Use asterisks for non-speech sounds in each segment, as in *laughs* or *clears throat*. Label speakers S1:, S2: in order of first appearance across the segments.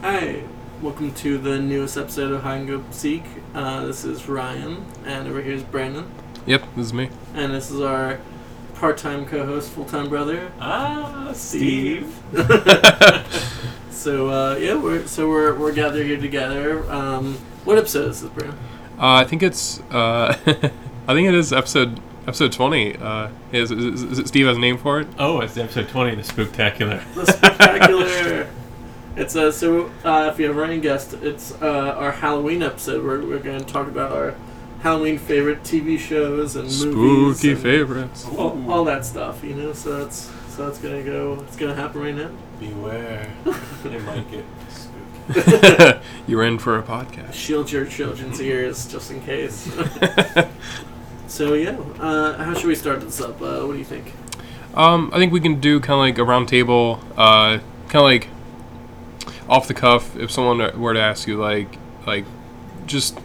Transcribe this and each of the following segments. S1: Hi, welcome to the newest episode of Hide and Go Seek. Uh, this is Ryan, and over here is Brandon,
S2: Yep,
S1: *laughs*
S2: this is me.
S1: and this is our part-time co-host, full-time brother,
S3: Ah,
S1: Steve. *laughs*
S2: Uh,
S1: so uh, yeah, we're so we're we're gathered here together. Um, what episode is this, Brandon?
S2: Uh, I think it's. Uh, *laughs* I think it is episode episode twenty. Uh, is, is, is it Steve has a name for it?
S3: Oh, it's episode 20 of the Spooktacular.
S1: The spectacular. it's uh, so uh, if you have any guest, it's uh, our Halloween episode. We're we're going to talk about our Halloween favorite TV shows and movies.
S2: Spooky
S1: and- *laughs*
S2: favorites. *laughs*
S1: all, all that stuff, you know. So that's so that's gonna go. It's gonna happen right now.
S3: *laughs* Beware. it might get spooky.
S2: You're in for
S1: *laughs*
S2: a podcast.
S1: Shield your children's ears just in case. *laughs* so yeah, uh, how should we start this up? Uh, what do you think?
S2: um, I think we can do kind of like a round table, uh, kind of like off the cuff. If someone were to ask you, like, like, just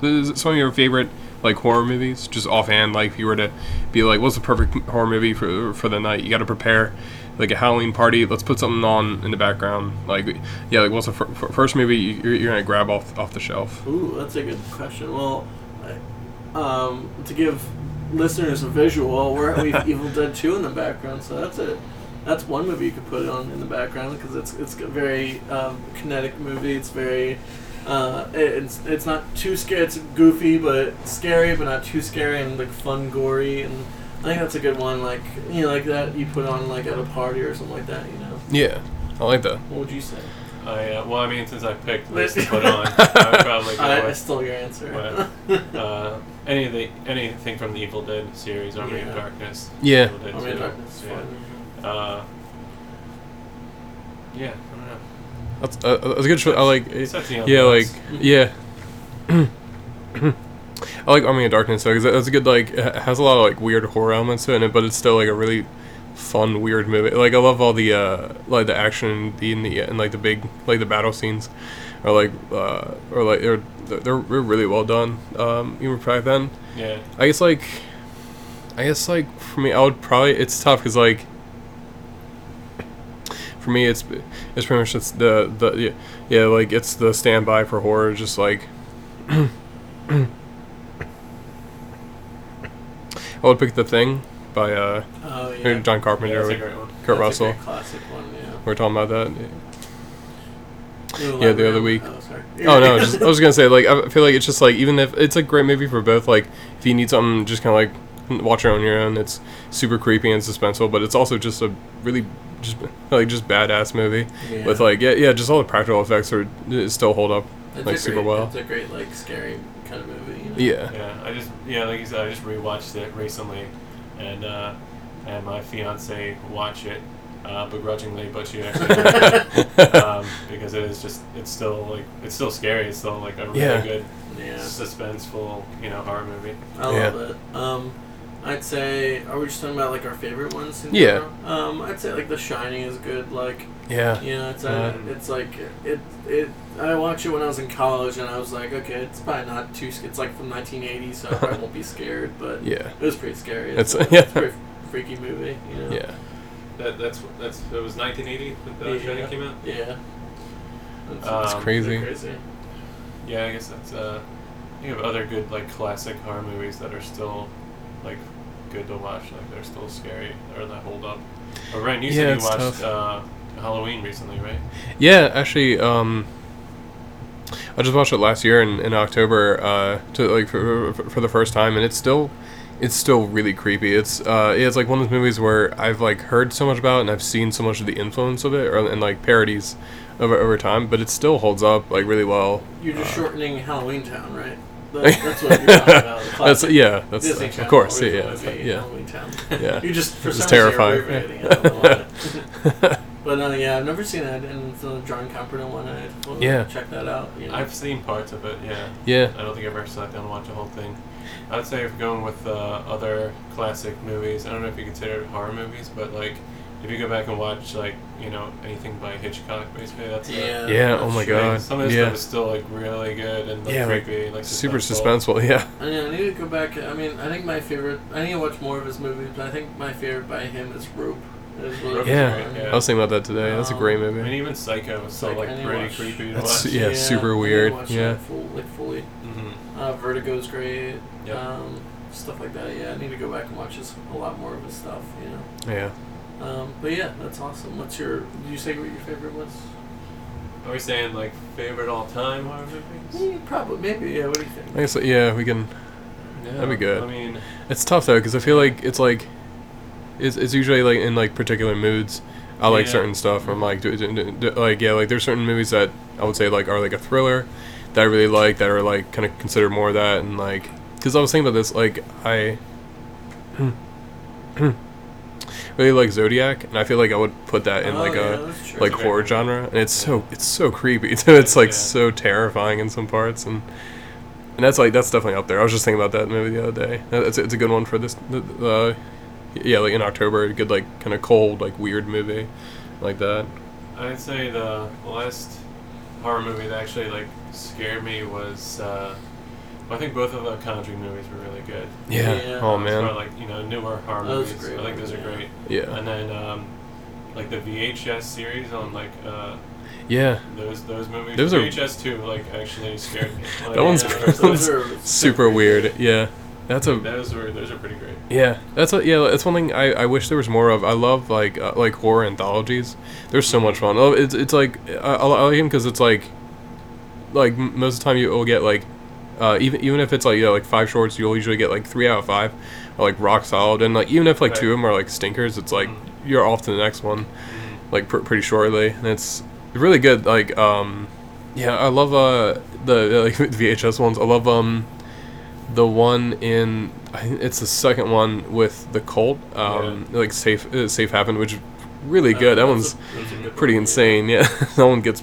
S2: s- some of your favorite like horror movies, just offhand, like if you were to be like, what's the perfect horror movie for for the night? You got to prepare like a Halloween party. Let's put something on in the background. Like, yeah, like what's the fir- fir- first movie you- you're, you're gonna grab off off the shelf?
S1: Ooh, that's a good question. Well, I- um, to give listeners a visual, we're we have Evil Dead Two in the background, so that's it. That's one movie you could put on in the background because it's it's a very um, kinetic movie. It's very uh, it- it's it's not too scary. It's goofy but scary, but not too scary and like fun, gory, and I think that's a good one. Like you know, like that you put on like at a party or something like that. You know,
S2: Yeah, I like that.
S1: what would you say?
S3: I, uh, well, I mean, since I picked this to
S1: *laughs*
S3: put on, I would probably go
S1: I, I
S3: with
S1: stole your answer. *laughs*
S3: uh, any of the, anything from the Evil Dead series, Army
S1: Yeah.
S3: of Darkness.
S2: Yeah.
S3: Evil Dead
S1: I mean,
S3: 2,
S1: darkness is fun.
S3: Yeah. Uh, yeah, I don't know.
S2: That's, uh, that's a good choice. I like.
S3: It's actually on
S2: yeah,
S3: the
S2: like
S3: list.
S2: yeah. *coughs* I like Army of Darkness though, 'cause because that's a good like. It has a lot of like weird horror elements in it, but it's still like a really fun, weird movie. Like I love all the uh like the action, the in the and like the big like the battle scenes, are like uh or like they're they're, they're really well done. Um, even back then,
S3: Yeah.
S2: I guess like, I guess like for me, I would probably it's tough because like, for me it's it's pretty much it's the the yeah, yeah like it's the standby for horror just like. *clears throat* I would pick the thing by uh
S1: Oh yeah.
S2: John
S3: yeah,
S2: Carpenter
S3: that's a
S2: with
S3: great one.
S1: That's
S2: Kurt
S1: a
S2: Russell.
S1: great classic one, yeah.
S2: We are talking about that.
S1: Little
S2: Yeah, the other
S1: Lamb.
S2: week.
S1: Oh, sorry. *laughs*
S2: Oh no, I was, just, I was gonna say like I feel like it's just like even if it's a great movie for both, like if you need something just kind of like watch it on your own, it's super creepy and suspenseful, but it's also just a really just like just badass movie
S1: Yeah.
S2: with like yeah yeah just all the practical effects are it still hold up
S1: It's
S2: like
S1: a
S2: super
S1: great,
S2: well.
S1: It's a great like scary kind of movie. You know?
S2: yeah
S3: Yeah, I just yeah, like you said, I just rewatched it recently, and uh, and my fiance watch it uh, begrudgingly, but she actually
S1: *laughs*
S2: *laughs*
S3: um, because it is just it's still like it's still scary. It's still like a really
S2: Yeah.
S3: good
S1: Yeah.
S3: suspenseful you know horror movie.
S1: I
S2: Yeah.
S1: love it. Um, I'd say, are we just talking about like our favorite ones? in
S2: Yeah.
S1: general? Um, I'd say like The Shining is good. Like,
S2: yeah
S1: you know, it's
S2: Uh-huh.
S1: uh,
S3: Mhm.
S1: it's like it it. I watched it when I was in college, and I was like, okay, it's probably not too. sc- It's like from 1980, so I probably won't be scared. But
S2: *laughs* yeah
S1: it was pretty scary.
S2: It's-
S1: a,
S2: *laughs* yeah.
S1: it's a pretty freaky movie. You know?
S2: yeah
S3: That that's that's it was 1980 that the
S1: Yeah.
S3: Shining came out. Um,
S1: Yeah. That's,
S3: That's
S1: pretty
S2: crazy.
S1: crazy.
S3: Yeah, I guess that's uh, think of other good like classic horror movies that are still like good to watch. Like they're still scary or that hold up. But Ryan, you
S2: Yeah,
S3: said you
S2: it's
S3: watched uh, Halloween recently, right?
S2: yeah actually um. I just watched it last year in, in October uh, to like for, for, for the first time, and it's still it's still really creepy. It's uh, it's like one of those movies where I've like heard so much about and I've seen so much of the influence of it, or, and like parodies over over time, but it still holds up like really well. Uh,
S1: You're just shortening Halloween Town,
S2: *laughs*
S1: right? That, that's what you're talking about. the
S2: that's
S1: classic
S2: yeah, that's
S1: Disney
S2: of
S1: Channel
S2: course yeah,
S1: original
S2: yeah,
S1: movie,
S2: yeah.
S1: Halloween Town. *laughs*
S2: Yeah.
S1: You just for
S2: It's
S1: some
S2: terrifying.
S1: reason you're abbreviating it. I don't
S2: *laughs*
S1: know why. but uh, yeah, I've never seen it, and it's the John Carpenter one. I will
S2: Yeah.
S1: check that out. You know.
S3: I've seen parts of it. Yeah,
S2: *laughs* yeah.
S3: I don't think I've ever sat down and watched the whole thing. I'd say if going with uh, other classic movies, I don't know if you consider it horror movies, but like if you go back and watch like you know anything by Hitchcock, basically that's a-
S1: yeah.
S2: Yeah,
S1: that's
S2: oh my
S1: true.
S2: God.
S3: Some of his
S2: yeah.
S3: stuff is still like really good and like,
S2: Yeah, like,
S3: creepy, like,
S2: Super
S3: suspenseful.
S2: suspenseful, *laughs* yeah.
S1: I, mean, I need to go back. I mean, I think my favorite. I need to watch more of his movies, but I think my favorite by him is Rope. It was really
S3: Rip
S1: good.
S2: Yeah.
S3: Curl,
S2: I was thinking about that today. That's a great
S1: Um,
S3: I mean,
S2: movie.
S3: even Psycho is still
S1: Like,
S3: like
S1: I need to
S3: pretty
S1: watch-
S3: creepy to
S2: That's-
S3: watch.
S2: yeah. super
S1: I need to
S2: weird,
S1: watch that
S2: yeah.
S1: full, like fully.
S3: hmm
S1: Uh, Vertigo's great.
S3: Yep.
S1: Um, stuff like that. Yeah, I need to go back and watch his, a lot more of his stuff. You know.
S2: Yeah.
S1: Um, but yeah, that's awesome. What's your? Did you say what your favorite was?
S3: Are we saying like favorite all time horror movies?
S1: Yeah, probably maybe. Yeah. What do you think?
S2: I guess yeah, we can.
S3: Yeah,
S2: That'd be good.
S3: I mean,
S2: It's tough though, because I feel like it's like, it's, it's usually like in like particular moods. I like
S3: Yeah.
S2: certain stuff. I'm like, do, do, do- do- like yeah, like there's certain movies that I would say like are like a thriller that I really like that are like kind of considered more of that and like because I was thinking about this like I *clears throat* really like Zodiac and I feel like I would put that in
S1: Oh,
S2: like
S1: yeah,
S2: a
S1: that's true.
S2: like
S3: Okay.
S2: horror genre, and it's so it's so creepy *laughs* too. It's like
S3: Yeah.
S2: so terrifying in some parts, and and that's like that's definitely up there. I was just thinking about that movie the other day. That- It's it's a good one for this. Uh, yeah, like in October, a good like kind of cold, like weird movie, like that.
S3: I'd say the last horror movie that actually like scared me was. Uh, I think both of the Conjuring movies were really good.
S2: Yeah.
S1: Yeah.
S2: Oh
S3: As far,
S2: man.
S3: like you know, newer horror
S1: Those are
S3: movies.
S1: great
S3: I think those are
S1: movies, yeah.
S3: great.
S2: Yeah.
S3: And then um, like the VHS series on like uh,
S2: Yeah.
S3: those those movies.
S2: Those are-
S3: VHS two like actually
S2: *laughs*
S3: scared me. Like,
S2: That one's-
S3: the
S1: Yeah,
S3: first
S1: those
S3: time.
S1: are
S2: *laughs* Super weird. Yeah. That's a
S3: Those were those are pretty great.
S2: Yeah, that's a, yeah. That's one thing I, I wish there was more of. I love like uh, like horror anthologies. They're so much fun. Oh, it's it's like I, I li- I like them because it's like like m- most of the time you will get like uh, even even if it's like you know, like five shorts, you'll usually get like three out of five are like rock solid, and like even if like
S3: Right.
S2: two of them are like stinkers, it's like
S3: Mhm.
S2: you're off to the next one like pr- pretty shortly, and it's really good. Like, um, yeah, I love uh the *laughs* uh, like VHS ones. I love um the one in I think it's the second one with the cult, um, like safe uh, safe happen, which is really
S1: Uh,
S2: good. that one's pretty insane. Yeah, *laughs* that one gets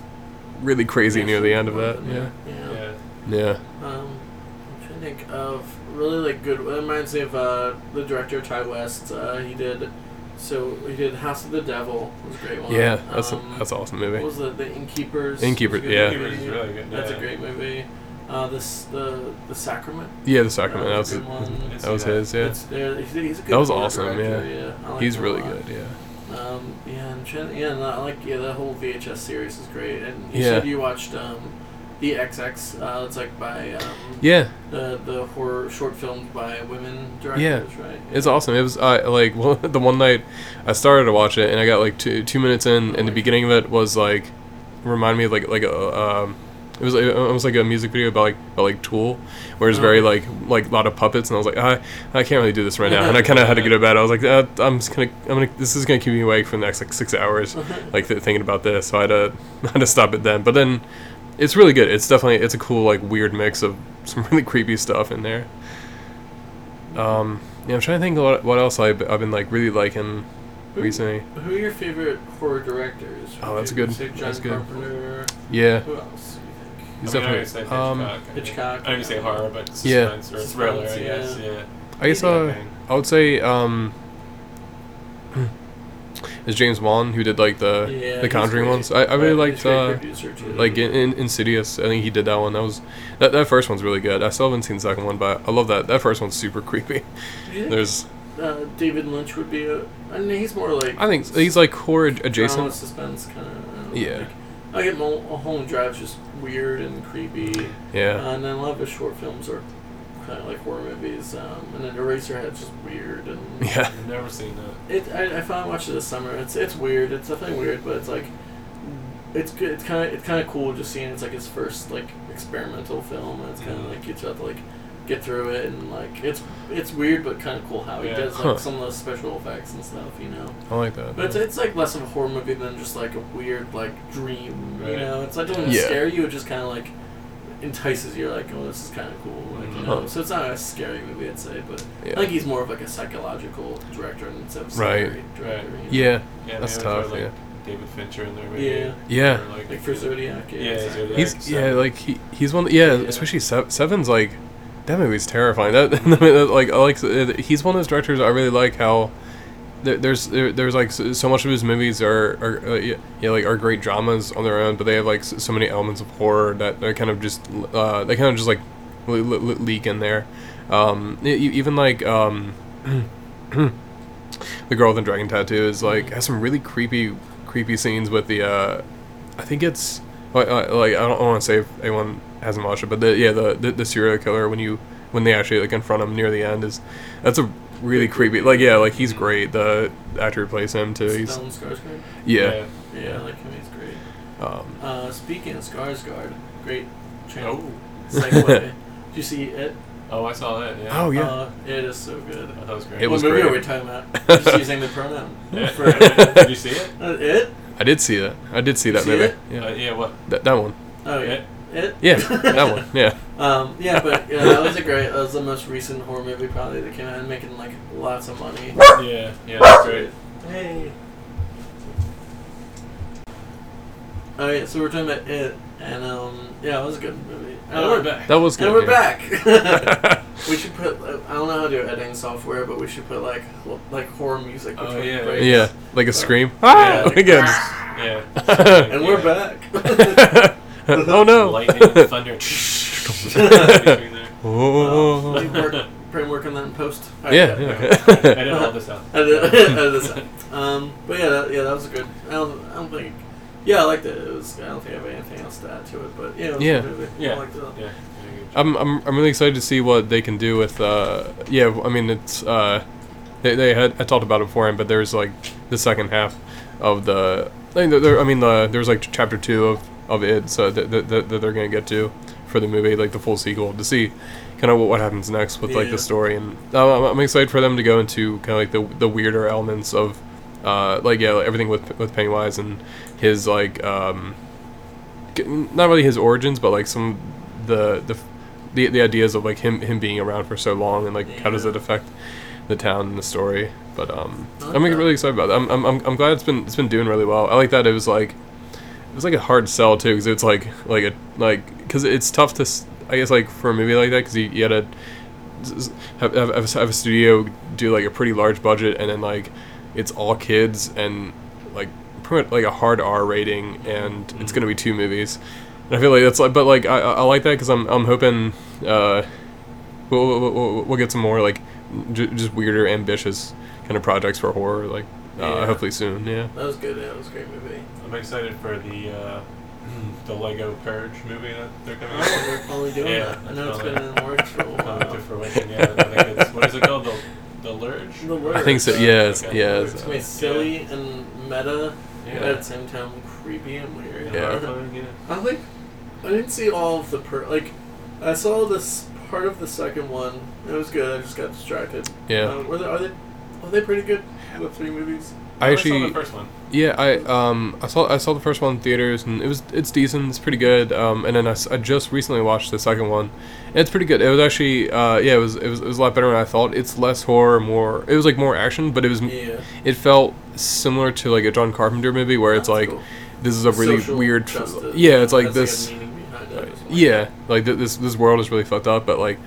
S2: really crazy near the end of that. Yeah,
S1: Yeah.
S3: Yeah.
S2: yeah,
S1: Um, I'm trying to think of really like good. It reminds me of uh, the director Ty West. Uh, he did so he did House of the Devil was a great one.
S2: yeah. That's a,
S1: um,
S2: that's an awesome
S1: What
S2: movie.
S1: was the the Innkeepers?
S2: Innkeeper-
S1: was a good
S2: yeah.
S1: movie.
S3: Innkeepers is really good,
S1: That's a
S3: yeah.
S1: great movie. Uh, this the the Sacrament.
S2: Yeah, the Sacrament. That
S1: That's
S2: was
S1: a good one.
S2: that was his. Yeah,
S1: That's- there- he's, he's a good
S2: That was
S1: horror
S2: awesome,
S1: director,
S2: yeah.
S1: I like
S2: he's
S1: him a
S2: really
S1: lot.
S2: good. Yeah.
S1: Um, yeah, I'm trying. Yeah, no, I like yeah, the whole VHS series is great. And you
S2: Yeah.
S1: said you watched um, the XX. Uh, it's like by um,
S2: Yeah,
S1: the the horror short filmed by women directors, right?
S2: It's awesome. It was uh, like *laughs* well, the one night I started to watch it, and I got like two two minutes in, and the beginning of it was like remind me of like like a um, it was like, almost like a music video about like about like Tool, where it's
S3: Oh.
S2: very like like a lot of puppets, and I was like I I can't really do this right
S3: *laughs*
S2: now, and I kind of had to go to bed. I was like uh, I'm just gonna I'm gonna this is gonna keep me awake for the next like six hours,
S1: *laughs*
S2: like th- thinking about this. So I had to *laughs* I had to stop it then, but then. It's really good. It's definitely it's a cool like weird mix of *laughs* some really creepy stuff in there. Um, yeah, I'm trying to think of what, what else I, I've been like really liking
S1: Who-
S2: recently.
S1: Who are your favorite horror directors?
S2: Oh, that's
S1: Would you
S2: good.
S1: say John
S2: That's good.
S1: Carpenter.
S2: Yeah,
S1: Who else? do you think?
S2: he's
S3: I mean,
S2: definitely.
S3: I would say Hitchcock.
S2: um,
S3: I mean,
S1: Hitchcock.
S3: I would say horror, but
S2: Yeah.
S3: suspense or thriller, I
S1: Suspense,
S3: guess.
S1: yeah.
S3: Yeah.
S2: I guess uh, I would say um, *clears throat* is James Wan who did like the
S1: Yeah,
S2: the
S1: he's
S2: Conjuring
S1: great.
S2: ones. I, I really
S1: Right,
S2: liked
S1: he's a great
S2: uh,
S1: producer too.
S2: like in, in Insidious. I think he did that one. That was that, that first one's really good. I still haven't seen the second one, but I love that. That first one's super *laughs* creepy.
S1: Do you think,
S2: There's
S1: uh, David Lynch would be a. I mean, he's more like.
S2: I think he's like horror
S1: drama,
S2: adjacent.
S1: suspense kind of.
S2: Yeah.
S1: Like, I get Mul- Mulholland Drive's just weird and creepy.
S2: Yeah,
S1: Uh, and then a lot of his short films are kind of like horror movies. Um, and then Eraserhead's just weird and
S2: *laughs* yeah,
S3: I've never seen that.
S1: It I, I finally watched it this summer. It's it's weird. It's definitely weird, but it's like it's good. It's kind of it's kind of cool just seeing it's like his first like experimental film. And it's kind of
S3: Mhm.
S1: like you just have to like get through it and like it's it's weird but kind of cool how he
S3: Yeah.
S1: does like
S2: Huh.
S1: some of those special effects and stuff. You know,
S2: I like that.
S1: but it's, it's like less of a horror movie than just like a weird like dream. You
S3: Right.
S1: know, it's like doesn't
S2: Yeah.
S1: scare you. It just kind of like entices you. Like oh, this is kind of cool. Like you
S3: Mhm.
S1: know,
S2: Huh.
S1: so it's not a scary movie. I'd say, but.
S2: Uh-huh. yeah.
S1: I think he's more of like a psychological director instead of
S2: Right.
S1: scary director. you know?
S2: yeah,
S3: Yeah,
S2: That's
S3: maybe I'll
S2: tough,
S3: throw, like,
S2: yeah.
S3: David Fincher in there, maybe.
S1: Yeah.
S2: Yeah.
S3: Or,
S1: Like for Zodiac.
S3: Yeah,
S1: exactly.
S3: Zodiac.
S2: He's yeah,
S3: Seven.
S2: like he, he's one. Yeah,
S1: Yeah.
S2: especially Se- Seven's like that movie's terrifying. That, *laughs* that like I like it- he's one of those directors I really like how there, there's there, there's like so, so much of his movies are are uh, yeah, yeah, like are great dramas on their own, but they have like so, so many elements of horror that are kind of just uh, they kind of just like le- le- le- leak in there. Um, e- e- even like um, *clears throat* the girl with the dragon tattoo is like has some really creepy, creepy scenes with the. Uh, I think it's like, like like, I don't want to say if anyone hasn't watched it, but the yeah the, the the serial killer when you when they actually like confront him near the end is that's a really creepy like yeah like he's great the actor who plays him too he's
S1: Stellan Skarsgård.
S2: yeah
S1: Yeah, I like him. He's great.
S2: um,
S1: Uh, speaking of Skarsgård, great channel.
S3: Oh.
S1: Segue. Did you see it?
S3: Oh, I saw that. Yeah. Uh,
S2: oh yeah
S1: Uh, it is so good.
S3: that was great.
S2: It
S1: what
S2: was
S1: movie
S2: great.
S1: are we talking
S2: *laughs*
S1: about? Just using the pronoun. *laughs*
S3: Yeah. *laughs*
S1: For,
S3: Did you see it?
S1: Uh, it?
S2: I did see that I did see
S1: You
S2: that
S1: see
S2: movie
S1: it?
S2: yeah
S3: Uh, yeah. What?
S2: that, that one
S1: Oh yeah. It?
S2: yeah that one yeah
S1: *laughs* Um, yeah, but yeah, that was a great. That was the most recent horror movie probably that came out, and making like lots of money.
S3: Yeah. Yeah. That's great.
S1: Hey. Oh yeah, so we're talking about it, and um, yeah, it was a good movie. Uh,
S3: And we're back.
S2: that was good
S1: And we're
S2: yeah.
S1: back.
S2: *laughs*
S1: we should put. I don't know how to do editing software, but we should put like l- like horror music.
S3: Oh,
S1: between
S3: yeah.
S1: breaks.
S2: yeah like a scream
S1: Yeah,
S2: *laughs* ah
S1: like, *laughs*
S2: again *laughs*
S3: Yeah.
S1: And we're back.
S3: *laughs*
S1: *laughs*
S2: oh no
S3: Lightning and
S2: *laughs*
S3: thunder. Between there.
S1: Well,
S2: oh.
S1: we work, probably work on that in post. All right,
S2: yeah
S3: I
S2: yeah *laughs*
S3: did
S1: *laughs*
S3: all this out.
S1: Edit- edit this out. Um, but yeah, that, yeah, that was a good. I don't, I don't think. Yeah, I liked it. It was. I don't think I have anything else to add to it, but yeah, it was
S2: Yeah.
S1: a good movie.
S3: Yeah.
S1: I liked it.
S3: Yeah. very good.
S2: I'm, I'm, I'm really excited to see what they can do with uh yeah I mean it's uh they, they had I talked about it beforehand but there's like the second half of the I mean, there, I mean the, there's like chapter two of of it so that, that, that that they're gonna get to for the movie like the full sequel to see kind of what, what happens next with like
S1: Yeah.
S2: the story and I'm, I'm- I'm excited for them to go into kind of like the the weirder elements of uh like yeah like, everything with with Pennywise and his like um g- not really his origins, but like some the the the, the ideas of like him him being around for so long and like how does
S1: Yeah.
S2: it affect the town and the story. But um,
S1: I like
S2: I'm
S1: that.
S2: really excited about that. I'm, I'm I'm I'm glad it's been it's been doing really well. I like that it was like it was like a hard sell too because it's like like a like because it's tough to s- I guess like for a movie like that because you, you had to s- s- have, have, have a studio do like a pretty large budget and then like it's all kids and like pretty much like a hard R rating and
S3: Mm-hmm.
S2: it's gonna be two movies. And I feel like that's like, but like I, I I like that because I'm I'm hoping uh, we'll, we'll- we'll, we'll get some more like j- just weirder, ambitious kind of projects for horror like uh,
S1: Yeah.
S2: hopefully soon. Yeah.
S1: That was good. Yeah, it was a great movie.
S3: I'm excited for the uh, the Lego Purge movie that they're coming out
S1: Oh, they're
S3: with.
S1: finally doing
S3: Yeah,
S1: that. I know it's
S3: finally.
S1: been in the works for a
S3: Uh,
S1: while.
S3: for Lincoln, yeah, I think it's, what is it called? The the Lurge.
S1: The
S2: I think so.
S1: Lurge.
S2: Yeah. It's,
S3: Okay.
S2: yeah.
S1: It's
S2: It's,
S1: gonna be silly and meta,
S3: Yeah.
S1: but at the same time creepy and weird.
S2: Yeah.
S1: *laughs*
S3: Horrifying, yeah.
S1: I like. I didn't see all of the per like. I saw this part of the second one. It was good. I just got distracted.
S2: Yeah.
S1: Um, were they, are they are they pretty good? The three movies.
S2: I
S3: Oh,
S2: actually.
S3: saw the first one.
S2: Yeah, I um I saw I saw the first one in theaters and it was it's decent, it's pretty good. Um, and then I, s- I just recently watched the second one, and it's pretty good. It was actually uh yeah it was it was, it was a lot better than I thought. It's less horror, more it was like more action, but it was
S1: Yeah.
S2: it felt similar to like a John Carpenter movie where it's
S1: That's
S2: like
S1: cool.
S2: this is a really
S1: Social
S2: weird
S1: justice.
S2: yeah it's like
S1: That's
S2: this
S1: Like a meaning behind it. It's like-
S2: yeah like th- this this world is really fucked up, but like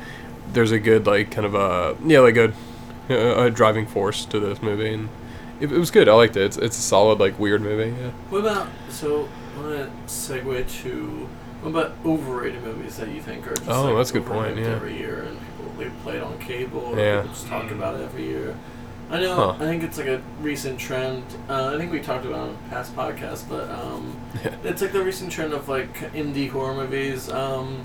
S2: there's a good like kind of a yeah like a a, a driving force to this movie and. It, it was good. I liked it. It's, it's a solid, like, weird movie. Yeah. *laughs*
S1: What about so? I want to segue to what about overrated movies that you think are just
S2: Oh,
S1: like,
S2: that's a good point,
S1: overhyped
S2: yeah.
S1: every year and people they play it on cable or
S2: Yeah.
S1: people just talk about it every year. I know.
S2: Huh.
S1: I think it's like a recent trend. Uh, I think we talked about it on a past podcast, but um, it's like the recent trend of like indie horror movies. Um,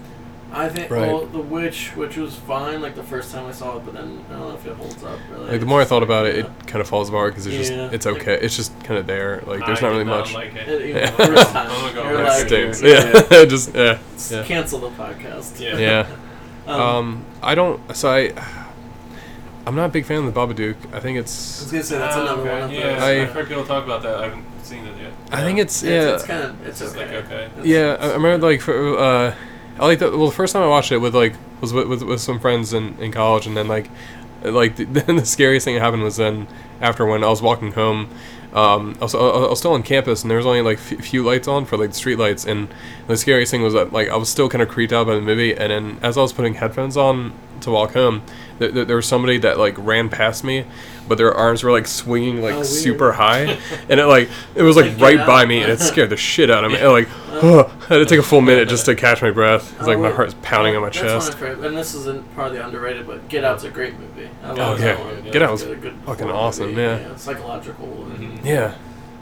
S1: I think
S2: Right.
S1: well, The Witch, which was fine like the first time I saw it, but then I don't know if it holds up really.
S2: Like the more I thought about it,
S1: Yeah.
S2: it kind of falls apart because it's
S1: Yeah.
S2: just it's okay. It's just kind of there. Like there's
S3: I
S2: not
S3: did
S2: really much. *laughs*
S3: Like it.
S1: It- even
S2: Yeah.
S1: the first
S3: *laughs*
S1: time,
S3: Oh my God,
S1: you're
S2: It
S3: that
S1: like,
S2: stinks.
S3: yeah.
S2: Yeah, *laughs* just yeah,
S1: S-
S2: Yeah.
S1: Cancel the podcast.
S3: Yeah.
S2: yeah.
S1: *laughs* Um,
S2: Um, I don't. So I, *sighs* I'm not a big fan of the Babadook. I think
S1: I was
S2: it's.
S1: gonna say that's
S3: Oh,
S1: another
S3: okay.
S1: one. of
S3: Yeah,
S1: those,
S2: I-
S1: uh,
S3: have heard people talk about that. I haven't seen it yet.
S2: I think it's
S1: It's,
S2: yeah.
S1: it's kind of it's
S3: It's
S1: okay.
S3: like, okay.
S1: It's-
S2: Yeah, I, I remember like for, uh, I like that. Well, the first time I watched it with like was with with, with some friends in, in college, and then like like *laughs* the, then the scariest thing that happened was then after when I was walking home. Um, I, was, I was I was still on campus, and there was only like f- few lights on for like street lights, and the scariest thing was that like I was still kind of creeped out by the movie, and then as I was putting headphones on to walk home, th- th- there was somebody that like ran past me, but their arms were like swinging like
S1: Oh, weird.
S2: super
S1: *laughs*
S2: high, and it like it was like
S1: Like,
S2: right
S1: get
S2: by
S1: out.
S2: me, and it scared the shit out of me. And, like I had to take a full minute just to catch my breath. It's like my
S1: would-
S2: heart's pounding on my
S1: Oh, that's
S2: chest.
S1: One of my fav- and this isn't probably underrated, but Get Out's a great movie. I love
S2: Oh,
S1: that
S2: yeah.
S1: one.
S2: Get
S1: It's
S2: Out was
S1: a good
S2: fucking
S1: horror
S2: awesome,
S1: movie,
S2: yeah.
S1: psychological. And,
S3: Mm-hmm.
S2: Yeah.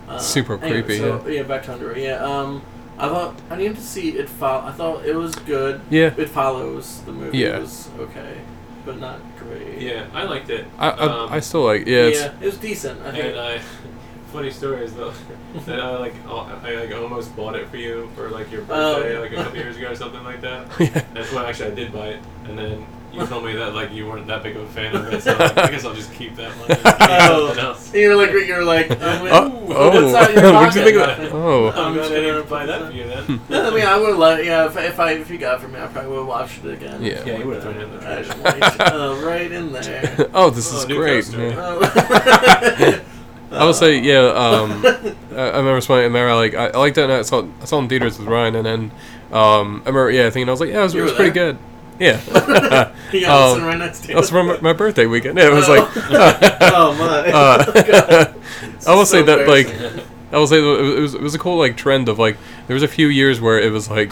S1: uh,
S2: Super
S1: anyway,
S2: creepy,
S1: So, yeah. back to underrated. Yeah. Um, I thought I needed to see it. Fol- I thought it was good.
S2: Yeah.
S1: It follows the movie.
S2: Yeah.
S1: was okay, but not great.
S3: Yeah, I liked it.
S2: I, I,
S3: Um,
S2: I still like yeah, it's, *laughs*
S1: it was decent. I think.
S3: And I, *laughs* funny story is though *laughs* that I like al- I like almost bought it for you for like your
S1: Oh.
S3: birthday like a couple years ago or something like that.
S2: *laughs* yeah.
S3: That's well, actually I did buy it, and then you told me that like you weren't that big of a fan of it, so like, I guess I'll just keep that one. and buy
S1: *laughs* Oh.
S3: something else.
S1: you're like you're
S2: *laughs*
S1: like. I'm like,
S2: Oh,
S1: "Ooh,
S2: oh. *laughs*
S1: what's out of your
S2: What'd you think
S1: pocket?"
S2: of that? Oh.
S3: I'm just
S1: gonna
S3: gonna buy that for you then.
S1: *laughs* No, I mean, I would have loved. Yeah, if, if I if you got it for me, I probably would have watched it again.
S2: Yeah.
S3: Yeah, you would've thrown it in the
S1: I
S3: trash.
S1: just like, uh, right in there.
S2: *laughs* oh, this
S3: Oh,
S2: is
S3: new
S2: great.
S3: coaster.
S2: yeah.
S1: *laughs* Oh.
S2: *laughs* I would say, yeah.
S1: *laughs*
S2: Um, I, I remember spending Amara like I, I liked that. And I saw I saw it in theaters with Ryan, and then um, I remember yeah thinking I was like, yeah, it was,
S1: You
S2: it was
S1: were
S2: pretty
S1: there? *laughs*
S2: good. Yeah,
S1: yeah, I was
S2: Um,
S1: sitting right next to you.
S2: that's from my- my birthday weekend. Yeah, it was like.
S1: *laughs* oh my. God.
S2: *laughs* uh,
S1: It's
S2: *laughs* I will say
S1: so
S2: that like
S1: embarrassing.
S3: *laughs*
S2: I will say that it was it was a cool like trend of like there was a few years where it was like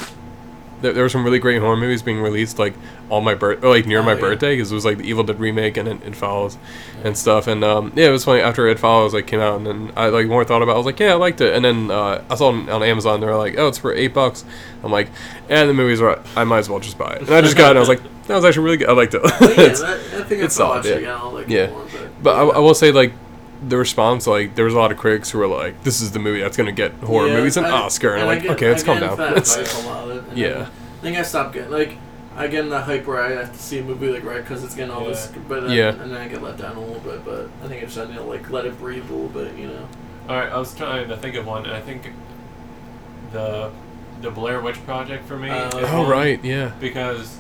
S2: there, there were some really great horror movies being released like on my birth or like near
S1: Oh,
S2: my
S1: yeah.
S2: birthday because it was like the Evil Dead remake and it, it follows and stuff and um, yeah it was funny after it follows like came out and then I like more thought about it, I was like yeah I liked it and then uh, I saw it on Amazon they were like oh it's for eight bucks I'm like and the movies are I might as well just buy it and I just got it and I was like that was actually really good I liked it
S1: But yeah,
S2: *laughs* It's-
S1: that, I think
S2: it's
S1: it's solid.
S2: solid, yeah.
S1: Again, I'll look
S2: Yeah.
S1: more,
S2: but I, I will say, like, the response, like, there was a lot of critics who were like, "This is the movie that's gonna get horror
S1: Yeah,
S2: movies an
S1: I-
S2: Oscar," and, I'm
S1: I
S2: like,
S1: get-
S2: "Okay, let's
S1: I
S2: calm
S1: get
S2: down." *laughs*
S1: influenced
S2: Let's-
S1: by it a lot, and
S2: yeah,
S1: I think I stopped getting like I get in the hype where I have to see a movie like right because it's getting all this, but then,
S2: Yeah.
S1: and then I get let down a little bit. But I think I just I need to like let it breathe a little bit, you know.
S3: All right, I was trying to think of one, and I think the the Blair Witch Project for me.
S1: Oh.
S3: is
S2: oh
S3: one
S2: right, yeah,
S3: Because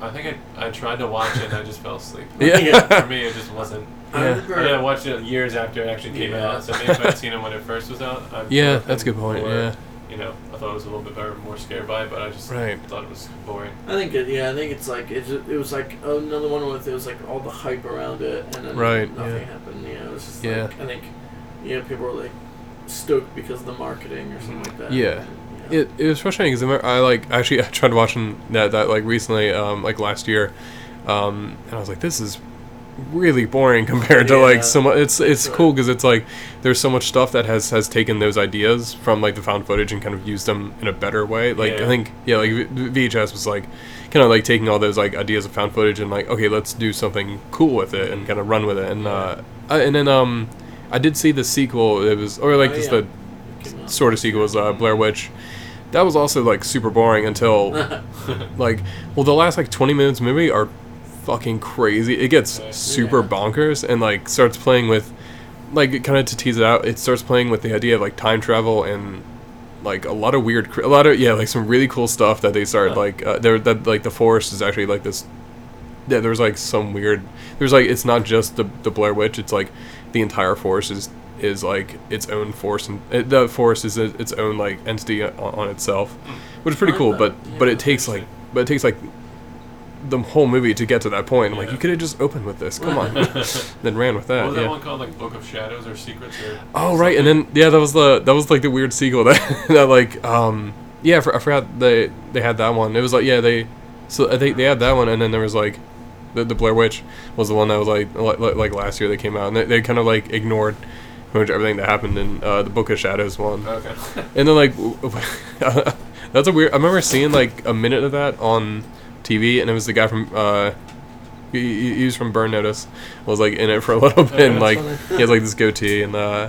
S3: I think I, I tried to watch it and I just fell asleep.
S2: *laughs* yeah,
S1: *laughs* Yeah.
S3: For me, it just wasn't.
S1: I uh,
S2: Yeah.
S1: remember.
S3: And I watched it years after it actually came
S1: Yeah.
S3: out, so maybe if I'd seen it when it first was out, I
S2: yeah. That's a good point.
S3: Or,
S2: Yeah,
S3: You know, I thought it was a little bit better, more scared by it, but I just
S2: Right.
S3: thought it was boring.
S1: I think it, yeah, I think it's like it, ju- it was like another one with it was like all the hype around it, and then
S2: Right,
S1: nothing
S2: yeah.
S1: happened. You know, it was just
S2: Yeah.
S1: like I think you know people were like stoked because of the marketing or something like that.
S2: Yeah. it, it was frustrating because I like actually *laughs* I tried watching that that like recently, um, like last year, um, and I was like, "This is really boring *laughs* compared to
S1: Yeah.
S2: like so much." It's it's
S1: Sure.
S2: cool because it's like there's so much stuff that has has taken those ideas from like the found footage and kind of used them in a better way. Like
S3: Yeah.
S2: I think yeah, like V- VHS was like kind of like taking all those like ideas of found footage and like okay, let's do something cool with it and kind of run with it. And uh, I, and then um, I did see the sequel. It was or like
S1: Oh,
S2: just
S1: yeah.
S2: the
S1: It came out.
S2: sort of sequel was uh, Blair Witch. That was also like super
S1: *laughs*
S2: boring until like well the last like 20 minutes of the movie are fucking crazy. It gets
S3: Yeah.
S2: super bonkers and like starts playing with like kind of to tease it out. It starts playing with the idea of like time travel and like a lot of weird cr- a lot of yeah like some really cool stuff that they started
S3: Huh.
S2: like uh, there that like the forest is actually like this yeah, there's like some weird. There's like it's not just the the Blair Witch. It's like the entire force is is like its own force, and uh, the force is a, its own like entity on, on itself, which is pretty
S1: Like
S2: cool.
S1: that,
S2: But but
S1: yeah.
S2: it takes like but it takes like the whole movie to get to that point. I'm like
S3: Yeah.
S2: you could have just opened with this. Come
S3: *laughs*
S2: on,
S3: what
S2: then ran with *laughs* that.
S3: was that
S2: yeah.
S3: one called, like Book of Shadows or Secrets or?
S2: Oh right, and then yeah, that was the that was like the weird sequel *laughs* that that like um yeah I, for, I forgot they they had that one. It was like yeah they so I think they had that one, and then there was like the, the Blair Witch was the one that was like like, like last year that came out, and they, they kind of like ignored pretty much everything that happened in uh, the Book of Shadows one,
S3: Okay.
S2: and then like w- w- *laughs* that's a weird. I remember seeing like a minute of that on TV, and it was the guy from. uh he, he- he was from Burn Notice. Was like in it for a *laughs* little bit, and
S3: Oh, that's
S2: like
S3: funny.
S2: he has like this goatee, and uh,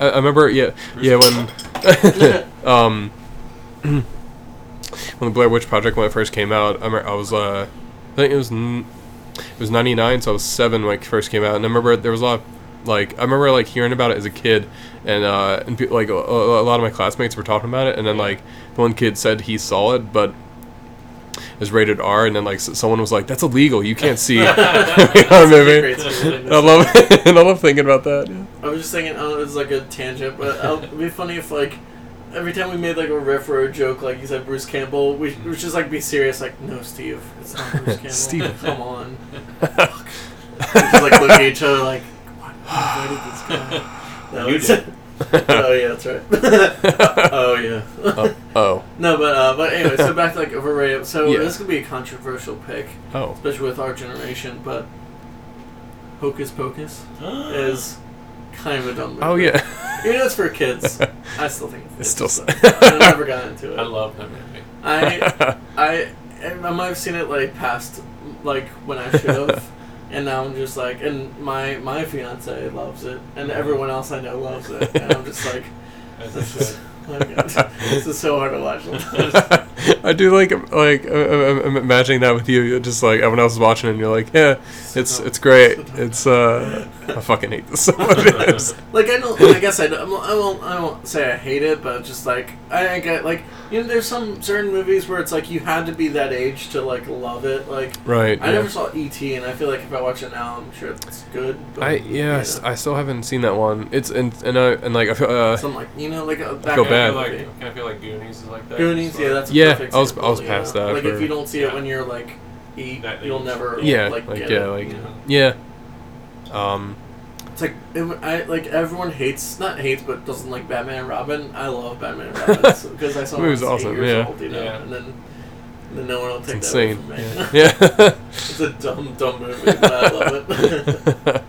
S2: I, I remember, yeah,
S3: Bruce
S2: yeah, when *laughs* um, *clears throat* when the Blair Witch Project when it first came out, I, remember I was uh, I think it was n- it was ninety nine, so I was seven when it first came out, and I remember there was a lot. Of, like I remember like hearing about it as a kid, and uh, and pe- like a, a a lot of my classmates were talking about it, and then like the one kid said he saw it, but it was rated R, and then like s- someone was like, "That's illegal, *laughs* you
S1: *laughs*
S2: can't see." our
S1: That's a
S2: movie.
S1: great scene.
S2: I love
S1: *laughs*
S2: *laughs* and I love thinking about that.
S1: I was just thinking, oh, it's like a tangent, but uh, it'd be funny if like every time we made like a riff or a joke, like you said, Bruce Campbell, we, we was just like be serious, like no, Steve, it's not
S2: *laughs*
S1: Bruce Campbell.
S2: Steve.
S1: come on. We just like look at
S2: *laughs*
S1: each other, like, why why did this
S2: *sighs*
S1: guy?
S3: *laughs*
S1: No,
S3: You
S1: it's-
S3: did.
S1: *laughs* oh yeah, that's right. *laughs* oh yeah.
S2: oh.
S1: *laughs* No, but uh, but anyway, so back to like overrated. So
S2: Yeah.
S1: this could be a controversial pick,
S2: Oh.
S1: especially with our generation. But Hocus Pocus is kind of a dumb movie.
S2: Oh yeah.
S1: You know, it's for
S2: *laughs*
S1: kids. I still think
S2: It's
S1: it's
S2: still
S1: just- I
S2: *laughs*
S1: never got into it.
S3: I love that movie.
S1: I I I might have seen it like past like when I should
S2: *laughs*
S1: have, and now I'm just like, and my my fiance loves it, and
S2: Mm-hmm.
S1: everyone else I know loves it, and I'm just like,
S3: As I
S1: this *laughs* is
S3: said,
S1: like, this is so hard to watch.
S2: *laughs*
S1: *laughs*
S2: I do like like uh, uh, I'm imagining that with you. You're just like everyone else is watching, and you're like, yeah, it's it's great. It's uh, I fucking hate this *laughs* so much. It's-
S1: Like I don't, I guess I don't, I won't- I won't, I won't say I hate it, but it's just like I, I get like you know, there's some certain movies where it's like you had to be that age to like love it. Like
S2: right.
S1: I
S2: yeah.
S1: never saw ET, and I feel like if I watch it now, I'm sure it's good. But,
S2: I
S1: you
S2: yeah,
S1: know,
S2: I s- I still haven't seen that one. It's and and I and like I feel, uh,
S1: so I'm like you know like a back
S2: Go
S1: in the
S2: bad.
S3: Can I feel
S1: day.
S3: like, can I feel like Goonies is like that?
S1: Goonies,
S3: It's
S1: yeah,
S3: like-
S1: that's a
S2: Yeah,
S1: perfect
S2: I was- I
S1: example,
S2: was past
S1: yeah.
S2: that
S1: Like
S2: for-
S1: if you don't see it
S3: yeah.
S1: when you're like eight,
S3: That
S1: you'll
S3: age.
S1: never
S2: yeah,
S1: like,
S2: like,
S1: get
S2: yeah,
S1: it,
S2: like
S1: you know?
S2: yeah. Um,
S1: it's like it, I like everyone hates not hates but doesn't like Batman and Robin. I love Batman and
S2: *laughs*
S1: Robin because I saw it when I
S2: Movie's
S1: was
S2: awesome,
S1: eight years
S2: yeah.
S1: old, you know,
S3: Yeah.
S1: and then then no one will
S2: it's
S1: take
S2: insane.
S1: that away from *laughs* me.
S2: Yeah. yeah. *laughs*
S1: it's a dumb dumb movie, but I love it. Mm.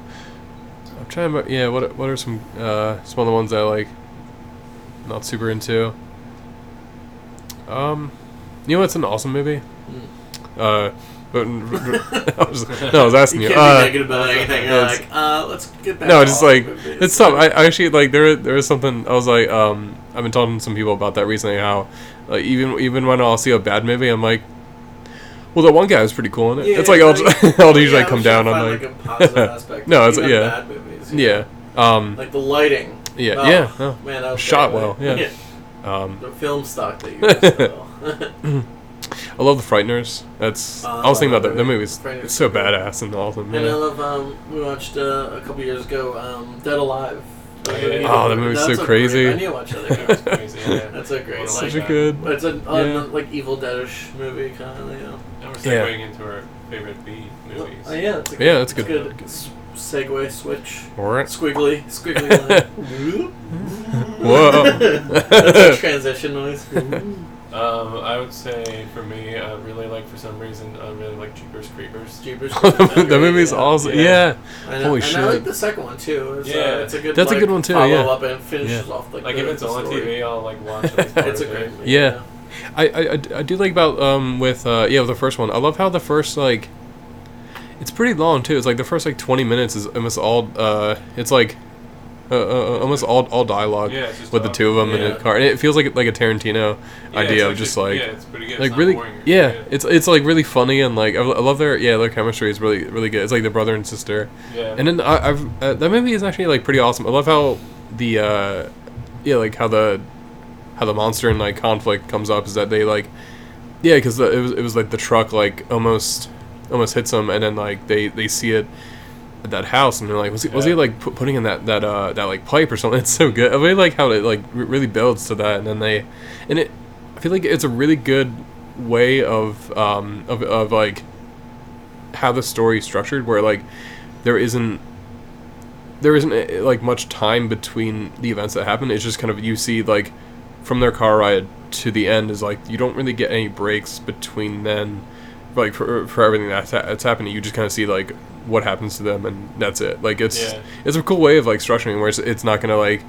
S2: I'm trying to. Yeah, what what are some uh, some of the ones that I like? Not super into. Um, you know what's an awesome movie? Uh, but *laughs* I was, no, I was asking
S1: you
S2: you.
S1: can't
S2: uh,
S1: be negative about anything. You're
S2: no,
S1: like, uh, let's get back.
S2: no,
S1: to
S2: just
S1: awesome
S2: like
S1: movies.
S2: it's tough. I, I actually like there there is something I was like um I've been talking to some people about that recently how like even even when I'll see a bad movie I'm like well that one guy was pretty cool in it.
S1: Yeah,
S2: it's like I'll,
S1: like-
S2: *laughs*
S1: oh,
S2: I'll usually
S1: yeah,
S2: come
S1: we should
S2: down on
S1: find,
S2: like,
S1: a positive
S2: *laughs*
S1: aspect.
S2: No, it's-
S1: Even
S2: yeah.
S1: bad movies, you
S2: yeah um
S1: Like the lighting.
S2: yeah
S1: Oh,
S2: yeah no.
S1: Man, that was
S2: Shot
S1: great. *laughs*
S2: well, yeah. um
S1: The film stock
S2: *laughs*
S1: that you guys *laughs* sell.
S2: *clears throat* I love the Frighteners that's
S1: Oh,
S2: I was thinking
S1: that
S2: about that the
S1: movie.
S2: movie's
S1: Frighteners
S2: it's so
S1: is great.
S2: badass and awesome
S1: And I
S2: yeah.
S1: love, um, we watched uh, a couple years ago, um, Dead Alive.
S3: Oh, yeah.
S2: Oh, that movie's so
S1: That's a
S2: crazy.
S1: Great, I need to watch that
S3: Yeah,
S1: again.
S2: *laughs*
S3: it's
S1: *laughs*
S3: crazy, yeah.
S1: That's a great
S3: Well,
S1: one.
S2: such
S3: like
S2: a
S3: that.
S2: good
S1: But it's an
S2: Yeah.
S1: un like Evil Deadish movie kind of, you know.
S3: Now we're
S2: Yeah.
S3: segueing into our favorite B movies.
S1: Oh yeah, that's a
S2: Yeah, that's a good-
S1: good s- segue switch.
S2: Alright.
S1: Squiggly,
S2: *laughs*
S1: squiggly line. *laughs* that's a
S2: whoa
S1: transition
S2: *laughs*
S1: noise.
S3: Um, I would say for me, I really like for some reason, I really like Jeepers Creepers.
S2: *laughs*
S1: Jeepers.
S2: that movie's
S1: Yeah.
S2: awesome
S3: Yeah.
S2: yeah.
S1: I
S2: Holy
S1: and I
S2: shit.
S1: like the second one too. It's,
S3: Yeah.
S1: uh, it's a good.
S2: That's a
S1: like,
S2: good one, too,
S1: Follow
S2: yeah.
S1: up and finishes off like.
S3: Like
S1: the,
S3: if it's
S1: the
S3: on
S1: story.
S3: TV, I'll like
S1: *laughs*
S3: watch it.
S2: It's
S1: It's a great movie.
S2: Yeah. I, I- I d- I do like about um with uh yeah with the first one. I love how the first like it's pretty long too. It's like the first like twenty minutes is almost all uh it's like uh, uh, uh, almost all all dialogue
S3: Yeah, it's just
S2: with the
S3: dialogue.
S2: two of them in
S1: Yeah.
S2: a car, and it feels like like a Tarantino
S3: Yeah, it's
S2: idea of just like.
S3: yeah, it's pretty good. it's
S2: Like
S3: not
S2: really,
S3: boring.
S2: yeah. It's
S3: It's
S2: it's like really funny and like I, lo- I love their yeah their chemistry is really really good. It's like the brother and sister.
S3: good. yeah.
S2: And then I, I've uh, that movie is actually like pretty awesome. I love how the uh, yeah like how the how the monster and like conflict comes up is that they like yeah because it was it was like the truck like almost almost hits them and then like they they see it at that house and they're like was he was he
S3: Yeah.
S2: like pu- putting in that that uh that like pipe or something? *laughs* It's so good. I really like how it like r- really builds to that and then they and it I feel like it's a really good way of um of of like how the story is structured where like there isn't there isn't eh, like much time between the events that happen it's just kind of you see like from their car ride to the end is like you don't really get any breaks between then like for, for everything that's, ha- that's happening you just kind of see like what happens to them and that's it like it's
S3: Yeah.
S2: it's a cool way of like structuring where it's, it's not gonna like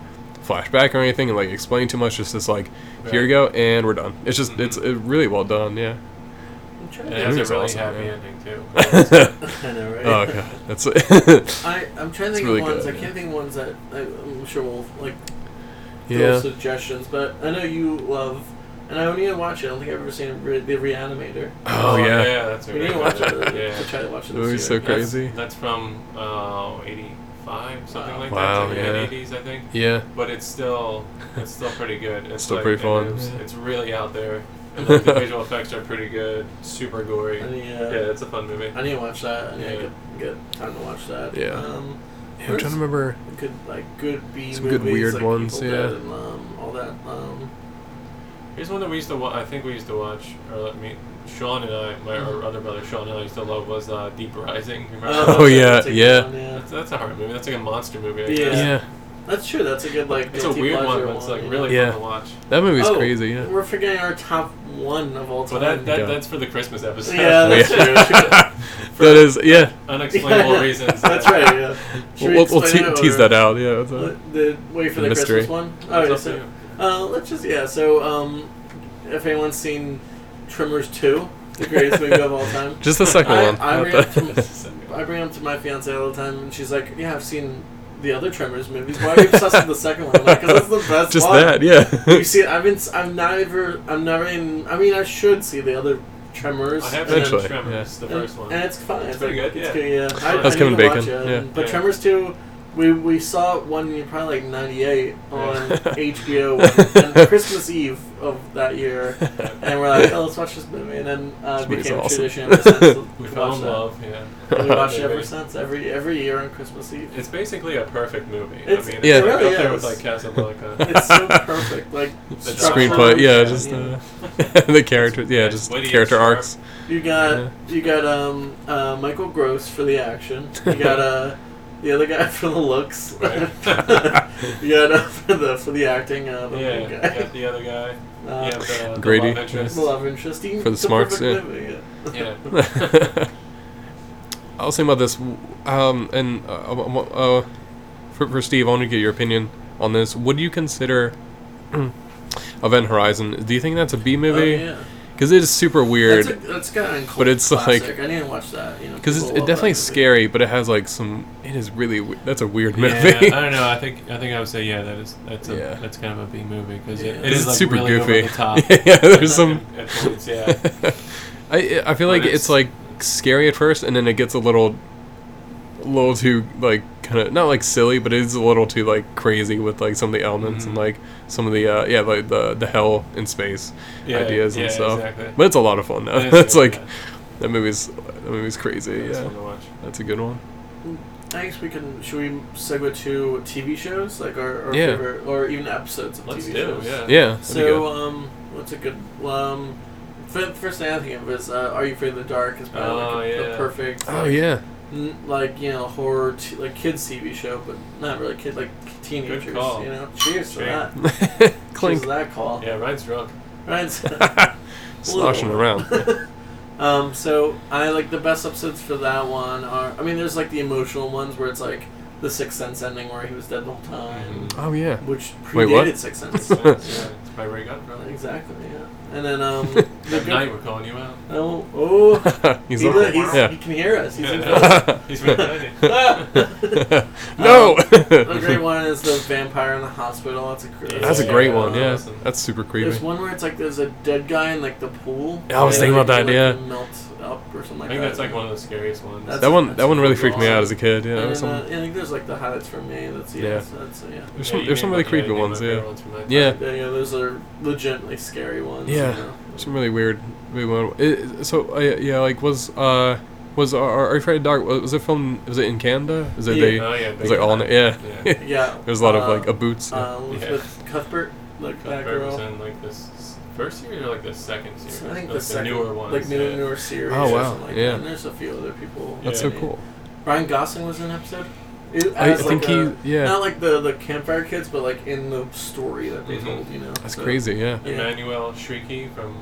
S2: flashback or anything and like explain too much it's just like here you go and we're done it's just it's uh, really well done yeah
S1: I'm trying
S3: And
S1: to
S3: it
S1: think-
S3: has a
S2: movie's
S3: really
S2: awesome,
S3: happy
S2: yeah.
S3: ending too.
S2: oh
S1: *laughs* I know, right?
S2: god that's it *laughs*
S1: I, I'm trying to
S2: It's
S1: think
S2: really
S1: of ones.
S2: good,
S1: I
S2: yeah.
S1: can't think of ones that I, I'm sure we'll like throw
S2: yeah
S1: suggestions. But I know you love, and I need to watch it. I don't think I've ever seen Re- the
S2: *laughs*
S1: Reanimator.
S2: *laughs* oh yeah
S3: yeah, that's a
S1: We need
S3: great
S1: to watch it.
S2: *laughs*
S3: one.
S1: To
S3: yeah.
S1: try to watch it.
S2: That would be
S1: This
S2: so
S1: year.
S2: great.
S1: Yeah.
S2: Crazy.
S3: That's, that's from uh, '85, something like
S2: Wow,
S3: that.
S2: yeah.
S3: '80s, I think.
S2: yeah
S3: But it's still, it's still pretty good. It's
S2: Still
S3: like,
S2: pretty
S3: and
S2: fun.
S3: It's, it's really
S2: *laughs*
S3: out there. And like, the visual effects are pretty good. Super gory.
S1: I
S3: Yeah,
S1: need, uh,
S3: it's a fun movie.
S1: I need to watch that. I need
S3: Yeah.
S1: to get, get time to watch that.
S2: Yeah.
S1: Um,
S2: Yeah, I'm trying to remember
S1: good like good B
S2: Some
S1: movies,
S2: good weird
S1: like
S2: ones,
S1: Evil
S2: yeah.
S3: *laughs*
S1: Dead and, um, all that. Um,
S3: Here's one that we used to watch. I think we used to watch, or let me, Sean and I, my our other brother Sean and I used to love was uh, Deep Rising. Remember
S2: Oh,
S3: that?
S1: that's a- that's a
S2: yeah,
S1: good
S2: yeah.
S1: one,
S3: That's, that's a horror movie. That's like a monster movie. I
S1: Yeah.
S3: guess.
S2: Yeah,
S1: That's true. That's a good like.
S3: It's a
S1: guilty
S3: weird one,
S1: pleasure
S3: but it's like
S1: you
S3: really
S2: Yeah.
S3: fun to watch.
S2: that *laughs* movie's
S1: Oh,
S2: crazy. Yeah.
S1: We're forgetting our top one of all
S3: So
S1: time.
S3: that,
S2: Yeah.
S3: that that's for the Christmas episode.
S1: Yeah, that's
S2: Yeah.
S1: true. Should-
S2: *laughs* that is yeah.
S3: Unexplainable
S1: *laughs*
S3: reasons. uh,
S1: That's right.
S2: *laughs*
S1: Yeah. Should we
S2: We'll, we'll
S1: explain
S2: te-
S1: it,
S2: tease
S1: or-
S2: that out. Yeah. that's all.
S1: Uh, The wait for
S2: The
S1: the,
S2: mystery.
S1: Christmas one. Oh,
S3: It's
S1: yeah,
S3: up to
S1: so,
S3: you.
S1: uh, let's just yeah. So um, if anyone's seen Tremors two, the greatest movie of all time,
S2: *laughs* Just the second
S1: I-
S2: one.
S1: I
S2: *laughs* not
S1: ran
S2: the-
S1: from- I bring up to my fiance all the time, and she's like, "Yeah, I've seen the other Tremors movies. Why are you obsessed with the second one? Because that's the best.
S2: Just
S1: one.
S2: that, yeah.
S1: *laughs*
S2: *laughs*
S1: You see, I've been, I'm never, I'm never in. I mean, I should see the other Tremors.
S3: I have
S1: and then-
S2: Eventually,
S3: seen Tremors, the
S1: and-
S3: first one.
S1: and it's fun.
S3: It's pretty
S1: like-
S3: good,
S1: It's
S3: yeah.
S1: good, yeah. I,
S3: That's
S1: I
S2: Kevin
S1: need to watch
S2: Bacon,
S1: it.
S2: yeah.
S1: But
S3: Yeah.
S1: Tremors two, we we saw it one year, probably like '98 on
S3: Yeah.
S2: *laughs*
S1: HBO, when- on Christmas Eve of that year, and we're like, oh, let's watch this movie, and then uh,
S2: This
S1: it
S2: movie's
S1: became a
S2: awesome. *laughs*
S1: tradition. Ever since to
S3: we
S1: watch
S3: fell in
S1: that.
S3: love. Yeah.
S1: And we watched it
S3: Movie. *laughs*
S1: ever since, every every year on Christmas Eve.
S3: It's basically a perfect movie.
S1: It's-
S3: I mean,
S2: Yeah.
S3: it's like
S1: it really
S3: up there with
S1: is.
S3: like *laughs* Casablanca.
S1: *laughs* It's so perfect,
S3: *laughs*
S1: like
S3: The
S1: structure,
S2: Screenplay, yeah,
S3: Yeah.
S2: just uh, *laughs* the, the character, yeah,
S3: It's
S2: just
S3: witty and
S2: character
S3: sharp.
S2: arcs.
S1: You got you got um uh, Michael Gross for the action. You got uh the other guy *laughs* for the looks.
S3: Right.
S1: *laughs* you got uh, for the for the acting. Uh, the
S3: yeah,
S1: main
S3: you
S1: guy.
S3: got the other guy.
S1: Uh,
S3: you have the, the
S2: Grady.
S3: love interest.
S1: the love interest. You-
S2: For the
S1: it's a
S2: smarts,
S1: perfect
S2: yeah.
S1: movie,
S3: *laughs*
S2: *laughs*
S3: Yeah.
S2: I was thinking about this, w- um, and uh, I wa- wa- uh, for, for Steve, I want to get your opinion on this. Would you consider *clears throat* Event Horizon? Do you think that's a B
S1: Oh,
S2: movie?
S1: yeah.
S2: Because it is super
S1: That's, a,
S2: weird.
S1: that's kind of
S2: But it's
S1: classic.
S2: like-
S1: I need to watch that. You know,
S2: Because
S1: people
S2: it's
S1: love
S2: it
S1: that
S2: definitely
S1: movie.
S2: is scary, but it has like some. It is really. we- That's a weird movie.
S3: Yeah, I don't know. I think I think I would say yeah. That is that's a,
S2: Yeah.
S3: that's kind of a B movie because
S1: Yeah.
S3: it, it
S1: It's
S3: is like
S2: super
S3: really
S2: goofy.
S3: over the top.
S2: *laughs* yeah, there's some.
S3: At points, yeah.
S2: I I feel
S3: But
S2: like it's,
S3: it's-
S2: like scary at first, and then it gets a little, a little too like kind of not like silly, but it's a little too like crazy with like some of the elements and
S3: Mhm.
S2: like some of the uh, yeah like the the hell in space *laughs*
S3: yeah.
S2: ideas
S3: yeah,
S2: and stuff.
S3: Exactly.
S2: But it's a lot of fun though.
S3: It
S2: *laughs*
S3: is
S2: it's
S3: good,
S2: like
S3: yeah.
S2: that movie's that movie's crazy.
S3: It's
S2: Yeah,
S3: fun to watch.
S2: that's a good one.
S1: I guess we can. Should we segue to TV shows, like our, our
S2: Yeah.
S1: favorite, or even episodes of
S3: Let's
S1: TV
S3: do
S1: shows?
S3: yeah.
S2: Yeah. that'd be
S1: So,
S2: good.
S1: um, what's a good um? f- First thing I think of is uh, "Are You Afraid of the Dark" is probably like
S3: Oh,
S1: a,
S3: yeah.
S1: a perfect.
S2: oh
S1: like,
S2: yeah,
S1: n- like you know horror t- like kids TV show, but not really kid like teenagers. You
S3: call.
S1: know, cheers for
S3: *laughs* Cheers.
S1: that. Cheers
S2: *laughs* clink
S1: to that call.
S3: Yeah,
S2: *laughs*
S3: Ryan's drunk.
S1: Ryan's
S3: *laughs*
S2: sloshing around.
S1: *laughs* um, so I like the best episodes for that one are. I mean, there's like the emotional ones where it's like the Sixth Sense ending where he was dead the whole time,
S2: Oh yeah.
S1: which
S2: Wait, what?
S1: predated Sixth Sense.
S2: *laughs*
S3: yeah, it's by Ray Gunn.
S1: exactly. Yeah. And then
S2: *laughs*
S1: um, the
S3: That
S1: good,
S3: night we're calling you out.
S1: Oh, oh.
S2: he's
S1: He
S2: like,
S1: li- he's-
S2: yeah.
S1: He can hear us. He's in
S2: *laughs*
S3: Yeah.
S1: film.
S3: He's been hiding.
S1: *laughs*
S2: no.
S1: The great one is the vampire in the hospital. That's a great.
S2: That's a
S3: Yeah.
S2: great one. Yeah,
S3: Awesome.
S2: that's super creepy.
S1: There's one where it's like there's a dead guy in like the pool.
S2: Yeah, I was
S1: and
S2: thinking about
S1: it,
S2: that,
S1: like,
S2: yeah.
S1: melts up or something
S3: I
S1: like
S3: think
S1: that.
S3: that's like one of the scariest ones.
S1: That's-
S2: that one, that
S1: that's
S2: one really
S3: pretty
S2: freaked me out
S3: awesome.
S2: as a kid. Yeah,
S1: And
S2: that was
S1: then, uh,
S2: some,
S1: I think there's like the highlights for me. That's yeah.
S2: Yeah.
S1: That's, that's yeah.
S2: there's
S3: Yeah,
S2: some,
S3: you
S2: there's some really
S3: named my- yeah, you
S2: creepy
S3: named my
S2: ones.
S3: favorite
S2: Yeah,
S3: ones from my
S2: Yeah.
S3: time.
S1: Yeah, yeah. Those are legitimately scary ones.
S2: Yeah.
S1: You know?
S2: some really weird, weird one. It, so uh, yeah, like was uh was uh, Are You Afraid of the Dark? Was it filmed? Was it in Canada? Is it
S1: Yeah.
S2: they?
S3: Oh, yeah,
S2: It was like all in the, yeah. *laughs*
S3: Yeah.
S1: Yeah.
S2: There's a lot of
S1: uh,
S2: like aboots.
S1: Uh, Elizabeth Cuthbert, like that
S3: Cuthbert was
S1: girl.
S3: in like this s- first series or like the second
S1: I
S3: series.
S1: think
S3: Like,
S1: the, second,
S3: newer ones.
S1: like newer,
S3: yeah.
S1: newer series.
S2: Oh, wow,
S1: Or something like
S2: yeah.
S1: That. And there's a few other people.
S2: that's
S3: yeah.
S2: so cool.
S1: Ryan Gosling was in an episode. It-
S2: I, I
S1: as,
S2: think
S1: like a-
S2: he yeah.
S1: Not like the the campfire kids, but like in the story that they
S3: Mhm.
S1: told. You know.
S2: That's
S1: so-
S2: crazy. Yeah.
S1: Yeah.
S3: Emmanuel Shrieky from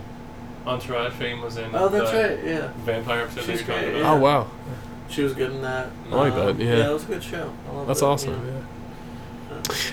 S3: Entourage fame was in.
S1: Oh, that's
S3: the
S1: right. Yeah,
S3: Vampire episode that
S1: She's
S3: you're talking
S1: great,
S2: Oh
S3: about.
S2: wow,
S1: she was good in that. Um,
S3: I like
S2: that, yeah.
S1: it was a good show. I loved
S2: that's
S1: it, Uh,
S2: awesome.
S1: You know.
S2: Yeah.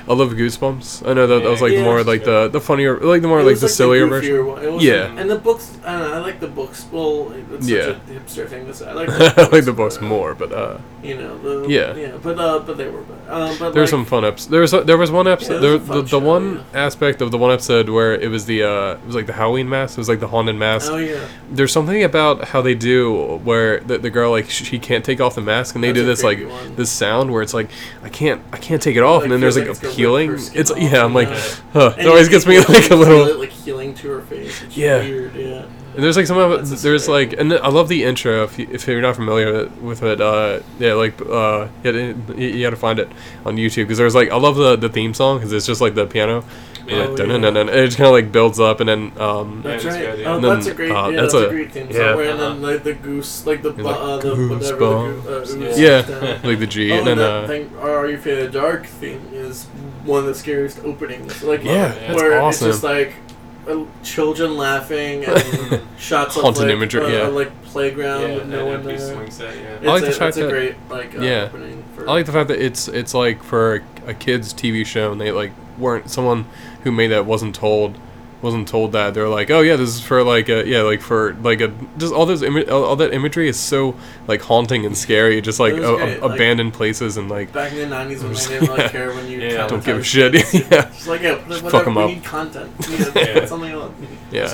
S2: I love Goosebumps. I know that, that was like
S1: Yeah.
S2: more like the the funnier, like the more
S1: It
S2: like
S1: was,
S2: the sillier version.
S1: goofier One. It was
S2: Yeah.
S1: and the books. I don't know. I like the books. Well, it's
S2: Yeah.
S1: such a hipster thing to say. I
S2: *laughs*
S1: like the
S2: I
S1: books,
S2: like the books
S1: but,
S2: more, but uh,
S1: You know. The,
S2: Yeah.
S1: Yeah, but uh, but they were. bad. Um, but
S2: there's
S1: like,
S2: some fun episodes. There was uh, there was one episode.
S1: Yeah,
S2: there,
S1: there's a
S2: the,
S1: fun
S2: the
S1: show,
S2: one aspect of the one episode where it was the uh, it was like the Halloween mask. It was like the haunted mask.
S1: Oh
S2: *laughs*
S1: yeah.
S2: There's something about how they do where the, the girl like she can't take off the mask, and they
S1: That's
S2: do
S1: a
S2: this like
S1: creepy one.
S2: this sound where it's like I can't I can't take it off, and
S1: Like,
S2: then there's like
S1: feels like
S2: a
S1: it's gonna rip
S2: peeling.
S1: her skin
S2: It's
S1: off,
S2: yeah, I'm like,
S1: yeah.
S2: huh.
S1: And
S2: It always
S1: you
S2: gets me
S1: can
S2: like a
S1: feel
S2: little.
S1: it, like healing to her face. It's
S2: Yeah.
S1: Weird. Yeah.
S2: And there's like some of it,
S1: That's a
S2: there's
S1: scary-
S2: like and I love the intro if, you, if you're not familiar with it uh yeah like uh you, had- you got to find it on YouTube because there's like I love the the theme song because it's just like the piano
S3: Yeah.
S2: Yeah,
S1: Oh,
S2: dun- dun- dun- dun. It just kind of like builds up, and then um,
S1: That's
S3: that's a
S1: right.
S3: good idea.
S1: Oh,
S2: And
S1: that's
S2: then,
S1: a great.
S2: uh,
S1: yeah, that's,
S2: that's a-
S1: a, great theme
S2: yeah.
S1: somewhere. And
S3: Uh-huh.
S1: then like the goose, like the bu-
S2: You're like,
S1: uh, the whatever the
S2: "Goosebumps."
S1: goose, uh,
S3: Yeah.
S1: ooze
S2: Yeah. *laughs*
S1: down.
S2: like the G,
S1: Oh,
S2: and then
S1: that
S2: uh,
S1: thing, Are You Afraid of the Dark theme is one of the scariest openings. Like,
S2: yeah,
S3: Yeah.
S2: that's
S1: where
S2: awesome.
S1: it's just like uh, children laughing
S2: *laughs*
S1: and shots
S2: Haunted
S1: of like,
S2: imagery,
S1: uh,
S2: yeah.
S1: like playground
S3: yeah,
S1: with no
S3: an
S1: one
S3: empty
S1: there.
S3: swing set. Yeah.
S1: It's
S2: like the
S1: a, it's
S2: fact
S1: a
S2: that-
S1: great like uh,
S2: yeah.
S1: opening for
S2: I like the fact that it's it's like for a, a kids TV show, and they like weren't someone who made that wasn't told wasn't told that they're like, oh yeah, this is for like a yeah like for like a just all those ima- all, all that imagery is so like haunting and scary, just like
S1: It was
S2: a,
S1: great,
S2: a-
S1: like-
S2: abandoned places and like
S1: back in the nineties
S2: *laughs*
S1: when they
S2: Just-
S1: didn't really
S2: yeah.
S1: care when you
S3: Yeah.
S1: traumatized
S2: don't give
S1: *laughs*
S2: a shit. *laughs* yeah,
S1: It's like yeah,
S2: Just
S1: whatever,
S2: fuck 'em
S1: we
S2: up.
S1: need
S3: *laughs*
S1: content. We need
S3: Yeah.
S1: something else.
S3: It's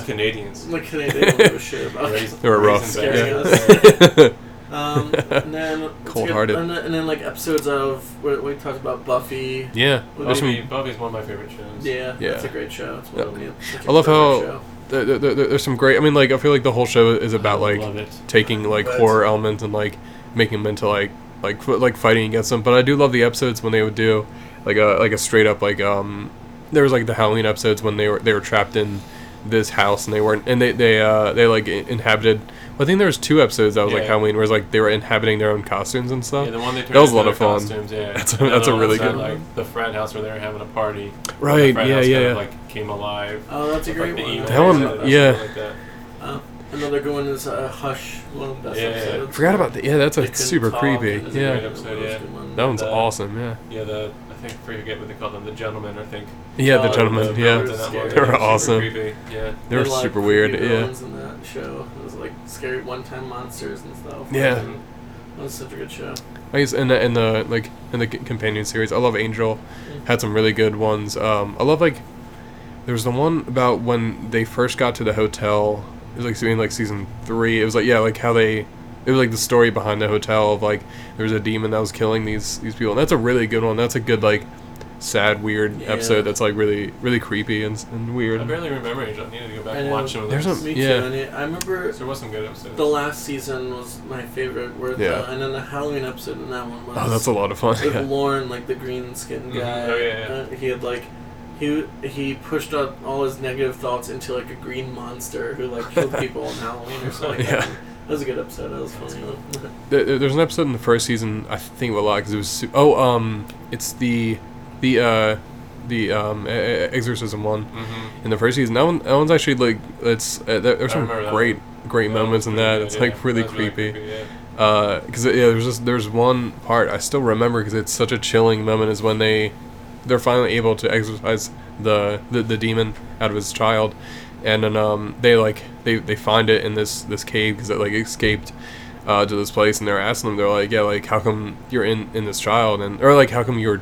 S2: yeah,
S3: Canadians.
S1: Like they
S3: *laughs*
S1: don't give a shit about.
S3: Raisin-
S2: they were rough.
S3: raisin
S1: Raisin
S3: bags.
S1: bags.
S2: *laughs* Yeah.
S1: Um, and
S2: *laughs*
S1: then let's get-
S2: Cold-hearted.
S1: And then, and then like episodes of where we talked about Buffy.
S2: yeah.
S1: Would
S2: Also,
S3: Buffy, Buffy's one of my favorite shows.
S1: Yeah,
S2: Yeah.
S1: that's a great show. It's one of the- it's a
S2: I love how-
S1: great show.
S2: there, there- there- there's some great. I mean, like I feel like the whole show is about
S3: I
S2: like
S3: love it.
S2: taking like
S1: But-
S2: horror elements and like making them into like like f- like fighting against them. But I do love the episodes when they would do like a like a straight up like um there was like the Halloween episodes when they were they were trapped in this house and they weren't and they they uh they like in- inhabited. Well, I think there was two episodes that was like
S3: Yeah.
S2: Halloween, whereas like they were inhabiting their own costumes and stuff.
S3: Yeah, the one they turned
S2: That was a lot
S3: into
S2: of
S3: their
S2: fun.
S3: Costumes, yeah.
S2: *laughs* That's a-
S3: The other
S2: that's a
S3: one
S2: really
S3: was at,
S1: good-
S3: Like the frat house where they were having a party. The
S2: right?
S3: frat
S2: Yeah,
S3: house
S2: yeah,
S3: kind
S2: yeah.
S3: of, like came alive.
S1: Oh, that's a
S3: with,
S1: great
S3: like, the
S1: one.
S3: emo
S2: That one,
S3: episode and
S2: yeah.
S3: stuff Like that.
S1: Uh, another good one is uh, Hush. One of the best
S3: Yeah, yeah.
S1: episodes.
S2: Forgot about that. Yeah, that's
S1: They
S2: a
S1: couldn't
S2: super
S1: talk,
S2: creepy.
S1: and it's a
S2: Yeah,
S1: great episode,
S3: Yeah.
S1: it's a good one.
S2: that one's
S3: Uh,
S2: awesome. Yeah,
S3: Yeah, the I think I forget what they call them, the gentlemen. I think.
S2: yeah. The
S1: uh,
S2: gentleman.
S1: the
S2: Yeah,
S1: brothers.
S2: They were awesome.
S3: Creepy. Yeah.
S2: they were
S1: They had a lot of
S2: super
S1: creepy
S2: weird. Yeah,
S1: villains in that show. It was like scary one-time monsters and stuff.
S2: Yeah.
S1: That was such a good show.
S2: I guess in the in the like in the c- companion series, I love Angel. Had some really good ones. Um, I love like there was the one about when they first got to the hotel. It was like so in like season three. It was like yeah, like how they. It was like the story behind the hotel of like there was a demon that was killing these these people. And that's a really good one. That's a good like sad weird
S1: Yeah.
S2: episode. That's like really really creepy and, s- and weird.
S3: I barely remember Angel. I needed to go back
S1: I
S3: and
S1: know.
S3: watch some of
S2: There's
S3: those.
S2: some-
S1: Me
S2: Yeah.
S1: too. And it, I remember
S3: there was some good episodes.
S1: the last season was my favorite. Where
S2: Yeah.
S1: the, and then the Halloween episode in that one was.
S2: Oh, that's a lot of fun.
S1: with
S2: *laughs* Yeah.
S1: Lauren, like the green skin
S3: Mhm.
S1: guy.
S3: Oh, yeah, yeah.
S1: Uh, he had like he he pushed up all his negative thoughts into like a green monster who like
S2: *laughs*
S1: killed people on Halloween or something. Like
S2: Yeah.
S1: that. that was a good episode. That was funny.
S2: There, there- there's an episode in the first season I think of a lot because it was su- oh um it's the the uh the um e- e- exorcism one
S3: Mm-hmm.
S2: in the first season that one that one's actually like it's uh, there, there's
S3: I
S2: some
S3: remember that
S2: great great moments in that it's like really
S3: Really
S2: creepy
S3: creepy yeah.
S2: Uh 'cause because yeah there's just there's one part I still remember because it's such a chilling moment is when they they're finally able to exorcise the the, the demon out of his child and then um they like they they find it in this this cave because it like escaped uh, to this place and they're asking them they're like yeah like how come you're in in this child and or like how come you're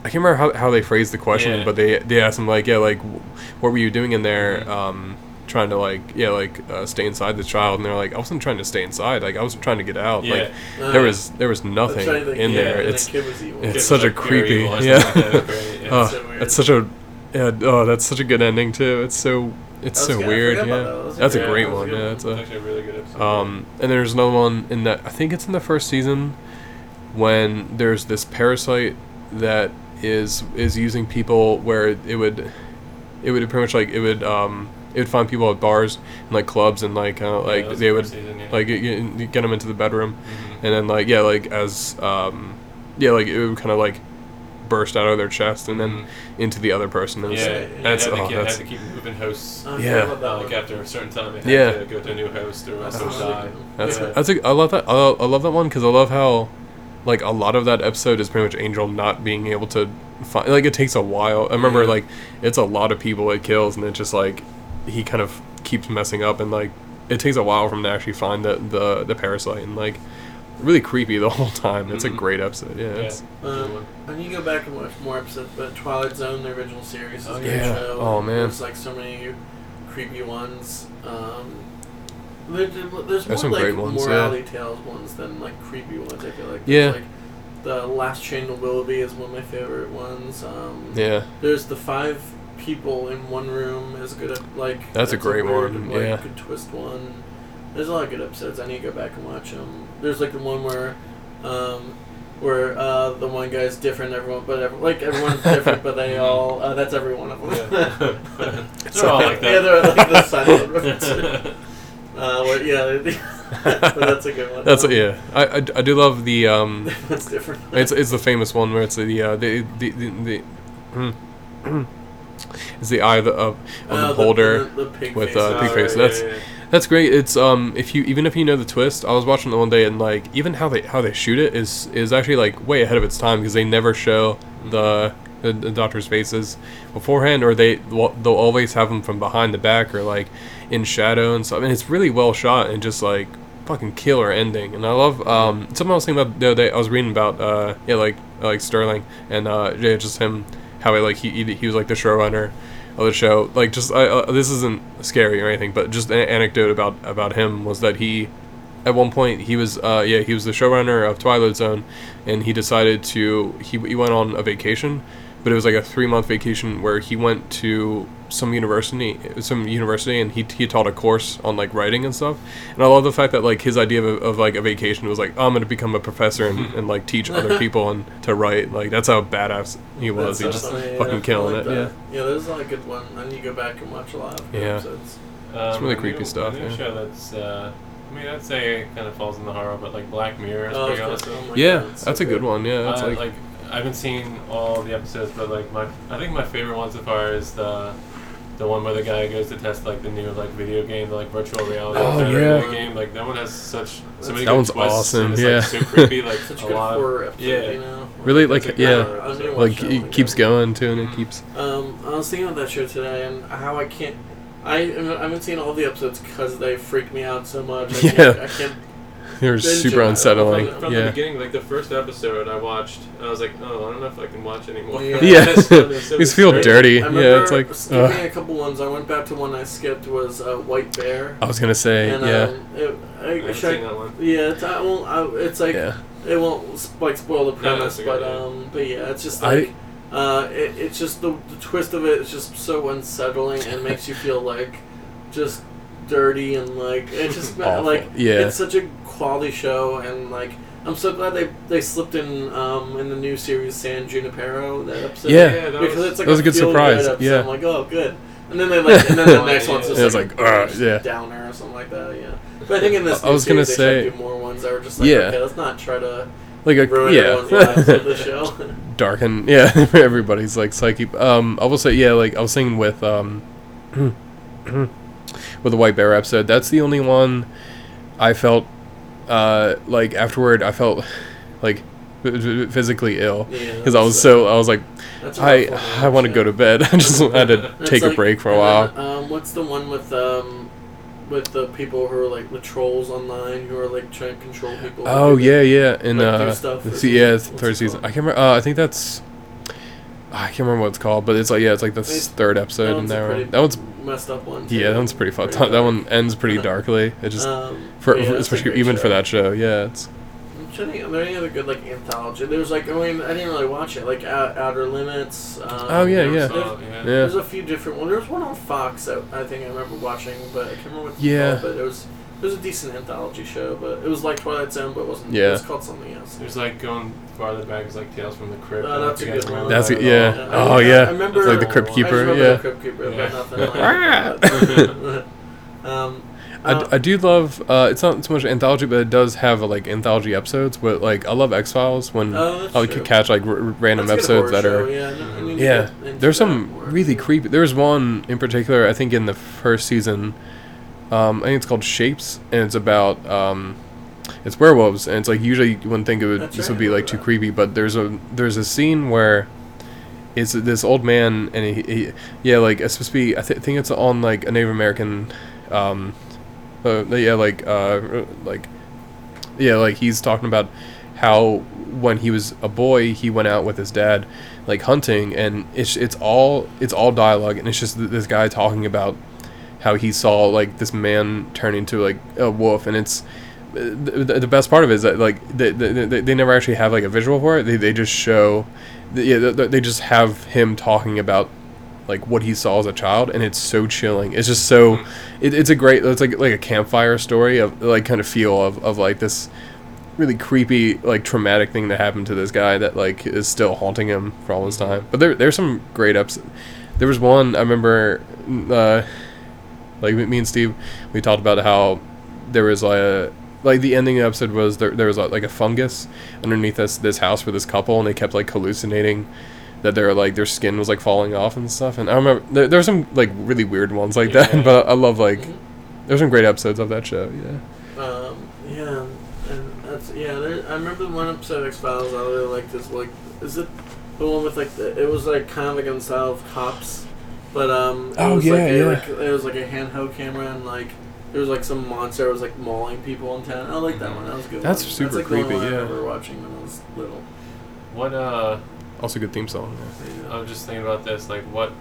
S2: I can't remember how, how they phrased the question
S3: Yeah.
S2: but they they asked him like yeah like w- what were you doing in there
S3: Mhm.
S2: um trying to like yeah like uh, stay inside the child and they're like I wasn't trying to stay inside like I was trying to get out
S3: Yeah.
S2: like
S1: Uh,
S2: there was there was nothing in
S3: yeah,
S2: there
S3: and
S2: it's
S1: that kid was evil.
S2: it's
S3: Kid was,
S2: such a
S3: very
S2: creepy-
S3: evil or
S2: yeah.
S3: something like that.
S2: *laughs*
S3: Very- yeah.
S2: uh,
S1: so weird.
S2: that's such a yeah, oh that's such a good ending too it's so it's
S1: That was
S2: so
S1: good. I
S2: weird
S1: forgot
S2: yeah
S1: about that. That was a
S2: that's a
S3: good-
S2: great
S3: that was a
S2: one
S1: good
S2: yeah
S1: one.
S2: that's
S3: It's
S2: a
S3: actually a really good episode.
S2: Um, and there's another one in that I think it's in the first season when there's this parasite that is is using people where it would it would pretty much like it would um it would find people at bars and like clubs and like kind of
S3: Yeah,
S2: like
S3: that was
S2: they
S3: the
S2: would
S3: first season, yeah.
S2: like get, get them into the bedroom
S3: Mhm.
S2: and then like yeah like as um yeah like it would kind of like burst out of their chest and then into the other person and
S3: Mm-hmm. yeah,
S1: That's-
S2: it's- that's-
S3: you had to,
S2: oh,
S3: keep- had
S2: that's-
S3: to keep moving hosts.
S1: I forgot
S2: yeah.
S1: about that
S3: Uh, like
S1: one.
S3: after a certain time, they had
S2: Yeah.
S3: to go to a new host or else
S1: That's
S3: they'll
S1: really
S3: die.
S1: good.
S2: That's
S3: yeah.
S2: that's a, I love that I love, I love that one because I love how like a lot of that episode is pretty much Angel not being able to find like it takes a while. I remember
S3: Yeah.
S2: like it's a lot of people it kills and it just like he kind of keeps messing up and like it takes a while for him to actually find the the, the parasite and like really creepy the *laughs* whole time. It's
S1: Mm-hmm.
S3: Mhm.
S2: a great episode. Yeah. It's,
S3: Yeah, good one.
S1: Um, and you go back and watch more episodes, but Twilight Zone, the original series, is
S3: Oh,
S1: a great
S2: yeah.
S1: show.
S2: Oh, man.
S1: there's like so many creepy ones. Um, there, there- there's more
S2: some
S1: like
S2: great ones, yeah.
S1: morality tales ones than like creepy ones. I feel like
S2: Yeah.
S1: There's, like, the Last Chain to Willoughby is one of my favorite ones. Um,
S2: yeah.
S1: There's the five people in one room is good. At, like
S2: That's a great
S1: weird,
S2: one,
S1: Like,
S2: yeah.
S1: good twist one. There's a lot of good episodes. I need to go back and watch them. There's like the one where um, where uh, the one guy's different, everyone, but every, like everyone's different, but
S3: *laughs*
S1: they all uh, that's every one of them.
S3: *laughs*
S2: *laughs*
S1: *laughs*
S3: Yeah. They're all like
S1: Yeah, they're like
S3: *laughs*
S1: the
S3: that.
S1: silent ones.
S3: *laughs*
S1: Uh, where, yeah, *laughs* they- but *laughs* that's a good one.
S2: *laughs* That's yeah. I, I, I do love the um.
S1: *laughs* that's different.
S2: It's it's the famous one where it's the uh, the the the. the mm, mm. *clears throat* It's the eye of the, of, of
S1: Uh,
S2: the beholder.
S1: the, the pig
S2: with,
S1: face
S2: *laughs* uh,
S1: one.
S2: pig
S3: Oh,
S2: face,
S3: yeah,
S2: that's-
S3: yeah, yeah.
S2: That's great. It's um if you even if you know the twist, I was watching it one day and like even how they how they shoot it is is actually like way ahead of its time because they never show the the, the doctor's faces beforehand or they well, they'll always have them from behind the back or like in shadow and stuff. And it's really well shot and just like fucking killer ending. And I love um something I was thinking about the other day. I was reading about uh yeah like like Sterling and uh yeah just him how it, like he he he was like the showrunner of the show. Like, just I, uh, this isn't scary or anything, but just an anecdote about about him was that he, at one point, he was uh, yeah he was the showrunner of Twilight Zone, and he decided to he he went on a vacation, but it was like a three month vacation where he went to some university some university and he, he taught a course on like writing and stuff and i love the fact that like his idea of, of like a vacation was like "Oh, i'm gonna become a professor and, and like teach other people and to write like that's how badass he
S1: That's
S2: was he
S1: so
S2: just
S1: funny, yeah,
S2: fucking
S1: I
S2: killing
S1: like
S2: it,
S1: that. Yeah, there's a lot of good one. And you go back and watch a lot of good
S2: Yeah.
S1: episodes.
S3: Um,
S2: really
S3: a
S2: creepy
S3: new-
S2: stuff,
S3: A new
S2: yeah.
S3: show that's. Uh, I mean, I'd say it kind of falls in the horror, but like Black Mirror is
S1: Oh,
S3: pretty
S1: it's
S3: awesome.
S1: awesome. Like,
S2: Yeah,
S1: it's so
S2: that's a good one. Yeah, that's
S3: Uh,
S2: like,
S3: like I haven't seen all the episodes, but like my I think my favorite one so far is the the one where the guy goes to test like the new like video game, the, like virtual reality
S2: Oh,
S3: kind of
S2: yeah.
S3: video game. Like that one has such so many
S2: That
S3: good
S2: one's
S3: twists
S2: awesome,
S3: And it's,
S2: yeah.
S3: like, so
S2: *laughs*
S3: creepy, like
S1: Such a
S3: a
S1: good
S3: lot.
S1: horror episode,
S3: yeah.
S1: you know?
S2: really
S3: that's
S2: like
S3: a good
S2: yeah,
S3: horror
S1: I was gonna
S3: episode.
S1: watch
S2: like
S1: that one
S2: it keeps
S1: again.
S2: going too, and it
S3: Mhm.
S2: keeps.
S1: Um, I was thinking about that show today and how I can't. I, I haven't seen all the episodes because they freak me out so much. I can't.
S2: Yeah.
S1: I
S3: *laughs*
S1: can't
S2: They're
S1: Binge
S2: super
S1: it.
S2: unsettling.
S3: From, from the
S2: Yeah,
S3: beginning, like the first episode, I watched, and I was like, "Oh, I don't know if I can watch anymore." *laughs*
S1: Yeah. *laughs*
S2: Yeah.
S3: It's so- it's
S2: *laughs*
S3: so
S2: These feel
S3: strange.
S2: dirty.
S1: I remember
S2: Yeah, it's like,
S1: skipping
S2: ugh.
S1: a couple ones. I went back to one I skipped was uh, White Bear.
S2: I was gonna say
S1: and,
S2: Oh, yeah,
S1: Um, it, I,
S3: I haven't
S1: should I-
S3: seen that one.
S1: Yeah, it's, I won't, I, it's like
S2: yeah.
S1: it won't s- like spoil the
S3: No, that's
S1: premise,
S3: a good
S1: but
S3: idea.
S1: um, but yeah, it's just
S2: I-
S1: like uh, it, it's just the, the twist of it is just so unsettling and makes you feel like just dirty and like it
S2: *laughs*
S1: just ma-
S2: Awful.
S1: like
S2: Yeah.
S1: it's such a quality show and like I'm so glad they they slipped in um in the new series San Junipero that episode
S2: Yeah.
S3: Yeah, that
S1: because
S3: was-
S1: it's like
S2: that was a good
S1: feel-good
S2: surprise,
S1: episode.
S2: yeah.
S1: I'm like oh good. And then they like, and then
S2: *laughs*
S1: the
S3: Oh,
S1: next
S3: yeah,
S1: one's
S3: yeah.
S1: just
S2: It was
S1: like,
S2: like, "Ugh," yeah.
S1: downer or something like that, yeah. But I think in this,
S2: I
S1: new
S2: was gonna
S1: series, they
S2: say-
S1: should do more ones that were just like,
S2: Yeah.
S1: okay, let's not try to
S2: Like a
S1: ruin everyone's lives with the
S2: yeah,
S1: show.
S2: *laughs*
S1: *laughs*
S2: darken yeah *laughs* for everybody's like psyche. Um, I will say yeah, like I was singing with um, *clears throat* with the White Bear episode. That's the only one I felt uh like afterward. I felt *sighs* like physically ill *laughs*
S1: Yeah,
S2: because I was so I was like
S1: that's a
S2: I
S1: rough one,
S2: I want to
S1: yeah.
S2: go to bed. *laughs* I just had to
S1: That's
S2: take a
S1: like-
S2: break for a
S1: and
S2: while.
S1: then, um, what's the one with um, with the people who are like the trolls online who are like trying to control people?
S2: Oh yeah, yeah, and
S1: like, do
S2: uh,
S1: stuff
S2: the
S1: or
S2: se- yeah, it's
S1: something.
S2: third
S1: What's it
S2: season. I
S1: called?
S2: can't remember. Uh, I think that's I can't remember what it's called, but it's like yeah, it's like the
S1: It's-
S2: third
S1: That
S2: episode, and
S1: one's a
S2: that
S1: pretty
S2: one that one's
S1: messed up one.
S2: yeah, that one's pretty fucked up. That one ends
S1: *laughs*
S2: pretty
S1: Uh,
S2: darkly. It just
S1: um,
S2: for,
S1: yeah, that's
S2: for-
S1: a
S2: especially
S1: great
S2: even for
S1: show.
S2: that show. Yeah, it's
S1: I'm trying to think, are there any other good like anthology? There was like I mean I didn't really watch it like Out, Outer Limits. Um,
S2: Oh, yeah,
S1: there was-
S2: yeah.
S1: there-
S3: So, yeah.
S2: Yeah.
S1: There's a few different ones. There was one on Fox that I think I remember watching, but I can't remember what it's
S2: Yeah.
S1: called. But it was it was a decent anthology show, but it was like Twilight Zone, but it wasn't. It
S2: Yeah.
S1: was called something else.
S3: There's like going farther back is like Tales from the Crypt.
S1: Uh,
S3: I don't know
S1: that's
S3: if
S1: a
S3: you guys
S1: good
S3: remember
S1: one.
S2: that's
S3: that
S2: it, yeah.
S3: at all.
S1: Yeah,
S2: Oh
S1: I- I
S2: yeah,
S1: remember-
S2: it's like the Crypt
S3: I just
S1: I just
S2: Keeper.
S1: remember
S2: Yeah,
S1: the Crypt Keeper,
S3: Yeah.
S1: but
S3: *laughs*
S1: nothing
S2: *laughs*
S1: like that. um,
S2: I, d-
S1: uh,
S2: I do love. Uh, it's not so much anthology, but it does have like anthology episodes. But like I love X Files when
S1: Oh, that's
S2: I like,
S1: true.
S2: catch like r- r- random
S1: that's a good
S2: episodes that
S1: horror
S2: are.
S1: show, yeah, no, I need to
S2: Yeah,
S1: get into
S2: there's
S1: that
S2: some
S1: more,
S2: really
S1: yeah.
S2: creepy. There's one in particular, I think, in the first season. Um, I think it's called Shapes, and it's about um, it's werewolves, and it's like usually you wouldn't think it would
S1: That's
S2: this
S1: right,
S2: would be
S1: I
S2: like
S1: remember
S2: too
S1: that.
S2: creepy, but there's a there's a scene where it's this old man, and he, he yeah, like it's supposed to be. I th- think it's on like a Native American, um, uh, yeah, like uh, like yeah, like he's talking about how when he was a boy, he went out with his dad, like hunting, and it's it's all it's all dialogue, and it's just th- this guy talking about how he saw like this man turn into like a wolf, and it's the, the best part of it is that like they, they, they they never actually have like a visual for it. They they just show, th- yeah, th- th- they just have him talking about like what he saw as a child, and it's so chilling. It's just so, it, it's a great. It's like like a campfire story of like kind of feel of of like this really creepy, like traumatic thing that happened to this guy that like is still haunting him for all this time. But there there's some great ups. There was one I remember, uh, like me me and Steve, we talked about how there was like a like the ending of the episode was there there was like a fungus underneath this this house for this couple and they kept like hallucinating that their like their skin was like falling off and stuff and I remember there, there were some like really weird ones like
S3: Yeah.
S2: that *laughs* but I love like
S1: Mm-hmm.
S2: there's some great episodes of that show yeah
S1: Um, yeah, and that's yeah. There, I remember the one episode of X Files. I really liked this. Like, is it the one with like the, it was like kind of like in the style of cops, but um, it
S2: Oh,
S1: was
S2: yeah,
S1: like, a,
S2: yeah.
S1: like it was like a handheld camera and like there was like some monster that was like mauling people in town. I like that one. That was a good.
S2: That's
S1: one.
S2: super
S1: that's, like, the only
S2: creepy,
S1: One
S2: yeah.
S1: I remember watching when I was little.
S3: What uh,
S2: also good theme song yeah.
S3: I was just thinking about this. Like, what,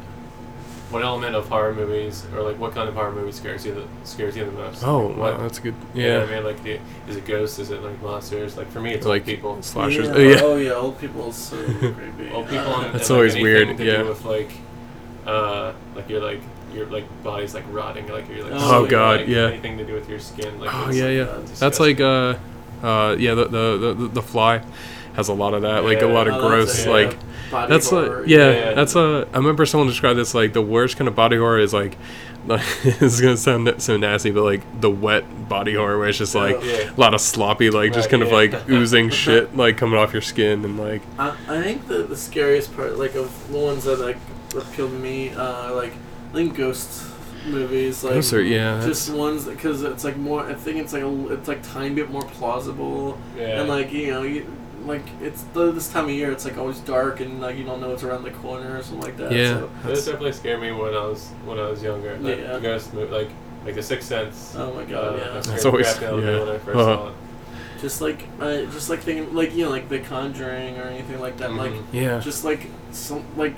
S3: what element of horror movies, or like, what kind of horror movie scares you the scares you the most?
S2: oh
S3: Like,
S2: wow
S3: what?
S2: that's a good
S3: you know
S2: yeah
S3: what I mean, like, the, is it ghosts? Is it like monsters? Like for me, it's
S2: Like
S3: like people.
S2: slashers
S1: Yeah.
S2: oh yeah
S1: Oh yeah. Old people is
S2: *laughs*
S1: so creepy.
S3: Well, people.
S1: Uh,
S3: And,
S2: That's
S3: and, like,
S2: always
S3: anything
S2: weird,
S3: To
S2: yeah.
S3: Do with like, uh, like your like your like body's like rotting. Like you're like.
S1: Oh,
S3: slowly,
S2: God,
S3: like,
S2: yeah.
S3: Anything to do with your skin. Like.
S2: oh
S3: it's,
S2: yeah
S3: like,
S2: yeah that's like uh uh yeah the the the, the- the fly has a lot of that like a
S3: Yeah.
S2: lot of
S1: oh, that's a,
S2: gross
S3: yeah.
S2: like
S1: body
S2: That's
S1: horror,
S2: like yeah,
S3: Yeah.
S2: that's a. I remember someone described this like the worst kind of body horror is like, *laughs* like it's gonna sound n- so nasty, but like the wet body horror where it's just like
S1: Oh.
S3: Yeah.
S2: a lot of sloppy, like just
S3: Right,
S2: kind
S3: yeah.
S2: of like oozing shit like coming off your skin and like
S1: I, I think the, the scariest part, like of the ones that like appeal to me, uh, like I think ghost movies, like
S2: those are- yeah,
S1: just ones because it's like more. I think it's like a, l- it's like tiny bit more plausible,
S3: Yeah.
S1: and like you know, you, like it's the, this time of year, it's like always dark and like you don't know what's around the corner or something like that.
S2: Yeah.
S1: So,
S3: Those definitely scared me when I was when I was younger. Like,
S1: Yeah.
S3: Ghost movie, like like the Sixth Sense.
S1: oh my god,
S3: uh,
S1: yeah.
S3: scared
S2: That's always-
S3: the crap out of
S2: *laughs*
S3: me
S2: yeah.
S3: When I first
S2: Uh-huh.
S3: saw it.
S1: Just like uh, just like thinking, like you know, like The Conjuring or anything like that, like.
S3: Mhm.
S2: yeah,
S1: just like some like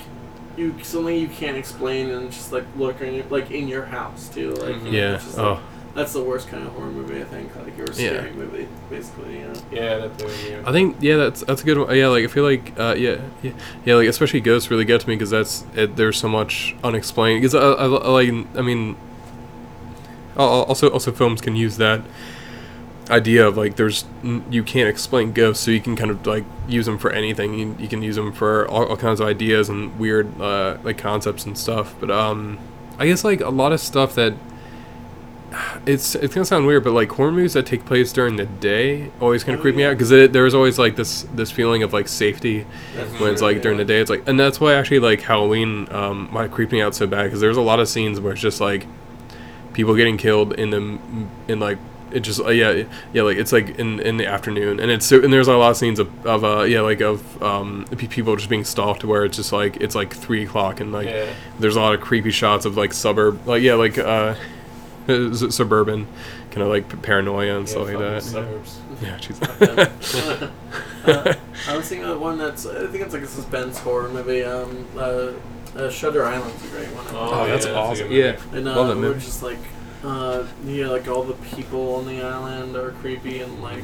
S1: you something you can't explain and just like look in your, like in your house too like you know,
S2: yeah.
S1: Mm, it's just, like,
S2: Oh,
S1: that's the worst kind of horror movie I think like your
S2: Yeah.
S1: scary movie basically yeah
S3: Yeah, that threw me.
S2: I think yeah, that's that's a good one. Yeah, like I feel like uh, yeah, yeah, yeah, like especially ghosts really get to me because that's it, there's so much unexplained. Because I, I, I like I mean, al- al- also also films can use that idea of like there's n- you can't explain ghosts, so you can kind of like use them for anything. You, you can use them for all, all kinds of ideas and weird uh, like concepts and stuff. But um, I guess like a lot of stuff that *sighs* it's it's gonna sound weird, but like horror movies that take place during the day always kind
S1: Oh,
S2: of creep me
S1: yeah.
S2: out because there's always like this this feeling of like safety
S1: That's
S2: when it's
S1: true,
S2: like during
S1: yeah.
S2: the day. It's like, and that's why actually like Halloween um, might creep me out so bad because there's a lot of scenes where it's just like people getting killed in the in like it just uh, yeah yeah like it's like in in the afternoon and it's so and there's a lot of scenes of, of uh yeah like of um pe- people just being stalked where it's just like it's like three o'clock and like
S3: yeah.
S2: there's a lot of creepy shots of like suburb like yeah like uh s- suburban kind of like paranoia and
S3: yeah,
S2: stuff like
S3: fucking
S2: that yeah
S3: Suburbs.
S2: she's *laughs*
S3: *laughs*
S1: *laughs* uh, I was thinking of one that's I think it's like a suspense horror movie um uh, uh Shutter Island's a great one
S3: Oh,
S2: oh that's
S3: yeah, that's a
S2: awesome
S3: good
S2: yeah
S1: and uh,
S2: love that
S1: we're
S2: movie.
S1: just like uh yeah like all the people on the island are creepy and like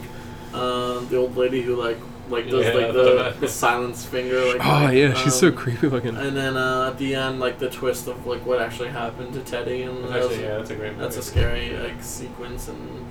S1: um the old lady who like like does
S3: Yeah,
S1: like the,
S3: *laughs*
S1: the silence finger like
S2: oh
S1: like,
S2: yeah she's so
S1: um,
S2: creepy looking
S1: And then uh, at the end, like the twist of like what actually happened to Teddy, and that was-
S3: Actually, yeah, that's a great movie.
S1: that's a scary like sequence. And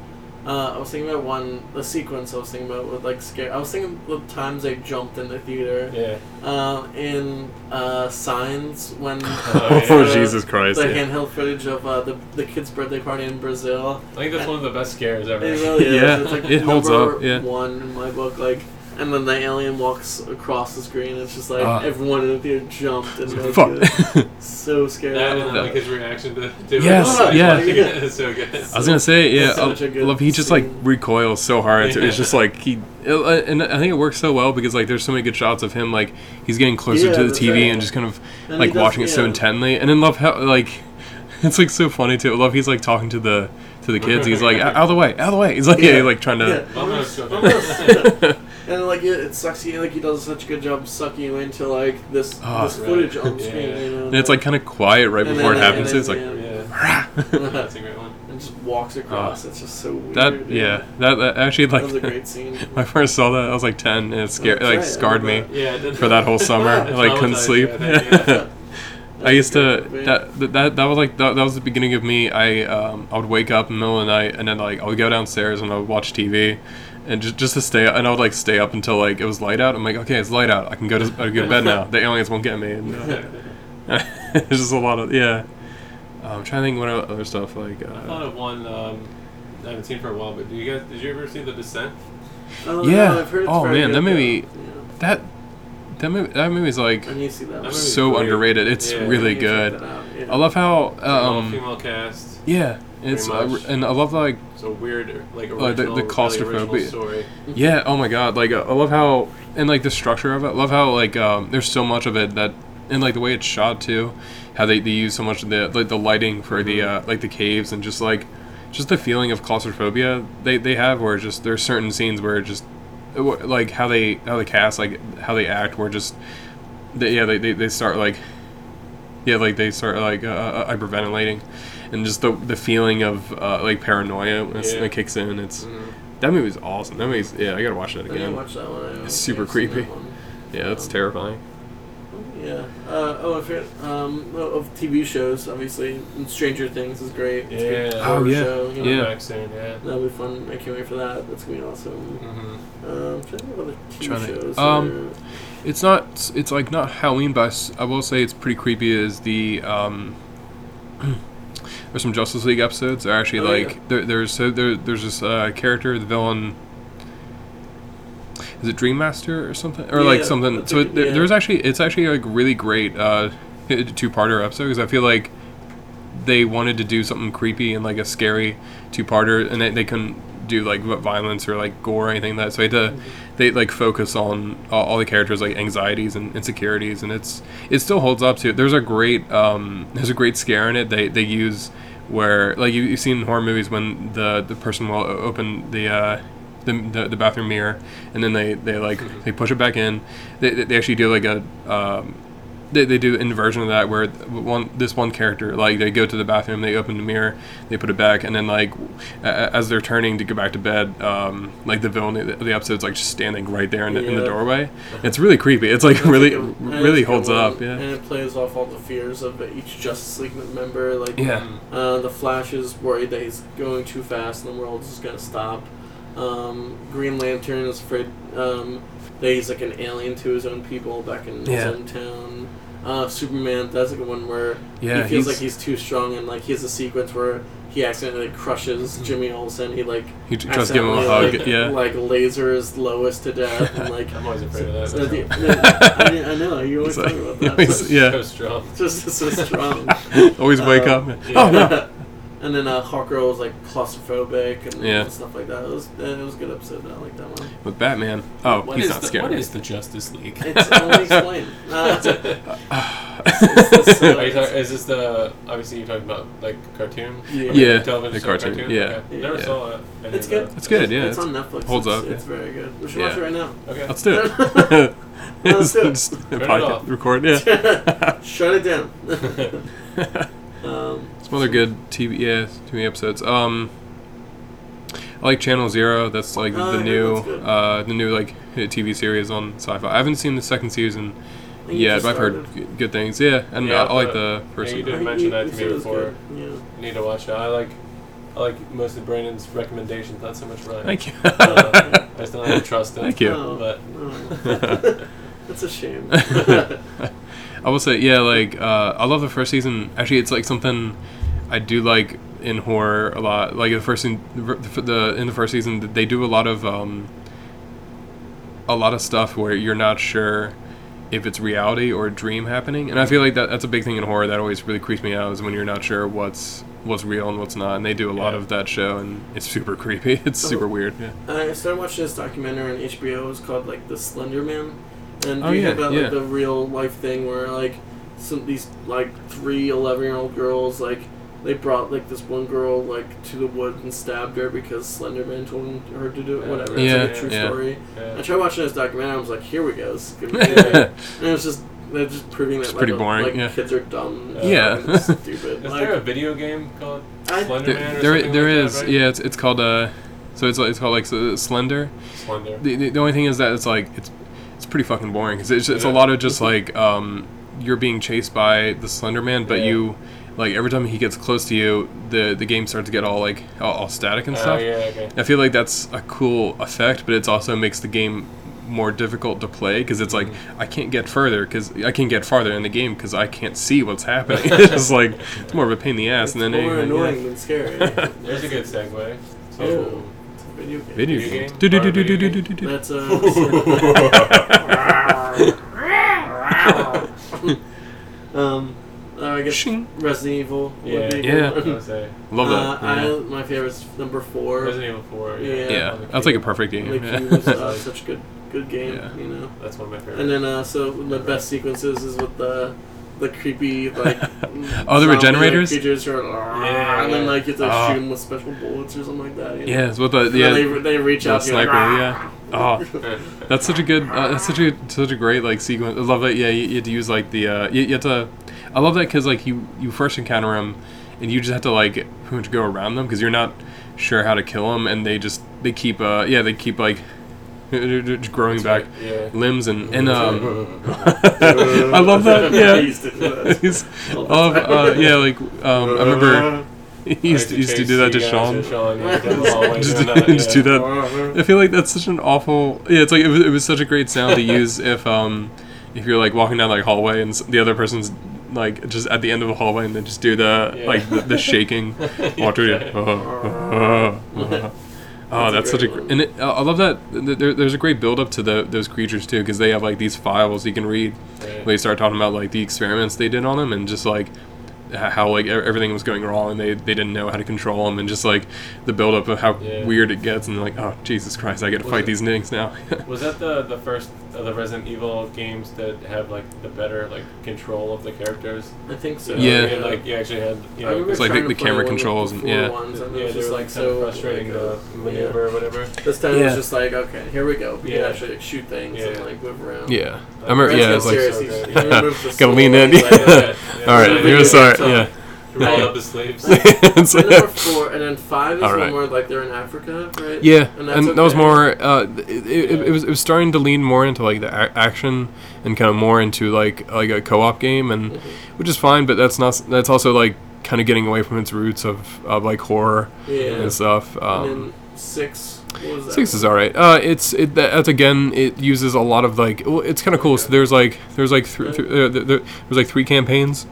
S1: uh, I was thinking about one the sequence I was thinking about with like scare. I was thinking of the times I jumped in the theater
S3: Yeah.
S1: uh, in uh, Signs
S3: *laughs*
S1: when
S3: Oh,
S1: the-
S2: Jesus Christ,
S1: the
S2: yeah.
S1: handheld footage of uh, the the kid's birthday party in Brazil.
S3: I think that's one of the best scares ever.
S1: It
S3: *laughs*
S1: really is.
S2: Yeah,
S1: it's like
S2: it holds
S1: number
S2: up, yeah.
S1: one in my book. Like, and then the alien walks across the screen. It's just like
S2: Ah.
S1: everyone in the theater jumped and like, uh,
S2: *laughs* fuck
S3: *laughs*
S1: so scary.
S3: That
S1: Uh,
S3: and like his reaction to, to
S2: Yes,
S3: it. *laughs*
S2: yeah.
S3: it's
S1: *laughs*
S3: so good.
S2: I was gonna say, yeah,
S1: That's
S2: I
S1: such a good
S2: love he just like
S1: scene.
S2: recoils so hard. It's, it's
S3: Yeah.
S2: just like he, it- uh, and I think it works so well because like there's so many good shots of him like he's getting closer
S1: Yeah,
S2: to the
S1: that's
S2: TV
S1: right.
S2: and just kind of
S1: And
S2: like
S1: he does-
S2: watching it so
S1: yeah.
S2: intently. And then love how like *laughs* it's like so funny too. I love he's like talking to the to the kids. He's like out of the way, out of the way. He's like yeah,
S1: Yeah.
S2: *laughs* like trying to.
S1: Yeah.
S3: Almost.
S1: Almost. *laughs* and like it, it sucks you like he does such a good job sucking you into like this
S2: Ah.
S1: this footage on
S3: Yeah.
S1: screen. You know,
S2: *laughs* And it's like kind of quiet right
S1: And
S2: before it
S1: then-
S2: happens.
S1: and *laughs*
S2: It's like
S1: then,
S3: yeah.
S2: *laughs*
S1: yeah.
S3: That's a great one.
S1: and just walks across. it's just so weird.
S2: Oh.
S1: *laughs*
S2: that. Yeah, that, that actually
S1: that
S2: like
S1: was a great
S2: *laughs*
S1: scene.
S2: my first saw that I was like ten and it scared
S1: That's
S2: like
S1: right, I
S2: scarred me.
S1: remember
S3: Yeah. it did-
S2: for that whole
S3: *laughs*
S2: summer.
S3: It
S2: like couldn't
S3: traumatized
S2: sleep.
S3: you, I think, yeah.
S2: I used to
S1: Yeah.
S2: that that- that that was like that, that was the beginning of me. I um I would wake up in the middle of the night and then like I would go downstairs and I would watch TV, and just just to stay and I would like stay up until like it was light out. I'm like, okay, it's light out. I can go to I can go to bed now. The aliens won't get me. And, *laughs* uh, *laughs* There's just a lot of yeah. Uh, I'm trying to think what other stuff like.
S3: I thought
S2: Uh,
S1: Oh.
S3: of one um, I haven't seen for a while, but do you guys did you ever see The Descent?
S1: Oh,
S2: Yeah.
S1: No, I've heard it's
S2: Oh,
S1: very
S2: man,
S1: good,
S2: that movie-
S1: though.
S2: that that movie that movie's like
S1: Yeah. I need to see that.
S3: That
S1: one.
S3: movie's
S2: so
S3: great.
S2: underrated. It's
S3: Yeah.
S2: really
S1: I need to check
S2: good.
S1: that out, yeah.
S2: I love how
S3: All
S2: um
S3: female cast.
S2: yeah. It's
S3: Pretty
S2: uh,
S3: much.
S2: and I love like
S3: So weird, like original,
S2: Like Oh, the- the
S3: really
S2: claustrophobia.
S3: original story.
S2: Yeah. Oh my God. Like uh, I love how and like the structure of it. I love how like um, there's so much of it that and like the way it's shot too. How they, they use so much of the like the lighting for the uh, like the caves and just like just the feeling of claustrophobia they, they have where just there's certain scenes where it just wh- like how they how they cast like how they act where just they, yeah they, they, they start like yeah like they start like uh, uh, hyperventilating and just the, the feeling of uh, like paranoia when it's,
S3: Yeah.
S2: it kicks in it's
S3: Mhm.
S2: that movie's awesome. That movie's yeah. I gotta watch that
S1: I need to
S2: again.
S1: watch that one. I don't
S2: It's
S1: think
S2: super
S1: I've seen that
S2: creepy.
S1: one.
S2: Yeah, that's
S1: Um,
S2: terrifying.
S1: Yeah. Uh, oh, I've heard um, oh, of TV shows. Obviously, Stranger Things is great. It's a good
S3: Yeah.
S2: Oh,
S1: horror
S2: yeah.
S1: Show, you know?
S2: Yeah.
S3: Back soon, yeah.
S1: That'll be fun. I can't wait for that. That's gonna be awesome.
S3: hmm
S1: Um, trying to think of other TV
S2: Trying to-
S1: shows.
S2: um,
S1: that
S2: It's not. It's, it's like not Halloween, but I s- I will say it's pretty creepy. Is the um. *clears throat* There's some Justice League episodes. They're actually
S1: Oh,
S2: like
S1: yeah.
S2: there, there's so there, there's this uh, character, the villain. Is it Dream Master or something, or like
S1: Yeah,
S2: something?
S1: I
S2: So
S1: think-
S2: it, there,
S1: yeah.
S2: there's actually it's actually like really great uh, two-parter episode because I feel like they wanted to do something creepy and like a scary two-parter, and they, they couldn't do like vi- violence or like gore or anything like that. So they had to, they like focus on all, all the characters like anxieties and insecurities, and it's it still holds up to it. There's a great um, there's a great scare in it. They they use where like you, you've seen in horror movies when the the person will o- open the. Uh, the, the, the bathroom mirror and then they, they like
S1: Mm-hmm.
S2: they push it back in they, they they actually do like a um, they, they do inversion of that where th- one this one character like they go to the bathroom they open the mirror they put it back and then like a- a- as they're turning to go back to bed um, like the villain of the episode's like just standing right there in, the, in the
S1: Yeah.
S2: doorway it's really creepy it's like really
S1: and it's a
S2: really
S1: good
S2: holds
S1: one,
S2: up yeah
S1: And it plays off all the fears of each Justice League member. Like,
S2: yeah
S3: Mm-hmm.
S1: uh, the Flash is worried that he's going too fast and the world's just gonna stop. Um, Green Lantern is afraid um, that he's like an alien to his own people back in
S2: Yeah.
S1: his own town. Uh, Superman, that's like one where
S2: yeah
S1: he feels like he's too strong and like he has a sequence where he accidentally crushes Jimmy Olsen. He like
S2: he tr- tries to give him a hug
S1: accidentally, like,
S2: yeah
S1: like lasers Lois to death and like.
S3: I'm always afraid
S1: so-
S3: of
S1: so
S3: that.
S1: the-
S3: That's
S1: I, mean, I know you always
S2: It's like-
S1: talk about
S2: you *laughs*
S1: that.
S2: always-
S1: so-
S2: yeah.
S3: So strong.
S1: it's just it's *laughs* so strong.
S2: always wake
S1: um,
S2: up
S3: yeah.
S2: *laughs* oh no
S1: and then uh, Hawkgirl was like claustrophobic and
S2: Yeah.
S1: stuff like that. It was uh, it was a good episode. I like that
S2: *laughs*
S1: one.
S2: but Batman oh
S1: What
S2: he's
S1: is
S2: not
S3: the,
S2: scared
S3: What is the Justice League?
S1: It's
S2: *laughs*
S1: only explained. Uh, it's a-
S3: Is this,
S1: so *laughs*
S3: are you
S1: it's-
S3: talk- is this the obviously you're talking about like cartoon?
S1: Yeah.
S3: Like,
S2: Yeah,
S3: television
S2: the
S3: show
S2: cartoon, yeah.
S3: Okay. Never
S2: Yeah.
S3: saw it. any
S1: it's
S3: of
S1: good.
S3: that.
S2: It's good, yeah,
S1: It's, on Netflix.
S2: holds
S1: it's,
S2: up,
S1: It's very good. We should watch it
S2: Yeah.
S1: right now.
S3: Okay.
S2: let's do it
S1: Let's do it.
S2: Just a
S3: Turn it
S2: podcast-
S3: off.
S2: record yeah
S1: *laughs* Shut it down. um,
S2: *laughs* Some other good TV, yeah, TV episodes. Um, I like Channel Zero. That's like
S1: Oh, I
S2: the
S1: heard
S2: new,
S1: that's good.
S2: uh, the new like TV series on Sci-Fi. I haven't seen the second season
S1: I think it
S2: yet,
S1: just
S2: but I've heard
S1: started.
S2: g- good things. Yeah, and uh,
S3: Yeah,
S2: I, I like
S3: but-
S2: the
S3: yeah,
S2: first.
S3: you
S2: one.
S3: did.
S1: I think
S3: mention that to
S1: you
S3: me
S1: said it was
S3: before.
S1: good, Yeah.
S3: Need to watch it. I like, I like most of Brandon's recommendations. Not so much Ryan.
S2: Thank you.
S3: Uh,
S2: *laughs*
S3: I just don't have to trust him.
S2: Thank you.
S1: Oh,
S3: But
S2: *laughs*
S1: oh. *laughs* That's a shame. yeah.
S2: I will say, yeah, like uh, I love the first season. Actually, it's like something I do like in horror a lot. Like the first in the, the in the first season, they do a lot of um, a lot of stuff where you're not sure if it's reality or a dream happening. And I feel like that that's a big thing in horror that always really creeps me out is when you're not sure what's what's real and what's not. And they do a lot
S3: Yeah.
S2: of that show, and it's super creepy. *laughs* It's super weird. Yeah.
S1: Uh, I started watching this documentary on HBO. It was called like The Slender Man, and
S2: Oh,
S1: you
S2: yeah,
S1: hear about
S2: yeah.
S1: like the real life thing where like some these like three 11 year old girls like they brought like this one girl like to the woods and stabbed her because Slender Man told her to do it. Whatever.
S2: Yeah,
S1: it's like a true
S2: yeah.
S1: story. I
S3: yeah.
S1: tried watching this documentary. I was like, here we go. This is gonna be
S2: *laughs*
S1: good.
S2: yeah.
S3: Yeah.
S1: and it was just they're just proving that
S2: It's
S1: like,
S2: pretty
S1: a-
S2: boring,
S1: like
S2: yeah.
S1: kids are dumb. and
S2: Yeah. *laughs*
S1: fucking Stupid.
S3: Is
S1: like,
S3: there a video game called
S1: I-
S3: Slender Man?
S2: There, there,
S3: or something
S2: there
S3: like
S2: is.
S3: That, right?
S2: Yeah, it's it's called uh, so it's like it's called like S- uh, Slender.
S3: Slender. Oh,
S2: The, the, the only thing is that it's like it's it's pretty fucking boring because it's, it's a
S3: Yeah.
S2: lot of just like um, you're being chased by the Slender Man, but
S3: Yeah.
S2: you like every time he gets close to you, the the game starts to get all like all, all static and
S3: Oh
S2: stuff.
S3: yeah, okay.
S2: I feel like that's a cool effect, but it also makes the game more difficult to play because it's like
S3: Mm-hmm.
S2: I can't get further because I can get farther in the game because I can't see what's
S3: *laughs*
S2: happening. *laughs* it's like it's more of a pain in the ass.
S1: It's
S2: and then
S1: more
S2: yeah.
S1: annoying than
S2: *laughs*
S1: scary.
S3: There's a good segue. to-
S1: Oh, it's a video game.
S2: Video
S3: Video
S2: games.
S3: game?
S2: Do, do,
S3: Or
S2: do, do,
S3: video
S2: do, do, do,
S3: game?
S2: do.
S1: That's uh,
S2: *laughs*
S1: a. um, uh, I guess
S2: Shing.
S1: Resident Evil. would
S3: Yeah.
S1: be a
S2: Yeah.
S3: I was
S1: good one.
S3: gonna
S1: *laughs*
S3: say.
S2: Love
S1: Uh,
S2: that.
S1: I,
S2: yeah.
S1: my favorite's number four.
S3: Resident Evil 4.
S1: Yeah.
S3: Yeah.
S2: yeah,
S3: on the
S2: that's like a
S3: cable.
S2: perfect game.
S1: Like
S2: yeah.
S1: you was
S2: *laughs*
S1: uh, such a good, good game,
S2: Yeah.
S1: you know.
S3: That's one of my favorites.
S1: And then uh, so the best sequences is with the the creepy like
S2: *laughs* Oh, the
S1: zombie-like
S2: regenerators?
S1: creatures who are
S3: Yeah,
S1: and then
S3: yeah.
S1: like you have to
S2: Oh.
S1: shoot them with special bullets or something like that. You know?
S2: yeah, it's with the
S1: And then
S2: yeah,
S1: they, they reach
S2: the
S1: out. to you, like, "Ah."
S2: sniper. Yeah.
S1: *laughs*
S2: Oh,
S3: *laughs* then
S2: That's such a good. Uh, that's such a such a great like sequence. I love that. Yeah, you, you had to use like the. Uh, you, you had to. I love that because like you you first encounter them, and you just have to like pretty much go around them because you're not sure how to kill them, and they just they keep. Uh, yeah, they keep like *laughs* just growing back
S3: Yeah.
S2: limbs and and um. *laughs* I love that.
S1: I
S2: Yeah.
S1: used to do that.
S2: He's- I love, uh, yeah, like um, I
S1: *laughs*
S2: remember he used, to- used to do that to Sean. *laughs*
S3: oh,
S2: Just, just do that. I feel like that's such an awful. Yeah, it's like it was, it was such a great
S1: *laughs*
S2: sound to use if um if you're like walking down like hallway and s- the other person's like just at the end of a hallway and then just do the
S3: Yeah.
S2: like the,
S1: *laughs*
S2: the shaking. Walk through it. Oh,
S1: That's a
S2: that's such a
S1: great
S2: gr-
S1: one.
S2: and it, I love that th- there, there's a great build up to the, those creatures too because they have like these files you can read.
S3: Right.
S2: They start talking about like the experiments they did on them and just like h- how like e- everything was going wrong and they, they didn't know how to control them and just like the build up of how
S3: Yeah.
S2: weird it gets and like oh Jesus Christ I got to
S3: Was
S2: fight
S3: it-
S2: these niggas now. *laughs*
S3: Was that the the first of the Resident Evil games that have like the better like control of the characters?
S1: I think so.
S3: You know,
S2: Yeah.
S3: you had, like you actually had. You
S1: I
S3: know,
S1: remember
S2: It's like the-
S1: trying
S2: the
S1: to play one
S2: camera
S1: of
S2: controls and-
S1: before
S2: yeah.
S1: ones, and it
S3: yeah,
S1: was
S3: they
S1: just
S3: were
S1: like
S3: like kind of
S1: so
S3: frustrating
S1: like,
S3: the
S1: uh,
S3: maneuver
S1: *laughs*
S3: or whatever.
S1: yeah. This time it was
S2: Yeah.
S1: just like okay, here we go. We can
S3: Yeah.
S1: actually like, shoot things and
S3: Yeah.
S1: like move around.
S2: yeah, I remember.
S1: Red's
S2: Yeah,
S1: got
S2: it's like
S1: serious,
S2: *laughs*
S1: he's- he removed the
S2: gotta lean
S1: sword,
S2: in. *laughs*
S1: he's like,
S3: uh,
S1: okay.
S2: all right,
S1: Video
S2: you're
S1: game
S2: sorry.
S1: song.
S2: Yeah.
S3: Roll up
S2: *laughs*
S3: the sleeves.
S2: It's-
S1: And number four, and then five is
S2: All right.
S1: one where like they're in Africa, right?
S2: Yeah, and,
S1: that's
S2: that was
S1: okay.
S2: more. Uh, it, it, it was it was starting to lean more into like the a- action and kind of more into like like a co-op game, and
S1: Mm-hmm.
S2: which is fine. But that's not s- that's also like kind of getting away from its roots of, of like horror
S1: Yeah.
S2: and stuff. Um,
S1: and then six. What was that?
S2: Six is all right. Uh, it's it that- that's again it uses a lot of like well, it's kind of cool. So there's like there's like thr th- uh, th- there, there's like three campaigns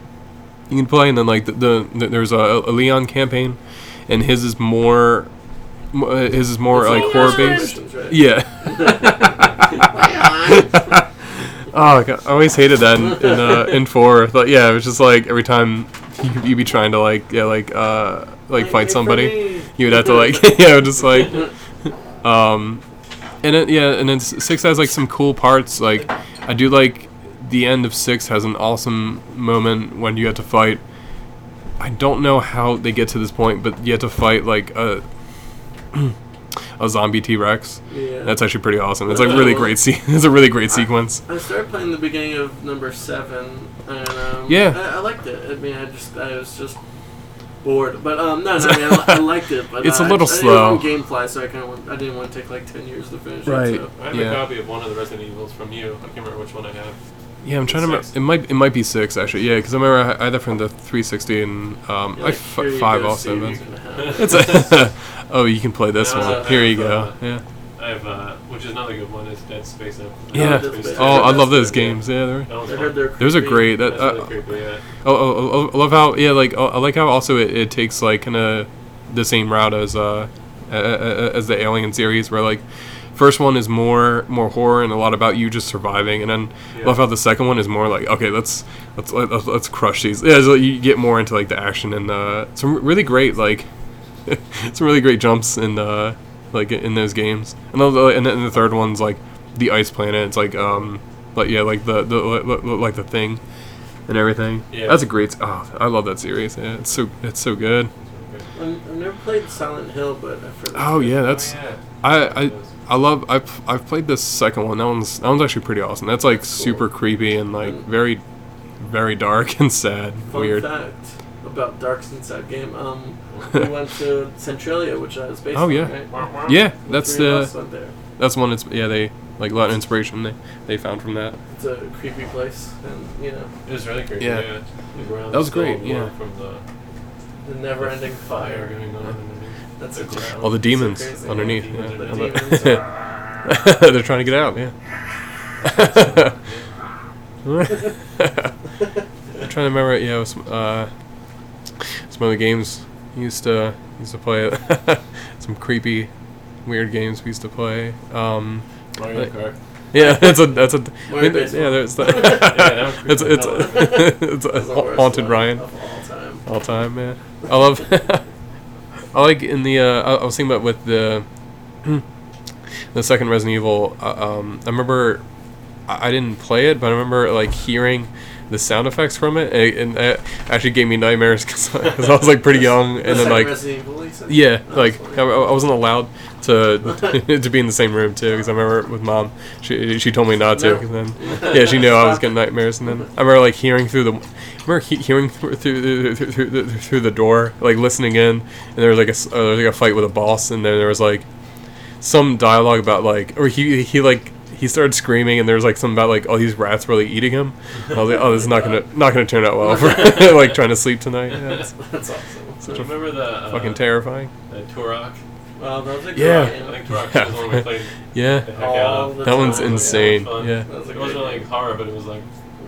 S2: you can play, and then like the, the, there's a, a Leon campaign, and his is more m- uh, his is more
S1: It's
S2: like
S1: all
S2: horror
S1: Leon
S2: based.
S1: missions, right? *laughs*
S2: Yeah.
S1: Leon.
S2: Oh, God, I always hated that in in, uh, in four. Like, yeah, it was just like every time you you be trying to like yeah like uh like
S1: Wait, wait
S2: fight
S1: for
S2: somebody,
S1: me.
S2: you would have to like *laughs* yeah just like
S1: Mm-hmm.
S2: um and it yeah and then s- six has like some cool parts like i do like the end of six has an awesome moment when you have to fight i don't know how they get to this point but you have to fight like a *clears throat* a zombie t-rex
S1: Yeah.
S2: that's actually pretty awesome it's like really great se- *laughs* it's a really great sequence
S1: I started playing the beginning of number seven, and um,
S2: Yeah.
S1: I, I liked it. I mean, I just I was just bored, but um, no, no, I, mean, I, li-
S2: *laughs*
S1: I liked it. But
S2: It's
S1: uh,
S2: a little
S1: I,
S2: slow.
S1: I didn't want Gamefly, so I kind of I didn't want to take like ten years to finish
S2: Right.
S1: it. So.
S3: I have
S2: Yeah.
S3: a copy of one of the Resident Evils from you. I can't remember which one I have.
S2: yeah i'm trying to remember
S3: Six.
S2: it might it might be six actually yeah because i remember I- i had that from the 360 and um
S1: Yeah,
S2: like
S1: like,
S2: f-
S1: here you
S2: five
S1: go,
S2: also
S1: Steve, you
S2: but-
S1: can have it.
S2: *laughs* it's
S1: *laughs*
S2: a oh you can play this
S3: No,
S2: one
S3: no,
S2: here you
S3: no,
S2: go
S3: no.
S2: yeah
S3: I have, uh, which is another good one, is Dead Space Up.
S2: Yeah.
S3: Dead Space Up.
S2: oh i
S1: that's
S2: love those
S1: good, yeah.
S2: games yeah they're
S3: That one's
S1: I
S3: fun.
S1: heard they're
S2: *laughs* Those are
S1: creepy.
S2: great. That,
S3: That's really
S2: uh,
S3: creepy, yeah.
S2: oh, oh, oh, I love how yeah, like oh, I like how also it, it takes like kind of the same route as uh a- a- a- as the Alien series, where like first one is more more horror and a lot about you just surviving, and then I
S3: Yeah.
S2: love how the second one is more like okay, let's let's let, let's, let's crush these. Yeah, so you get more into like the action and uh, some really great like *laughs* some really great jumps in uh like in those games, and then the, and then the third one's like the ice planet. It's like um. Like yeah, like the, the like the thing and everything.
S3: Yeah.
S2: That's a great. Oh, I love that series. Yeah, it's so it's so good.
S1: I'm- I've never played Silent Hill, but I've heard
S2: Oh yeah, that's
S3: Oh,
S2: I I I love I've I've played the second one. That one's that one's actually pretty awesome. That's like super creepy and like very very dark *laughs* and sad.
S1: Fun
S2: Weird.
S1: fact about Dark Inside game.
S2: *laughs*
S1: Um, we went to Centralia, which I was based
S2: Oh,
S1: on,
S2: yeah.
S1: right?
S3: yeah.
S2: Yeah,
S1: The
S2: that's
S1: three of us
S2: the
S1: went there.
S2: that's one. It's yeah they like a lot of inspiration they, they found from that.
S1: It's a creepy place, and you know
S3: It was really great.
S2: Yeah.
S3: yeah. The ground
S2: That was
S3: still
S2: great,
S3: warm
S2: yeah.
S3: From the
S1: the never-ending
S3: fire
S1: fire.
S3: going on underneath.
S1: That's
S3: The
S1: a ground.
S3: ground.
S2: All the
S1: It's so
S2: demons
S1: crazy.
S2: underneath.
S3: Yeah,
S2: yeah.
S1: The
S3: I'm
S2: All *laughs*
S3: like-
S1: demons are-
S2: the- They're trying to get out. *laughs* Yeah. *laughs* I'm trying to remember. Yeah, it was, uh, some of the games he used to he used to play. *laughs* some creepy, weird games we used to play. Um,
S3: Mario
S2: Like-
S3: Kart.
S2: *laughs* yeah, that's a that's a. I
S1: Mario
S2: mean,
S1: Baseball.
S2: yeah, there's the.
S3: that was
S2: *laughs*
S3: creepy
S2: it's *laughs* it's
S3: as
S2: it's a
S1: It's the worst
S2: haunted
S1: one
S2: Ryan.
S1: of all time.
S2: all time, man. I love. *laughs* I like in the. Uh, I, I was thinking about with the. *clears throat* the second Resident Evil. Uh, um, I remember. I, I didn't play it, but I remember like hearing the sound effects from it, and, and it actually gave me nightmares *laughs* because I
S1: *laughs*
S2: was like pretty young, and
S1: That's
S2: then like.
S1: Resident Evil, you said?
S2: Yeah,
S1: That's
S2: like oh,
S1: funny.
S2: I, I wasn't allowed to *laughs* to be in the same room too because I remember with mom, she she told me not to.
S1: No.
S2: 'cause then, yeah, she knew I was getting nightmares, and then I remember like hearing through the, I remember he, hearing through through, through, through, the- through the door, like listening in, and there was like a s- uh, there was, like a fight with a boss, and then there was like some dialogue about like or he he like. He started screaming, and there was like something about like all these rats were like eating him. I was like, "Oh, this is not gonna not gonna turn out well for *laughs* like trying to sleep tonight." Yeah,
S1: *laughs*
S2: it's
S1: *laughs* That's awesome.
S2: such a
S3: Remember the uh,
S2: fucking terrifying.
S3: The Turok.
S1: Wow, uh, that was a
S2: Yeah.
S1: great
S3: I
S1: game.
S3: think Turok was the one we played
S2: *laughs* Yeah,
S3: the heck
S1: All
S3: out of.
S1: the
S2: That one's
S1: time.
S2: insane.
S3: Fun.
S2: Yeah.
S1: That was a
S3: It wasn't
S1: great
S3: like
S1: game.
S3: horror, but it was like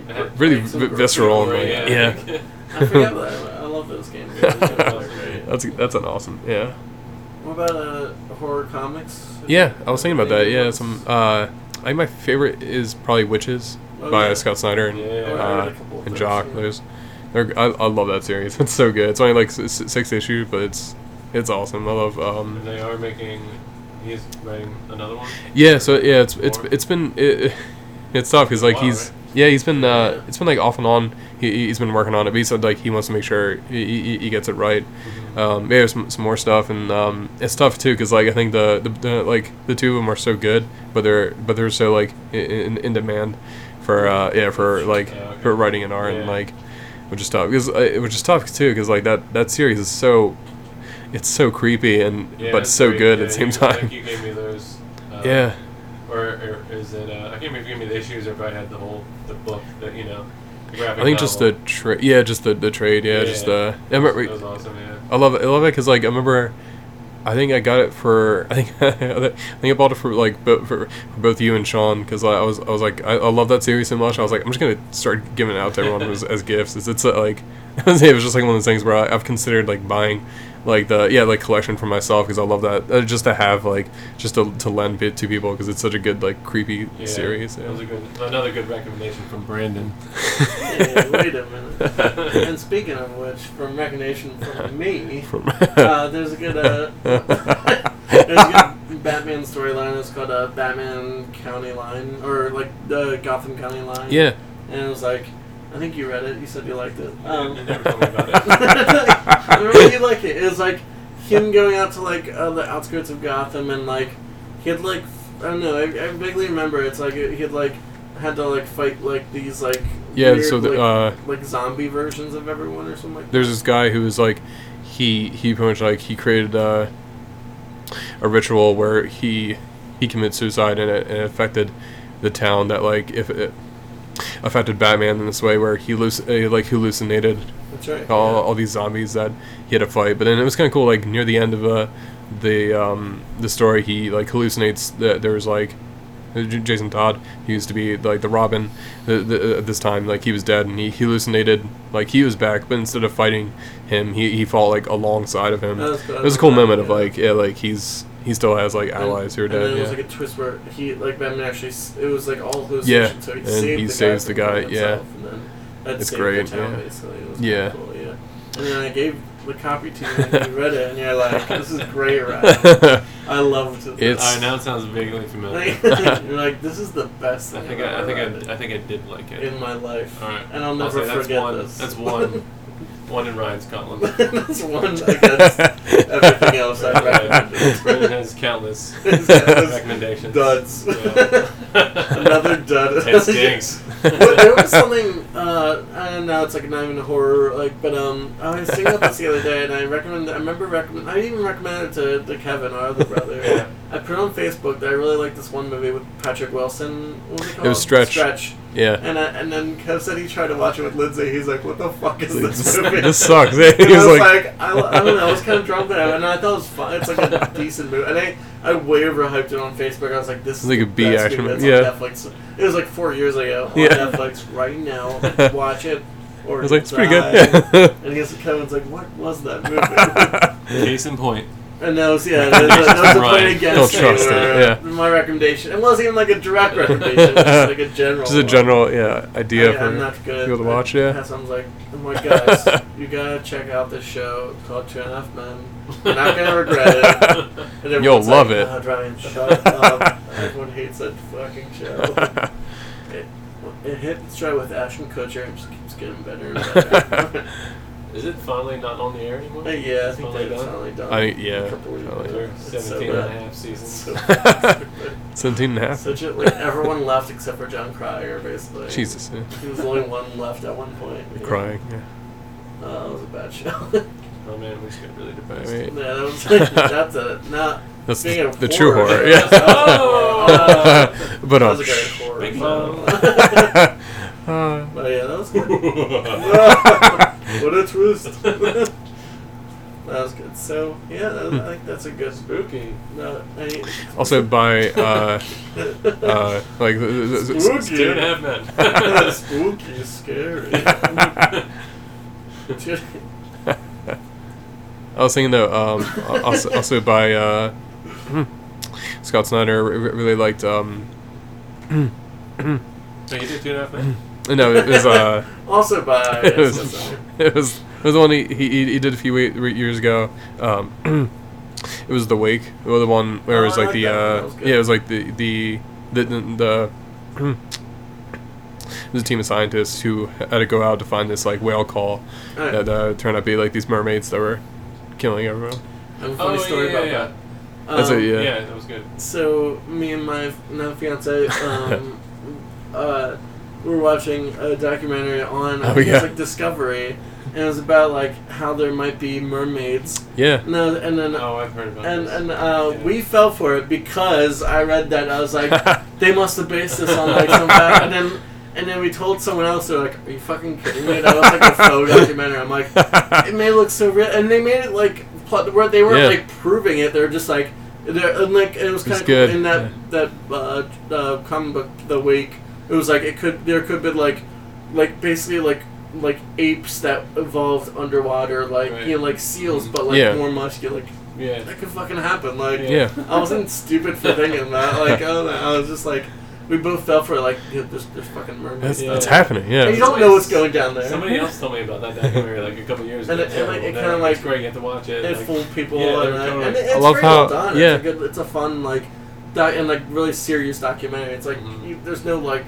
S3: it had-
S2: really
S1: Like some
S2: v-
S1: gross
S2: visceral.
S1: gore,
S2: And like,
S3: *laughs*
S1: yeah.
S2: yeah,
S1: *laughs* I forget that. I I love those games. Those games *laughs* are great.
S2: *laughs* that's that's an awesome. Yeah,
S1: What about uh, horror comics?
S2: yeah. I was thinking about that.
S1: Any
S2: Yeah,
S1: ones?
S2: some. Uh, I think my favorite is probably Witches
S1: Oh,
S2: by
S1: yeah.
S2: Scott Snyder and
S3: Yeah.
S1: I read
S2: uh,
S1: a couple of
S2: and
S1: those,
S2: Jock.
S1: yeah.
S2: There's, they're, I, I love that series. *laughs* It's so good. It's only like s- s- six issues, but it's it's awesome. I love.
S3: *laughs* And
S2: Um,
S3: they are making. He's writing another one.
S2: yeah. So yeah, it's it's
S3: Four.
S2: it's been it, it's tough because like
S3: Wow,
S2: he's.
S3: right?
S2: Yeah, he's been uh, it's been like off and on. He, he's been working on it, but he said like he wants to make sure he, he, he gets it right.
S3: Mm-hmm.
S2: um, yeah, some, some more stuff, and um, it's tough too because like I think the, the, the like the two of them are so good, but they're but they're so like i- in, in demand for uh, yeah for like
S3: Oh, okay.
S2: for writing and art and
S3: Yeah.
S2: like which is tough because uh, which is tough too because like that that series is so it's so creepy and
S3: Yeah,
S2: but
S3: it's
S2: so
S3: great.
S2: good
S3: yeah,
S2: at the same
S3: you,
S2: time.
S3: Like you gave me those. Uh,
S2: yeah,
S3: Or, or is it? Uh, I can't remember if you gave me the issues or if I had the whole the book that you know. The
S2: I
S3: graphic
S2: think just the
S3: novel.
S2: tra- yeah just the, the trade yeah,
S3: Yeah,
S2: just
S3: yeah.
S2: the I remember- Oh,
S3: That was awesome. Yeah.
S2: I love it. I love it because like I remember, I think I got it for *laughs* I think I think I bought it for like bo- for, for both you and Sean because I was I was like I, I love that series so much. I was like I'm just gonna start giving it out to everyone
S3: *laughs*
S2: as, as gifts. It's, it's uh, like *laughs* it was just like one of those things where I, I've considered like buying like the yeah like collection for myself because I love that uh, just to have like just to, to lend it to people because it's such a good like creepy
S3: Yeah,
S2: series.
S3: That was
S2: Yeah. *laughs*
S3: a good, another good recommendation from Brandon.
S1: Hey, wait a
S2: *laughs*
S3: *laughs*
S1: minute. and speaking of which, from recognition from me,
S2: From-
S1: *laughs*
S2: *laughs*
S1: uh, there's a good uh, *laughs* there's a good Batman storyline. It's called uh, Batman County Line or like the Gotham County Line.
S2: yeah.
S1: And it was like, I think you read it. You said you liked it. Um,
S3: You never told
S1: *laughs*
S3: me about it.
S1: I really like it. It was like him going out to like uh, the outskirts of Gotham, and like he had like f- I don't know. I, I vaguely remember it's like he had like had to like fight like these like
S2: Yeah,
S1: weird,
S2: so the,
S1: like,
S2: uh,
S1: like zombie versions of everyone or something like that.
S2: there's this guy who was like he he pretty much like he created uh, a ritual where he he committed suicide and it, and it affected the town that like if it affected Batman in this way where he halluc- uh, like hallucinated
S1: That's right.
S2: all, all these zombies that he had to fight but then it was kind of cool like near the end of uh, the um, the story he like hallucinates that there's like J- Jason Todd, he used to be like the Robin the, the, uh, at this time. Like he was dead, and he hallucinated. Like he was back, but instead of fighting him, he, he fought like alongside of him.
S1: That was cool.
S2: It was a cool
S1: Yeah.
S2: moment of like yeah, like he's he still has like
S1: And-
S2: allies who are
S1: and then
S2: dead.
S1: it was
S2: Yeah,
S1: like a twist where he like Batman actually s- it was like all
S2: Yeah,
S1: hallucinations. so he
S2: and
S1: saved
S2: he
S1: the
S2: saves
S1: guy
S2: the
S1: from
S2: guy,
S1: killing
S2: yeah.
S1: himself, and then that
S2: It's
S1: saved
S2: great,
S1: The town,
S2: yeah.
S1: Basically, it was
S2: Yeah.
S1: pretty cool, yeah. And then I gave the copy to you and you read it and you're like, this is
S2: *laughs*
S1: great, right? I loved it.
S2: It's-
S3: I now it sounds
S1: *laughs*
S3: vaguely familiar.
S1: Like,
S3: *laughs*
S1: you're like, this is the best
S3: I
S1: thing
S3: think
S1: I've
S3: I, I think
S1: ever read
S3: I, I think I did like it.
S1: in my life,
S3: All right.
S1: and I'll
S3: I'll
S1: never
S3: say that's
S1: forget
S3: one.
S1: this.
S3: That's one. one in Ryan's column.
S1: *laughs* that's one
S2: *laughs*
S1: against everything else *laughs* I've
S3: *laughs* Brandon
S1: recommended. *laughs*
S3: has countless
S2: *laughs*
S1: It's got those
S3: recommendations.
S1: Duds.
S3: Yeah.
S1: *laughs* Another dud.
S3: *laughs* It stinks.
S1: Well, there was something. Uh, I don't know. It's like not even a horror. Like, but um, I was thinking about this the other day, and I recommend. I remember recommend. I even recommended it to, to Kevin, our other brother.
S3: Yeah.
S1: I put on Facebook that I really like this one movie with Patrick Wilson. What was it called?
S2: was Stretch.
S1: Stretch.
S2: yeah.
S1: And I, and then Kev said he tried to watch it with Lindsay. He's like, "What the fuck is this
S2: This,
S1: movie?"
S2: *laughs* this sucks. He
S1: And I
S2: was
S1: was
S2: like,
S1: like, I, I don't know, I was kind of drunk that and I thought it was fun. It's like
S2: *laughs*
S1: a decent movie, and I, I way overhyped it on Facebook. I was like, this is
S2: It's like
S1: the
S2: a B
S1: best
S2: action
S1: movie
S2: movie,
S1: that's on Netflix. It was like four years ago on
S2: Yeah.
S1: Netflix right
S2: *laughs*
S1: now. Watch it or
S2: I was like, it's pretty
S1: die."
S2: *laughs* good.
S1: And he was, Kevin's like, what was that
S2: *laughs*
S1: movie?
S3: Case in point.
S1: and that was yeah, that was, that was a
S3: Right.
S1: point against
S2: Don't trust
S1: me,
S2: it,
S1: where
S2: yeah.
S1: My recommendation. It wasn't even like a direct recommendation. It was just like
S2: *laughs*
S1: a general.
S2: Just a
S1: one.
S2: general, yeah, idea
S1: I,
S2: for
S1: I'm not good.
S2: people to watch. Yeah,
S1: That sounds
S2: *laughs*
S1: like I'm like guys, you gotta check out this show called Two and a Half Men. You're not gonna regret
S2: *laughs*
S1: it. And everyone's
S2: You'll love
S1: like,
S2: it.
S1: "Ah, Ryan, shut
S2: *laughs*
S1: up. Everyone hates that fucking show. It, it hit its stride with Ashton Kutcher and just keeps getting better and
S2: *laughs*
S1: better.
S3: Is it finally not on the air anymore?
S1: But Uh, yeah, I
S3: It's
S1: think
S3: finally
S1: they've
S3: done?
S1: finally done.
S2: I
S1: it.
S2: yeah,
S1: Couple years
S2: probably.
S1: ago.
S3: They're
S1: It's so
S3: 17 and a
S1: bad.
S3: half seasons.
S1: So
S2: *laughs*
S1: bad.
S2: seventeen and a half.
S1: Such a, like everyone left except for John Cryer, basically.
S2: Jesus, yeah.
S1: He was the only one left at one point.
S2: *laughs* *laughs* crying. Yeah.
S1: *laughs* Oh, it was a bad show. *laughs*
S3: oh man, we just got really depressed.
S2: All right.
S1: Yeah, that was *laughs* that's a not
S2: That's
S1: Speaking
S2: the,
S1: of
S2: the true
S1: horror,
S2: horror.
S1: yeah.
S2: Yeah.
S1: *laughs* Oh!
S2: *laughs* but
S1: that
S2: um,
S1: was a great horror.
S3: Big
S1: film.
S2: uh,
S1: *laughs* but yeah, that was good.
S3: All
S1: *laughs*
S2: *laughs*
S3: *laughs*
S1: what a twist. *laughs* that was good. So yeah, that was, I think that's a good spooky. No, I,
S2: Hmm. also
S1: *laughs*
S2: by uh, uh, like th- th- th-
S1: Spooky.
S3: Two and a half
S2: *laughs*
S3: men.
S1: spooky is scary.
S2: *laughs* I was thinking though, um, al- also, also by uh, Scott Snyder, re- re- really liked. Um, *clears throat*
S3: so you did two and a half *laughs* men?
S2: *laughs* no, it
S1: *laughs*
S2: was. Uh,
S1: also by
S2: *laughs*
S1: yes,
S2: it was
S1: that's-
S2: *laughs* it was it was the one he, he, he did a few wait- wait years ago. Um, *clears throat* it was the wake, the other one where it was
S1: Oh, I like
S2: like the
S1: that one. That
S2: uh,
S1: was good.
S2: yeah, it was like the the the the. the it was a team of scientists who had to go out to find this like whale call
S1: All right.
S2: that uh, turned out to be like these mermaids that were killing everyone.
S1: I have a funny story
S3: Oh, yeah,
S1: about
S3: yeah,
S1: that. Um,
S2: That's a- yeah.
S3: yeah. Yeah, that was good.
S1: So me and my f- now
S2: *laughs*
S1: fiance, um, uh, were watching a documentary on I
S2: Oh,
S1: think it
S2: yeah.
S1: was like Discovery, and it was about like how there might be mermaids.
S2: Yeah,
S1: No, and then
S3: Oh, I've heard about
S1: and
S3: this.
S1: and uh,
S3: Yeah.
S1: we fell for it because I read that and I
S2: *laughs*
S1: was like, they must have based this on like some fact, and then. And then we told someone else, they're like, "Are you fucking kidding me? That was like
S2: *laughs*
S1: a faux documentary." I'm like, it made it look so real, and they made it like pl- where they weren't
S2: Yeah.
S1: like proving it. They're just like they're and, like it was
S2: It's
S1: kind of
S2: good,
S1: in that that uh, uh, comic book the week. It was like it could there could be like like basically like like apes that evolved underwater, like
S3: Right.
S1: you know, like seals, but like
S2: Yeah.
S1: more muscular. Like
S3: yeah.
S1: that could fucking happen. Like
S2: yeah.
S1: I wasn't stupid for thinking that. Like I don't know. I was just like we both fell for it, like yeah, there's, there's fucking mermaids.
S2: That's,
S3: Yeah.
S2: that's happening.
S1: and you
S2: Yeah,
S1: don't know what's going down there.
S3: Somebody else told me about that documentary like a couple years
S1: And
S3: ago.
S1: it- and, like, it
S3: Terrible.
S1: kinda, like-
S3: it's great. You have to watch it.
S1: it
S3: like,
S1: fooled people
S3: yeah,
S1: and,
S3: they're
S1: I,
S3: totally-
S1: and it- it's
S2: I love
S1: very well
S2: how-
S1: done.
S2: yeah.
S1: It's a good it's a fun like doc, and like really serious documentary. It's like
S3: Mhm.
S1: you, there's no
S2: *laughs*
S1: like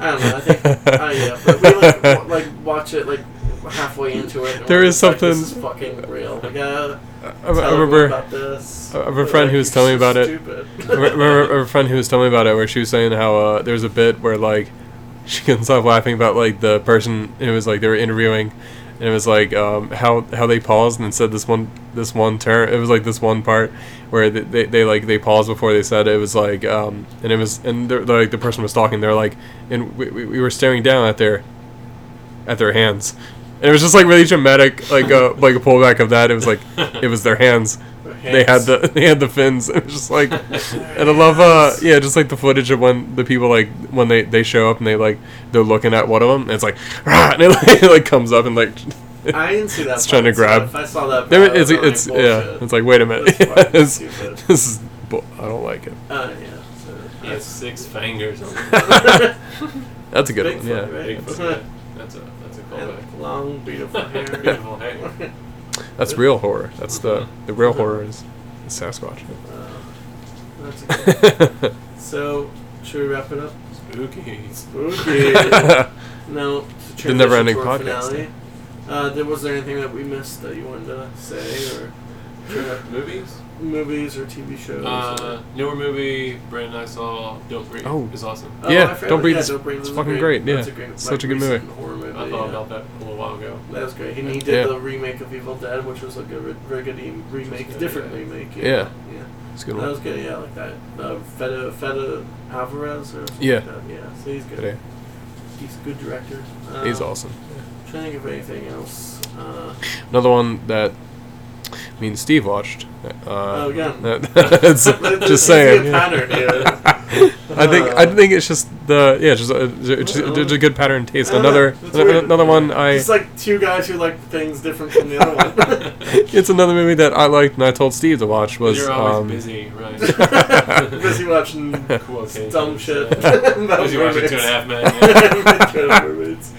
S1: I don't know, I think I yeah, but we like w-
S2: *laughs*
S1: like watch it like halfway into it. and
S2: There
S1: we're
S2: is
S1: just like, this
S2: something-
S1: is fucking real. Like, uh,
S2: I,
S1: tell
S2: I
S1: everyone
S2: remember.
S1: about this.
S2: I have a friend who was telling me about it. I re- remember a friend who was telling me about it, where she was saying how uh, there was a bit where like *laughs* she couldn't stop laughing about like the person it was like they were interviewing, and it was like um, how how they paused and said this one this one term. It was like this one part where they, they, they like they paused before they said it, It was like um, and it was and they're, they're, like the person was talking. They're like and we, we, we were staring down at their at their hands. And it was just like really dramatic, like a like a pullback of that. It was like it was their hands. They had the *laughs* they had the fins. It was just like and I love, uh, yeah, just like the footage of when the people like when they they show up and they like they're looking at one of them. And it's like, "Rah!" and it *laughs* like, it, like comes up and like,
S1: I didn't see that.
S2: It's trying to
S1: part, so
S2: grab-
S1: If I saw that,
S2: there,
S1: part,
S2: it's
S1: I was
S2: it's
S1: like,
S2: yeah,
S1: bullshit.
S2: it's like wait a minute,
S1: That's fucking
S2: *laughs* this,
S1: stupid.
S2: this is bull- I don't like it.
S1: *laughs* Uh, yeah. So,
S3: He has
S1: *laughs*
S3: six fingers *laughs* on it.
S2: That's a good
S1: Bigfoot,
S2: one, yeah.
S1: right?
S3: Big foot. That's a that's a callback.
S1: And long, beautiful hair.
S3: *laughs* Beautiful
S1: *laughs*
S3: hair.
S2: That's real horror. That's the
S1: Uh-huh.
S2: the real horror is Sasquatch.
S1: Um, that's a good one.
S2: *laughs*
S1: So, should we wrap it up?
S3: Spooky. *laughs*
S1: Spooky.
S2: *laughs*
S1: now, to transition
S2: never-ending
S1: to our
S2: podcast.
S1: Finale, uh, there, was there anything that we missed that you wanted to say? Or
S3: Sure. Movies?
S1: Movies or TV shows.
S3: Uh, newer movie Brandon and I saw Don't Breathe
S2: Oh.
S3: is awesome.
S1: Oh,
S2: yeah,
S1: I forgot-
S2: Don't Breathe
S1: yeah,
S2: is-
S1: Don't Breathe
S2: it's
S1: was
S2: fucking great, yeah.
S1: That's a great,
S2: Such a good
S1: recent Horror movie.
S3: I
S1: yeah.
S3: thought about that a little while ago.
S1: That was great. And he did
S2: Yeah.
S1: the remake of Evil Dead, which was like a re- riggedy remake,
S3: Which was good,
S1: different
S3: yeah.
S1: remake.
S2: Yeah.
S1: yeah.
S2: It's a good
S1: That
S2: one.
S1: was good, yeah, I like that. Uh, Feta, Feta Alvarez or something
S2: Yeah.
S1: like that. Yeah, so he's good.
S2: But, uh,
S1: He's a good director. Um,
S2: he's awesome.
S1: Trying to think of anything else. Uh,
S2: Another one that me and Steve watched. Uh,
S1: oh,
S2: *laughs*
S1: again.
S2: it's- just saying.
S1: a pattern here.
S2: *laughs* I think I think it's just the yeah, it's just a, it's just, it's a good pattern of taste.
S1: I don't
S2: Another
S1: know. It's Oh, weird.
S2: another one I
S1: It's like two guys who like things different from the
S2: *laughs*
S1: other one.
S2: it's another movie that I liked and I told Steve to watch was
S3: You're always
S2: um,
S3: busy,
S2: *laughs*
S1: *laughs*
S3: right?
S1: Busy watching
S3: Cool
S1: mm,
S3: occasions, *laughs*
S1: dumb
S2: *laughs*
S1: shit.
S3: yeah.
S1: about
S3: Busy
S1: mermaids.
S3: watching Two and a Half
S1: *laughs*
S3: Men. yeah.
S1: Two and a Half mermaids.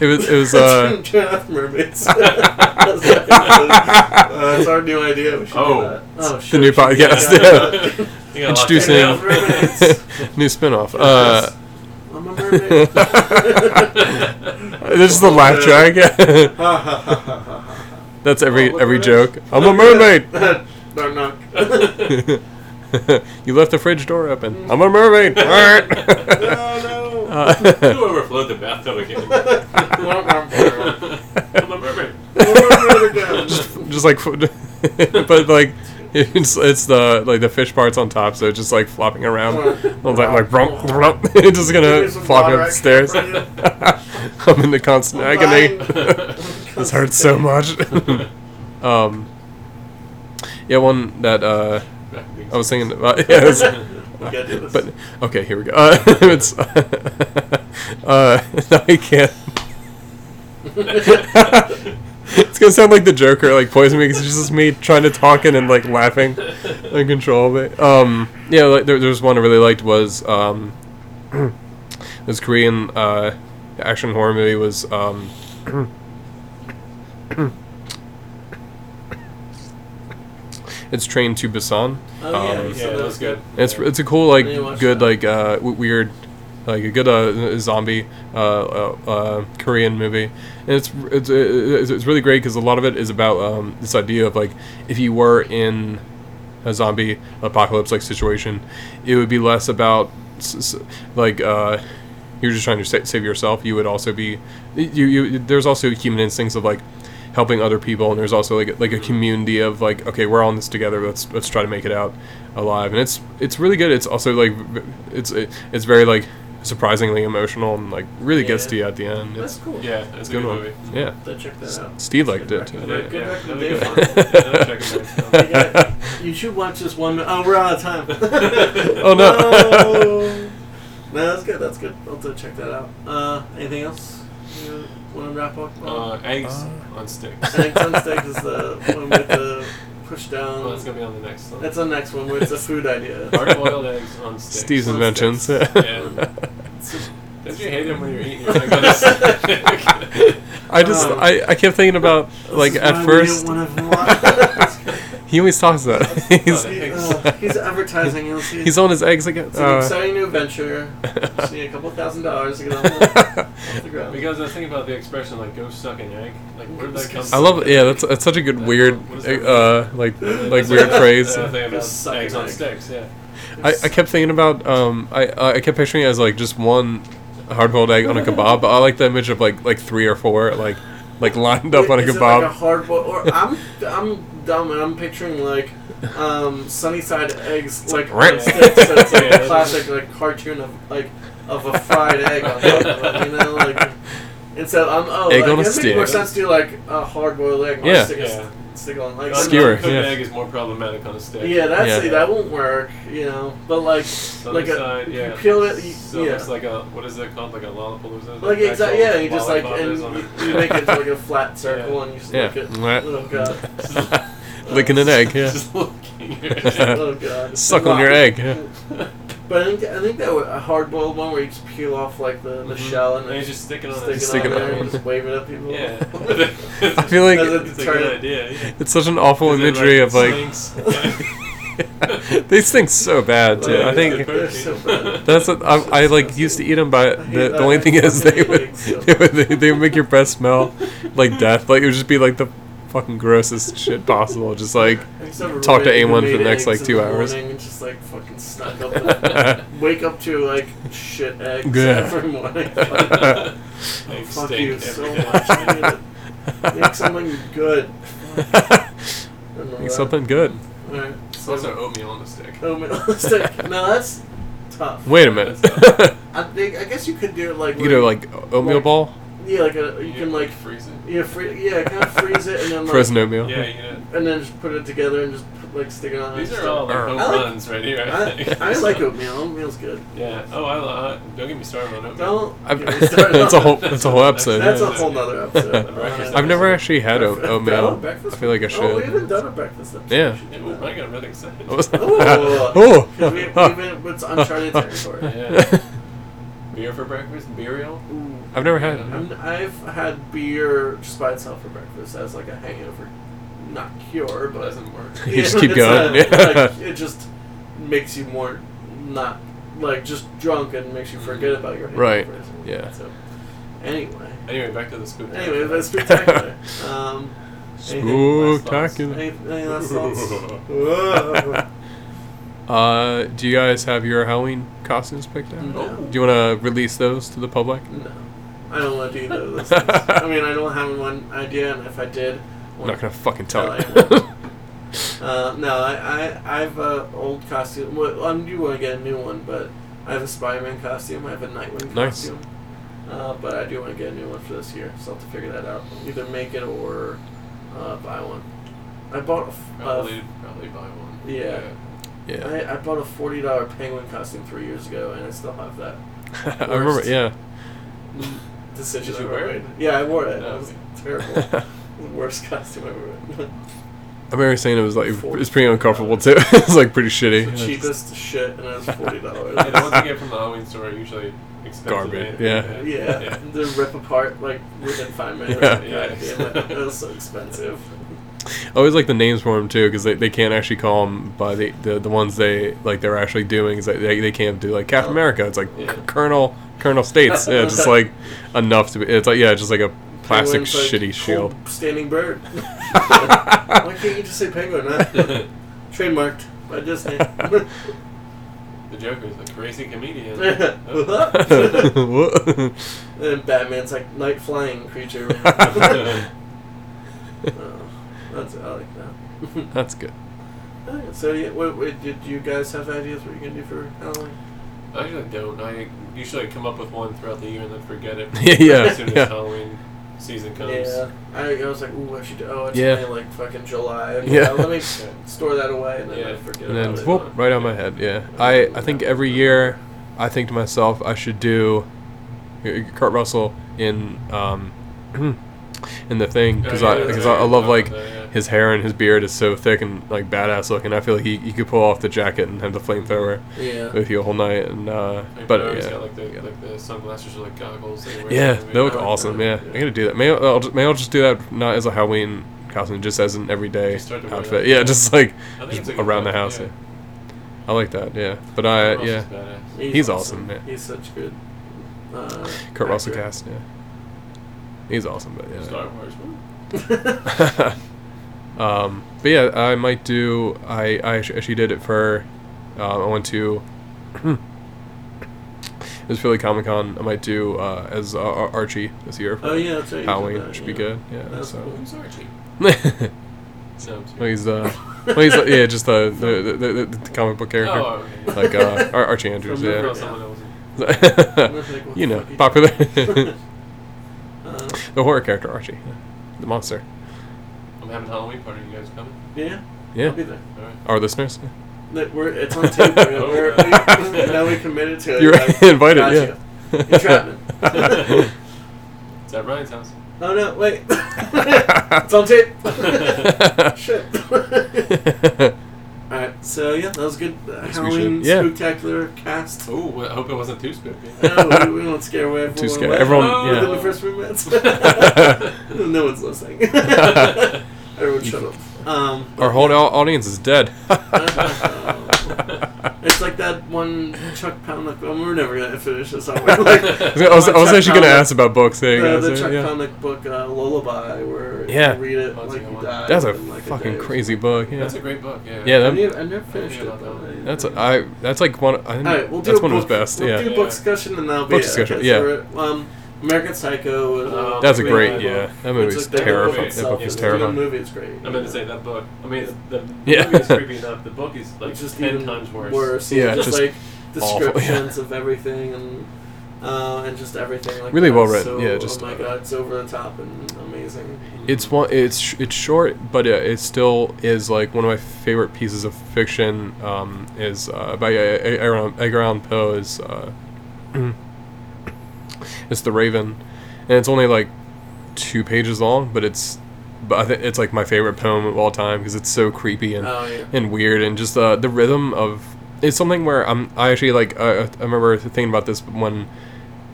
S2: it was it was uh
S1: *laughs* Two and a Half
S2: *laughs*
S1: mermaids. *laughs* uh, it's our new idea. We should
S3: Oh.
S1: do that. oh,
S2: the
S1: sure,
S2: new
S1: we should do
S2: podcast.
S1: *laughs* that.
S2: Yeah.
S3: *laughs* You got a lot to
S2: Introducing
S1: *laughs* Two and a Half Mermaids.
S2: *laughs* new spin-off. Uh,
S1: I'm a mermaid.
S2: this is the laugh *laughs* track. That's every
S1: Oh, look
S2: *laughs* every
S1: at
S2: joke. I'm a
S1: Look
S2: mermaid.
S1: at that. *laughs* knock knock. *laughs*
S2: you left the fridge door open. I'm a mermaid.
S1: no, no.
S2: Uh,
S3: Who overflowed the bathtub
S1: *laughs*
S3: again? I'm a mermaid.
S2: just, just like, fo- *laughs* but like, it's, it's the like the fish parts on top, so it's just like flopping around. All that like, brum, brum. *laughs* it's just
S1: Give
S2: gonna
S1: me some
S2: flop
S1: water,
S2: up
S1: I
S2: the stairs.
S1: can't breathe.
S2: *laughs* I'm in the constant
S1: I'm
S2: agony.
S1: dying.
S2: *laughs* this hurts so much. *laughs* um, yeah, one that uh, I was thinking about. *laughs* Yeah, it was-
S1: We gotta do this.
S2: but okay, here we go. *laughs* Uh, *laughs* it's uh, I can't. *laughs* *laughs* it's gonna sound like the Joker, like poison me, 'cause it's just me trying to talk and then like
S3: *laughs*
S2: laughing uncontrollably. Um, yeah, like there, there's one I really liked was um, *clears throat* this Korean uh, action horror movie was um. *clears throat* It's Train to Busan.
S1: Oh, yeah,
S2: Um,
S1: you said
S3: Yeah, that was good.
S2: it's
S3: Yeah.
S2: it's a cool like
S1: I didn't watch
S2: good
S1: that.
S2: like uh, w- weird like a good uh, zombie uh, uh, uh, Korean movie, and it's it's it's, it's really great because a lot of it is about um, this idea of like if you were in a zombie apocalypse like situation, it would be less about s- s- like uh, you're just trying to sa- save yourself. You would also be you, you there's also human instincts of like helping other people, and there's also like like a community of like okay, we're all in this together. Let's let's try to make it out alive, and it's it's really good. It's also like v- it's it, it's very like surprisingly emotional and like really gets
S1: Yeah.
S2: to you at the end.
S1: That's
S2: It's
S1: cool.
S3: Yeah, it's a
S2: good
S3: good
S2: one.
S3: movie.
S2: Yeah.
S1: Have to check that out.
S2: Steve liked it
S1: Yeah,
S2: too.
S1: good
S2: *laughs*
S1: recommendation. You should watch this one. mi- Oh, we're out of time. *laughs*
S2: Oh, no.
S1: no. No, that's good. That's good. I'll have to check that out. Uh, anything else? You want to wrap up? on?
S3: Uh, eggs
S2: Uh.
S3: on sticks.
S1: I think Sunsteak is the one with the push down.
S3: *laughs* Well, Oh, that's gonna be on the next one.
S1: That's the next one where it's a food idea.
S3: hard boiled eggs on sticks.
S2: Steve's
S1: Sticks.
S2: inventions. *laughs*
S3: Yeah. Don't you hate them when you're eating? You're like, "This-"
S2: *laughs* I just
S1: Um,
S2: I, I kept thinking about
S1: This
S2: like
S1: is why
S2: at
S1: we
S2: first
S1: didn't wanna vlog.
S2: *laughs* he always talks
S3: *laughs*
S2: about it. he's
S1: He- uh, he's advertising. He'll see.
S2: he's on his eggs again.
S1: It's an
S2: Uh,
S1: exciting new
S2: *laughs*
S1: venture. Just need a couple thousand dollars to get on the, off the ground.
S3: because I was thinking about the expression like "go suck an egg." Like where did that come?
S1: I
S2: I
S3: from?
S2: love it. Yeah, that's that's such a good
S3: That-
S2: weird
S3: what is that?
S2: uh like like
S3: That's
S2: weird
S3: what I-
S2: phrase.
S3: I think
S1: Go suck
S3: about
S1: an
S3: eggs on
S1: egg.
S3: sticks. Yeah.
S2: I, I kept thinking about um I I kept picturing it as like just one hard boiled egg on a kebab, but I like the image of like like three or four like like lined up
S1: Wait,
S2: on a
S1: is it like a
S2: kebab.
S1: hard boil- or I'm I'm dumb and I'm picturing like um, sunny side eggs like on
S2: Right.
S1: sticks. So it's like
S3: *laughs* Yeah.
S1: a classic like cartoon of like of a fried egg on top of it, you know
S2: *laughs*
S1: like. Instead, I'm oh,
S2: Egg
S1: like,
S2: on a
S1: it'd make more
S2: stick.
S1: sense to do like a hard boiled egg.
S2: Yeah.
S1: Stick,
S3: Yeah.
S1: A, stick on like
S2: Skewer,
S3: Uncooked
S2: yeah.
S3: egg is more problematic on a stick.
S1: Yeah, that's
S2: Yeah.
S1: See, that won't work. You know, but like
S3: Sunny
S1: like a
S3: side, yeah.
S1: you peel it. You,
S3: so
S1: yeah.
S3: it's like a what is it called? Like a lollapalooza.
S1: Like exactly, yeah.
S3: actual
S1: You just like
S3: lollipop
S1: and
S3: is on
S1: you,
S3: it.
S1: you make it into, like
S3: *laughs*
S1: a flat circle,
S3: Yeah.
S1: and you just
S2: Yeah.
S1: lick it.
S2: Mwah.
S1: Oh god,
S2: *laughs* Licking an egg, yeah.
S3: Just
S2: *laughs*
S3: looking.
S1: oh
S3: *laughs*
S1: god.
S2: Suck on your egg, yeah.
S1: But I think, I think that would- a hard-boiled one where you just peel off like the, the
S3: Mhm.
S1: shell and
S3: And you
S1: then
S3: just stick it on.
S1: stick it
S3: a-
S2: Stick
S1: on
S2: it
S1: there
S2: on.
S1: and just wave it at people. *laughs*
S3: Yeah.
S2: *laughs*
S3: *laughs*
S2: I feel like
S1: As a
S3: it's a good
S1: deterrent.
S3: idea. Yeah.
S2: it's such an awful
S3: Is it
S2: imagery of like
S3: slings?
S2: *laughs* these things so bad too.
S1: Yeah,
S2: I think
S1: they're so bad.
S2: that's what I, I like used to eat them, but
S1: I hate
S2: the,
S1: that.
S2: the only thing is
S1: I
S2: they
S1: hate
S2: would
S1: eggs so
S2: they would, they, they would make your breath smell like death. Like it would just be like the fucking grossest shit possible. Just like
S1: Except for
S2: Talk to
S1: Ruben, who
S2: A1 for the
S1: made
S2: next,
S1: eggs
S2: like,
S1: in
S2: two
S1: the
S2: hours.
S1: morning and just like fucking snuck up.
S2: *laughs*
S1: the- wake up to like shit eggs
S2: Yeah.
S1: *laughs* every
S2: *laughs*
S1: morning.
S3: They
S1: Fuck
S3: stink
S1: you
S3: every
S1: so
S3: day.
S1: much. I need to
S2: *laughs*
S1: make something good. Remember
S2: Make
S1: that.
S2: something good.
S1: Alright, so-
S3: Those are oatmeal on the stick.
S1: oatmeal stick. *laughs* No, that's tough.
S2: Wait a minute. *laughs*
S1: I think I guess you could do it like
S2: you know, like oatmeal ball,
S1: yeah, like a, you
S3: You
S1: can like
S3: freeze it.
S1: yeah, free, yeah, kind of freeze it
S2: *laughs*
S1: and then like
S2: frozen oatmeal.
S3: Yeah, you know.
S1: and then just put it together and just put, like stick it on.
S3: These
S1: ice.
S3: are all like
S2: I
S3: home
S1: like-
S3: runs right here. *laughs*
S1: I, I like oatmeal. Oatmeal's good.
S3: Yeah. Oh, I love. Don't get me started on oatmeal.
S1: Don't.
S2: I've, *laughs*
S1: get me started
S2: that's a
S1: on-
S2: whole. That's a whole episode.
S1: That's a whole nother episode.
S3: Breakfast
S2: *laughs* I've never actually had
S1: Breakfast-
S2: oat- oatmeal.
S1: breakfast?
S2: I feel like I
S1: Oh, we haven't
S2: should.
S1: done a breakfast episode.
S2: Yeah.
S1: We should
S3: Yeah,
S1: do
S3: ooh,
S1: that.
S3: I got really excited.
S1: Ooh, 'cause we,
S2: *laughs* Oh.
S1: we've been, it's uncharted territory.
S3: Yeah. Beer for breakfast? Burial?
S1: Ooh.
S2: I've never had. it.
S1: I'm, I've had beer just by itself for breakfast as like a hangover, not cure, but
S3: Doesn't
S1: *laughs*
S3: work.
S2: You just keep
S1: it's
S2: going,
S1: a-
S2: yeah.
S1: like, it just makes you more not like just drunk and makes you forget
S3: Mm-hmm.
S1: about your hangover.
S2: Right, yeah.
S1: So anyway,
S3: Anyway, back to the scoop.
S1: anyway,
S3: *laughs*
S1: that's spectacular. um,
S2: Spectacular.
S1: any, any last thoughts?
S3: *laughs*
S1: Whoa.
S2: Uh, do you guys have your Halloween costumes picked out?
S1: No.
S3: Oh.
S2: Do you want to release those to the public?
S1: No, I don't want to do either of
S2: *laughs*
S1: those things. I mean, I don't have one idea, and if I did,
S2: I'm not gonna fucking
S1: No,
S2: tell.
S1: I
S2: it. *laughs*
S1: Uh, no, I, I, I have a old costume. Well, I do want to get a new one, but I have a Spider-Man costume. I have a Nightwing
S2: Nice.
S1: costume. Uh, but I do want to get a new one for this year, so I'll have to figure that out. Either make it or uh, buy one. I bought a f- uh, *laughs*
S3: Probably, probably buy one.
S1: Yeah.
S2: yeah,
S1: I, I bought a forty dollar penguin costume three years ago, and I still have
S3: *laughs*
S1: that
S2: *laughs* I remember. Yeah.
S1: decision.
S3: Did you
S1: I
S3: wear
S1: made.
S3: it?
S1: Yeah, I wore it.
S3: No,
S1: It was
S3: okay.
S1: terrible. It
S2: *laughs* I
S1: was the worst costume I ever. *laughs*
S2: remember saying it was like it was pretty uncomfortable too. *laughs* it's like pretty shitty.
S1: the cheapest shit, and it was forty
S3: *laughs*
S1: dollars.
S3: And the ones I get from the Halloween store are usually expensive.
S2: Garbage,
S3: eh?
S2: yeah.
S1: Yeah,
S3: *laughs*
S1: *laughs* they rip apart like within five minutes.
S2: Yeah.
S1: Yeah, God damn it. That was so expensive.
S2: I always like the names for them too, because they, they can't actually call them by the, the, the ones they like they're actually doing. Is like they, they can't do like
S1: Oh.
S2: Captain America. It's like
S3: Yeah.
S2: Colonel Colonel States. Yeah,
S1: *laughs*
S2: just like enough to be. It's like yeah, just like a plastic
S1: Penguin's, like,
S2: shitty
S1: cool
S2: shield. *laughs*
S1: *laughs* Standing bird. Why can't you just say penguin?
S2: *laughs*
S1: Huh? Trademarked by Disney.
S3: The Joker's a crazy
S1: *laughs*
S3: comedian. Oh.
S2: *laughs*
S1: Yeah. and Batman's like night flying creature. *laughs*
S2: *laughs*
S1: oh, that's I like that.
S2: That's good.
S1: *laughs* Alright, so yeah, what, what, did you guys have ideas what you're gonna do for Halloween?
S3: I usually don't. I usually come up with one throughout the year and then forget it.
S2: *laughs* Yeah, yeah,
S3: As soon
S2: yeah.
S3: as Halloween season comes.
S1: Yeah, I, I was like, ooh, I should do. Oh, it's
S2: Yeah.
S1: only like fucking July.
S2: *laughs*
S1: Okay,
S2: Yeah.
S1: yeah, let me store that away and then
S3: Yeah.
S1: I forget
S2: And
S1: about
S2: then
S1: it.
S2: whoop, right on my head. Yeah, I I think every year, I think to myself I should do, uh, Kurt Russell in um, *clears throat* in the thing
S3: Oh,
S2: because I because I, I love like his hair and his beard is so thick and like badass looking. I feel like he, he could pull off the jacket and have the flamethrower
S1: Yeah.
S2: with you a whole night. And uh,
S3: but
S2: but
S3: always
S2: yeah,
S3: got like the
S2: yeah.
S3: like the sunglasses or like goggles. They wear
S2: yeah,
S3: in the movie.
S2: they look
S1: like
S2: awesome.
S1: that.
S2: Yeah,
S1: Yeah.
S2: I gotta do that. Maybe I'll, just, maybe I'll just do that not as a Halloween costume, just as an everyday
S3: Just start to wear
S2: outfit.
S3: that.
S2: Yeah, just like
S3: I think
S2: just
S3: it's a good
S2: around the
S3: look,
S2: house. Yeah.
S3: yeah.
S2: I like that. Yeah, but I
S3: Who else
S2: yeah,
S3: is badass?
S2: He's awesome, man.
S1: He's such good. Uh,
S2: Kurt Russell
S1: actor. *laughs*
S2: cast. *laughs* Yeah, he's awesome. But yeah.
S3: Star Wars. woo.
S2: *laughs* um, but yeah, I might do. I I actu- actually did it for. Uh, I went to. *clears throat* it was Philly Comic Con. I might do uh, as uh, Ar- Archie this year.
S1: oh yeah, that's right. you did
S2: Halloween
S1: that,
S2: should be
S1: yeah.
S2: good. Yeah.
S1: That's
S2: So.
S1: cool.
S3: Who's Archie? No, I'm
S2: Oh. well,
S3: kidding.
S2: he's uh, well, he's uh, yeah, just the the, the, the the comic book character,
S3: Oh, okay.
S2: like
S1: *laughs*
S2: uh, Ar- Archie Andrews.
S3: Remember
S2: Yeah.
S1: Rose.
S3: someone else.
S1: I'm gonna think, what
S2: *laughs* you
S1: the
S2: know,
S1: fuck
S2: popular.
S1: did.
S2: *laughs* the
S1: uh,
S2: horror character Archie, the monster.
S3: I'm having a Halloween party. You guys coming?
S1: yeah. I'll be there.
S2: Yeah.
S3: All right.
S2: Our listeners.
S1: That we're, it's on tape.
S3: *laughs*
S1: We're, we're, we now we committed to it.
S2: You're
S1: Like,
S2: *laughs* invited.
S1: gotcha.
S2: Yeah.
S1: You trapped me.
S2: *laughs*
S1: *laughs*
S3: It's at Ryan's house.
S1: Oh no!
S2: *laughs*
S1: Wait, *laughs* it's on tape. Shit. *laughs*
S2: *laughs*
S1: Alright, so yeah, that was good. Uh,
S2: Yes, we
S1: Halloween
S2: should. Yeah.
S1: spectacular cast.
S3: Ooh, I hope it wasn't too spooky.
S1: Oh, we, we won't scare away everyone.
S2: Too scary.
S1: away.
S2: Everyone-
S1: Oh,
S2: yeah.
S1: Within the first few minutes.
S2: *laughs*
S1: no one's listening. everyone shut up. Um,
S2: Our whole au- audience is dead.
S1: but- *laughs* It's like that one Chuck Palahniuk. well, we're never gonna finish this.
S2: *laughs*
S1: Are we? *laughs* Like,
S2: I was, I was- I was
S1: Chuck
S2: actually going to
S1: Palahniuk-
S2: ask about books. Yeah,
S1: the,
S2: yeah,
S1: the
S2: so,
S1: Chuck
S2: yeah.
S1: Palahniuk book uh, Lullaby, where
S2: Yeah.
S1: you read it
S3: That's a
S1: like
S3: good
S1: you
S3: one.
S1: die.
S2: That's a
S1: within, like,
S2: fucking
S1: day or
S2: crazy
S1: something.
S2: book. Yeah,
S3: *laughs* That's a great book. Yeah.
S2: Yeah,
S1: I
S2: that-
S1: never, I never finished it.
S3: about that
S1: though.
S3: one.
S2: that's I. That's like one. I,
S1: All right, we'll do
S2: that's
S1: a
S2: one
S1: book,
S2: of his best.
S1: We'll
S2: yeah,
S1: do a
S3: Yeah.
S1: book discussion and that'll be
S2: Book
S1: it.
S2: discussion,
S1: Okay,
S2: yeah.
S1: so we're- um, American Psycho. Was, uh,
S3: Oh,
S2: that's a
S3: Yeah.
S2: great.
S3: Yeah.
S2: Yeah, that
S1: it's
S2: movie's
S1: like that book
S2: terrifying. That
S1: itself
S2: book is
S1: a good
S2: terrifying.
S1: Movie, it's great.
S3: I meant to say that book. I mean, the, the
S2: Yeah.
S3: movie is creepy enough. The book is like
S1: It's just
S3: ten
S1: even
S3: times worse.
S2: Yeah,
S1: just,
S2: just
S1: like
S2: awful, yeah.
S1: descriptions of everything and uh, and just everything. Like
S2: Really
S1: that.
S2: well written,
S1: So,
S2: yeah, just,
S1: oh my
S2: uh,
S1: god, it's over the top and amazing.
S2: It's one. It's sh- it's short, but it, it still is like one of my favorite pieces of fiction. Um, is uh, by A- A- Aaron- Edgar Allan Poe is. Uh, *clears throat* it's the Raven, and it's only like two pages long, but it's, but I think it's like my favorite poem of all time because it's so creepy and
S1: Oh yeah.
S2: and weird and just uh, the rhythm of it's something where I'm I actually like I, I remember thinking about this when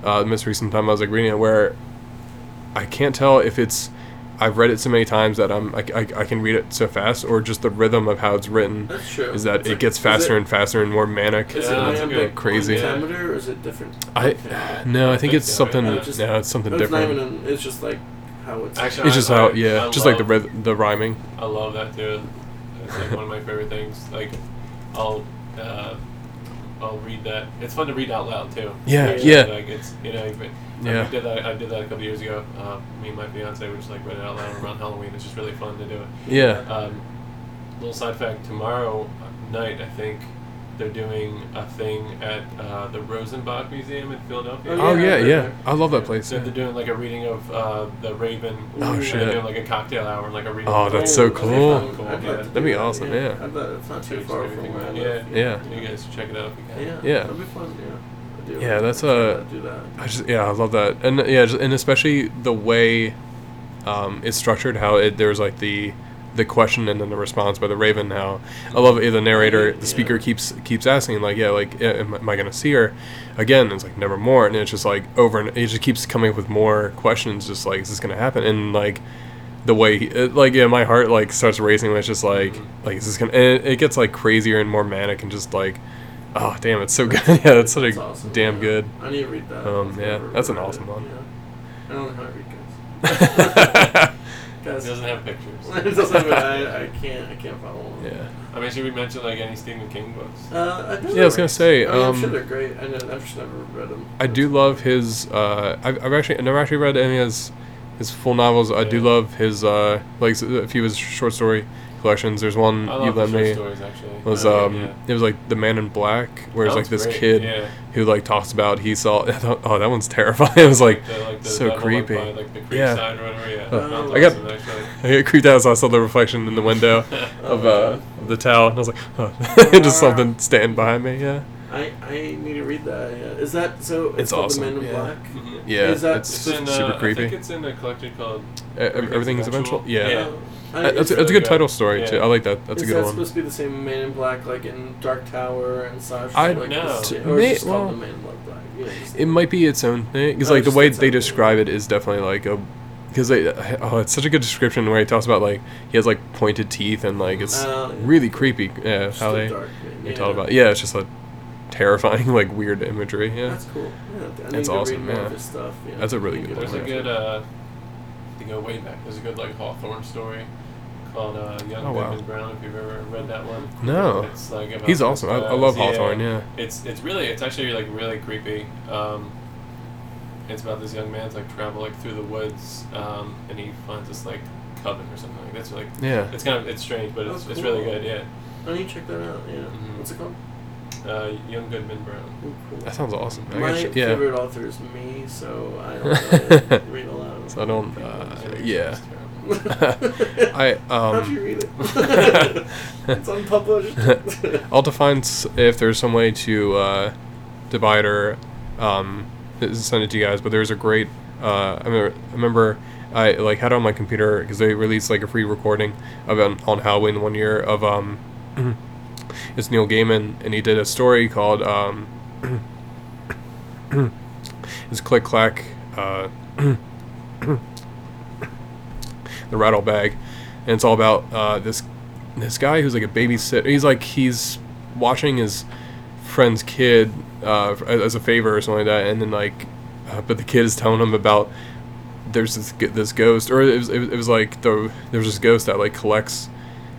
S2: uh, the most recent time I was like reading it where I can't tell if it's I've read it so many times that I'm I, I, I can read it so fast or just the rhythm of how it's written
S1: That's true.
S2: is that
S1: It's
S2: it
S1: like-
S2: gets
S1: is
S2: faster
S1: it-
S2: and faster and more manic.
S1: Is
S3: Yeah,
S1: it
S2: and
S3: that's a
S1: on,
S3: good
S1: like
S2: like crazy.
S3: Yeah.
S1: pentameter or is it different?
S2: I
S1: pentameter?
S2: no I think
S3: I
S2: it's
S3: think so,
S2: something
S1: yeah. Just-
S2: no it's something
S1: It's not even.
S2: different.
S1: An, it's just like how it's.
S3: Actually,
S2: It's just
S3: I-
S2: how
S3: I-
S2: yeah
S3: I
S2: just like the
S3: love-
S2: rhythm, the rhyming.
S3: I love that too. It's like one of my favorite things. Like, I'll uh, I'll read that. It's fun to read out loud too.
S2: Yeah,
S3: Like,
S2: yeah.
S3: Like it's you know, even-
S2: Yeah.
S3: I did that. I did that a couple years ago. Um, me and my fiance we just like read it out loud around Halloween. It's just really fun to do it.
S2: Yeah.
S1: Oh,
S3: Um, little side fact: tomorrow night, I think they're doing a thing at uh, the Rosenbach Museum in Philadelphia.
S1: Oh,
S2: Oh
S1: yeah,
S2: yeah
S1: I've read
S2: yeah
S1: that.
S2: I love that
S3: Yeah.
S2: place.
S3: So
S2: yeah.
S3: they're doing like a reading of uh, the Raven.
S2: Oh,
S3: and
S2: shit.
S3: Doing like a cocktail hour, and like a reading.
S2: Oh,
S3: of
S2: that's
S3: it.
S2: so
S3: That'd be fun.
S1: I'd
S2: cool.
S1: love to
S3: Yeah.
S1: do
S2: That'd be
S1: that,
S2: awesome, yeah.
S1: I'd love- it's not too
S3: Just
S1: far
S3: everything
S1: from where I
S3: around.
S1: live.
S2: Yeah.
S3: You guys check it out if you can.
S1: Yeah.
S2: Yeah.
S1: That'd be fun. Yeah. I do.
S2: Yeah, that's,
S1: I'd
S2: uh,
S1: do that.
S2: I just yeah, I love that, and yeah, just, and especially the way um, it's structured. How it there's like the the question and then the response by the Raven. How I love it, the narrator, the speaker
S1: Yeah.
S2: keeps keeps asking like, yeah, like yeah, am, am I gonna see her again? And it's like never more, and it's just like over and it just keeps coming up with more questions. Just like is this gonna happen? And like the way he, it, like yeah, my heart like starts racing. When it's just like
S1: Mm-hmm.
S2: like is this gonna? And it, it gets like crazier and more manic and just like. Oh damn! It's so *laughs* good. Yeah, it's such
S1: That's
S2: a
S1: awesome,
S2: damn
S1: yeah.
S2: good.
S1: I need to read that.
S2: Um,
S1: I've
S2: yeah,
S1: never
S2: that's an
S1: read
S2: awesome one.
S1: Yeah. I don't know how to read guys.
S2: *laughs* yeah.
S3: It
S1: Guys,
S3: doesn't have
S1: *laughs* it
S3: pictures.
S1: doesn't- I, I can't. I can't follow along.
S3: I mean, should we mention like any Stephen King books?
S1: Uh, I think
S2: Yeah, I was
S1: they're
S2: gonna say,
S1: great. I mean, I'm
S2: um,
S1: sure they're great. I know, I've just never read them.
S2: I do love his. Uh, I've, I've actually I never actually read any of his, his full novels. I do
S3: Yeah.
S2: love his uh, like s- a few of his short story collections. There's one
S3: I
S2: Mm, you
S3: love the
S2: lent
S3: short
S2: me
S3: stories actually. Uh,
S2: was
S1: Oh,
S2: um it was like The Man in Black, where it's
S3: That
S2: like
S3: one's
S2: this
S3: great,
S2: kid
S3: yeah.
S2: who like talks about he saw. *laughs* oh, that one's terrifying. *laughs* It was like
S3: the, like the
S2: so
S3: devil,
S2: creepy.
S3: Like, by, like the creek
S2: Yeah.
S3: side or whatever. Yeah.
S2: Uh,
S3: That was
S1: I got-
S3: awesome, actually.
S2: *laughs* I got creeped out as I saw the reflection in the
S3: *laughs*
S2: window of
S1: Uh-huh.
S2: uh, the towel, and I was like, oh. *laughs* just something standing behind me. Yeah,
S1: I, I need to read that. Yeah. Is that so? It's,
S2: It's
S1: called
S2: awesome,
S1: The Men in
S2: yeah.
S1: Black.
S3: Mhm.
S2: yeah,
S1: Is that-
S2: it's,
S3: It's in, uh,
S2: super creepy.
S3: I think it's in a collection called.
S2: E- ev- everything's eventual. Yeah,
S3: Yeah.
S1: I-
S2: That-
S1: is-
S2: that's, a, that's a
S3: really
S2: good
S3: good.
S2: title story
S3: Yeah.
S2: too. I like that. That's
S1: is
S2: a
S1: that
S2: good one.
S1: supposed to be the same Man in Black, like in Dark Tower and Sasha?
S2: I-
S1: like,
S3: No.
S1: this-
S3: To
S1: Or
S2: me-
S1: is it just called
S2: well,
S1: The Man in Black? Black? Yeah, just-
S2: It might be its own thing because
S1: Oh,
S2: like the
S1: just
S2: way
S1: its
S2: they
S1: own thing.
S2: describe it is definitely like a because they oh it's such a good description where he talks about like he has like pointed teeth and like it's
S1: Oh, yeah.
S2: really creepy yeah,
S1: just
S2: how
S1: the
S2: they
S1: dark Man,
S2: they
S1: yeah.
S2: talk about yeah it's just like terrifying *laughs* like weird imagery yeah
S1: That's cool. Yeah, I need
S2: It's
S1: to read
S2: awesome,
S1: more of
S2: yeah.
S1: his stuff. Yeah.
S2: That's a really
S1: Thank
S2: good
S1: you.
S3: There's
S2: one,
S3: a good. Uh, to go way back, there's a good like Hawthorne story called uh, Young
S2: Oh, wow.
S3: Goodman Brown. If you've ever read that one.
S2: No.
S3: It's like about
S2: he's
S3: this
S2: awesome I, I
S3: guy-
S2: love Hawthorne yeah
S3: It's it's really it's actually like really creepy. Um, it's about this young man's like travel like through the woods, um, and he finds this like coven or something like that's like
S2: yeah
S3: it's kind of it's strange, but it's,
S1: That's
S3: it's really
S1: cool.
S3: good. Yeah,
S1: I need to check that out. Yeah.
S3: Mhm.
S1: Mm-hmm. What's it called?
S3: uh, Young Goodman Brown.
S1: Oh, cool.
S2: that sounds awesome I
S1: My
S2: gotta check- yeah
S1: favorite author is me, so
S2: *laughs*
S1: I don't really read a lot. Of
S2: So I don't, uh,
S3: It's- it's
S2: yeah.
S3: terrible. *laughs*
S1: I *laughs*
S2: *laughs* I
S1: How'd you
S2: um
S1: read
S2: *laughs*
S1: it? it's unpublished.
S2: I'll define s- if there's some way to uh, divide or um, th- send it to you guys. But there's a great. Uh, I, remember, I remember I like had it on my computer because they released like a free recording of on, on Halloween one year of um, *clears throat* it's Neil Gaiman and he did a story called um, *clears throat* it's Click Clack. Uh, *clears throat* the rattle bag and it's all about uh, this this guy who's like a babysitter he's like he's watching his friend's kid uh, as a favor or something like that, and then like, uh, but the kid is telling him about there's this, g- this ghost, or it was, it was, it was like the there's this ghost that like collects,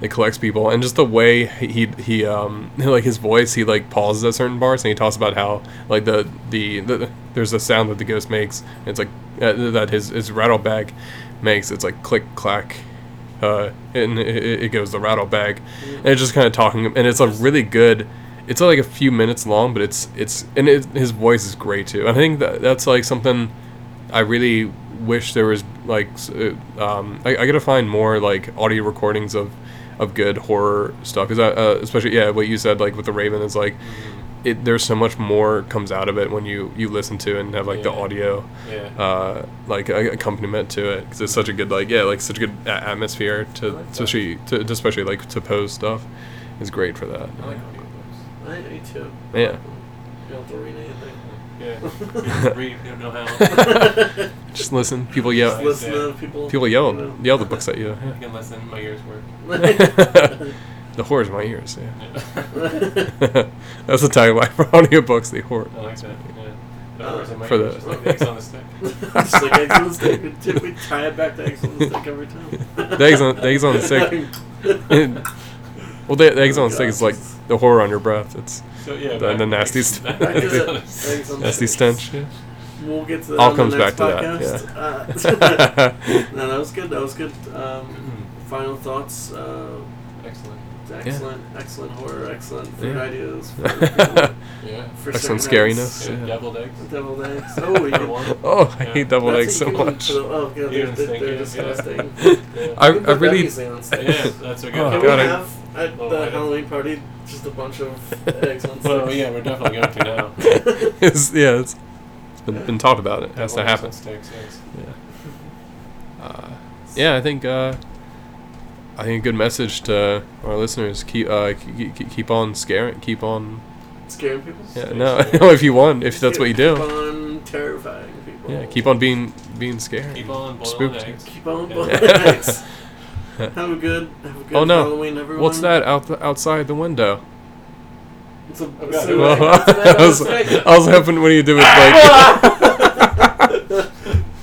S2: it collects people, and just the way he he um *laughs* like his voice, he like pauses at certain parts, and he talks about how like the the, the there's a sound that the ghost makes, and it's like uh, that his his rattle bag makes, it's like click clack. Uh, and it, it goes the rattle bag, and it's just kind of talking, and it's a really good it's like a few minutes long, but it's it's and it, his voice is great too. I think that that's like something I really wish there was like s- uh, um, I, I gotta find more like audio recordings of of good horror stuff because uh, especially yeah what you said like with the Raven is like
S3: Mm-hmm.
S2: it there's so much more comes out of it when you you listen to it and have like the
S3: Yeah.
S2: audio
S3: Yeah.
S2: uh, like a- accompaniment to it because it's such a good like yeah like such a good a- atmosphere to
S3: I like that.
S2: especially to, to especially like to pose stuff is great for that
S3: I like audiobooks.
S1: I, me too.
S2: Yeah.
S1: You don't have to read anything.
S2: *laughs*
S3: Yeah. Read, don't know how.
S2: Just listen. People yell.
S1: Just listen to people.
S2: People yell.
S1: you know.
S2: Yell the books at you.
S3: I can listen, my ears
S1: *laughs*
S3: work. *laughs*
S2: *laughs* The horrors in my ears. Yeah. *laughs*
S1: Yeah.
S2: That's the tagline for *laughs* audiobooks. The horror.
S3: I like that. Yeah. The horse in my
S2: For
S3: ears,
S2: the-
S3: just like the eggs on the stick.
S1: *laughs* *laughs* Just
S2: *laughs*
S1: like eggs on the stick. We t- We tie it back to eggs on the stick every time.
S2: The eggs on- the eggs on the
S1: *laughs*
S2: stick. well, the, the eggs on the stick is like the horror on your breath. It's
S3: So yeah,
S2: The-
S3: back-
S2: the nasty
S3: eggs-
S2: st-
S3: back to the-
S1: Eggs on the
S2: *laughs* nasty stench. Yeah.
S1: We'll get to that.
S2: All
S1: on
S2: comes
S1: the next
S2: back to
S1: podcast.
S2: that,
S1: Uh, *laughs*
S2: yeah.
S1: no, that was good. That was good. Um,
S3: Hmm.
S1: final thoughts. Uh,
S3: Excellent.
S1: excellent, excellent horror. Excellent food
S2: Yeah. *laughs*
S1: ideas. For,
S3: Yeah.
S1: for
S2: Excellent
S1: certain
S2: scariness.
S1: eggs.
S3: Yeah,
S2: Yeah.
S3: Deviled eggs.
S1: Deviled eggs.
S3: *laughs*
S1: Oh,
S3: Number
S1: yeah.
S3: one.
S2: *laughs* oh, I hate
S3: Yeah.
S2: double
S1: That's
S2: eggs so
S1: what you can
S2: much.
S1: put- Oh god,
S3: You
S1: they're,
S3: don't
S1: they're,
S3: think
S1: they're
S3: it is, yeah. *laughs*
S1: disgusting.
S2: *laughs* I, I
S1: We can put
S2: really.
S1: brownies on
S2: *laughs*
S1: steak.
S3: Yeah, that's a good.
S2: Oh,
S1: Can
S2: God,
S1: we
S2: I-
S1: have at
S3: Oh,
S1: the
S3: I-
S1: Halloween party just a bunch
S2: *laughs*
S1: of eggs on steak?
S3: Well, yeah, we're definitely going to now.
S2: it's, yeah, it's been, been talked about. It has
S3: Deviled
S2: to
S3: eggs
S2: happen.
S3: on Sticks, yes.
S2: Yeah. Uh, yeah, I think uh, I think a good message to our listeners: keep uh, keep, keep on scaring, keep on.
S1: Scaring people?
S2: Yeah,
S3: Stay
S2: no, *laughs*
S3: scared.
S2: no, if you want, if that's what you
S1: Keep
S2: do,
S1: on terrifying people.
S2: yeah, keep on being being scared.
S3: Keep on boiling
S2: Spooked. *laughs*
S3: eggs.
S1: Keep on
S3: Yeah.
S1: boiling eggs. Have a good, have a good
S2: Oh, no.
S1: Halloween, everyone.
S2: What's that out the, outside the window? *laughs*
S1: It's a,
S3: Oh,
S1: it's
S3: God.
S1: an egg.
S2: Well,
S1: It's an egg.
S2: *laughs* I was
S1: It's an egg.
S2: I was hoping when you do it like
S3: *laughs*
S2: *laughs*
S1: *laughs*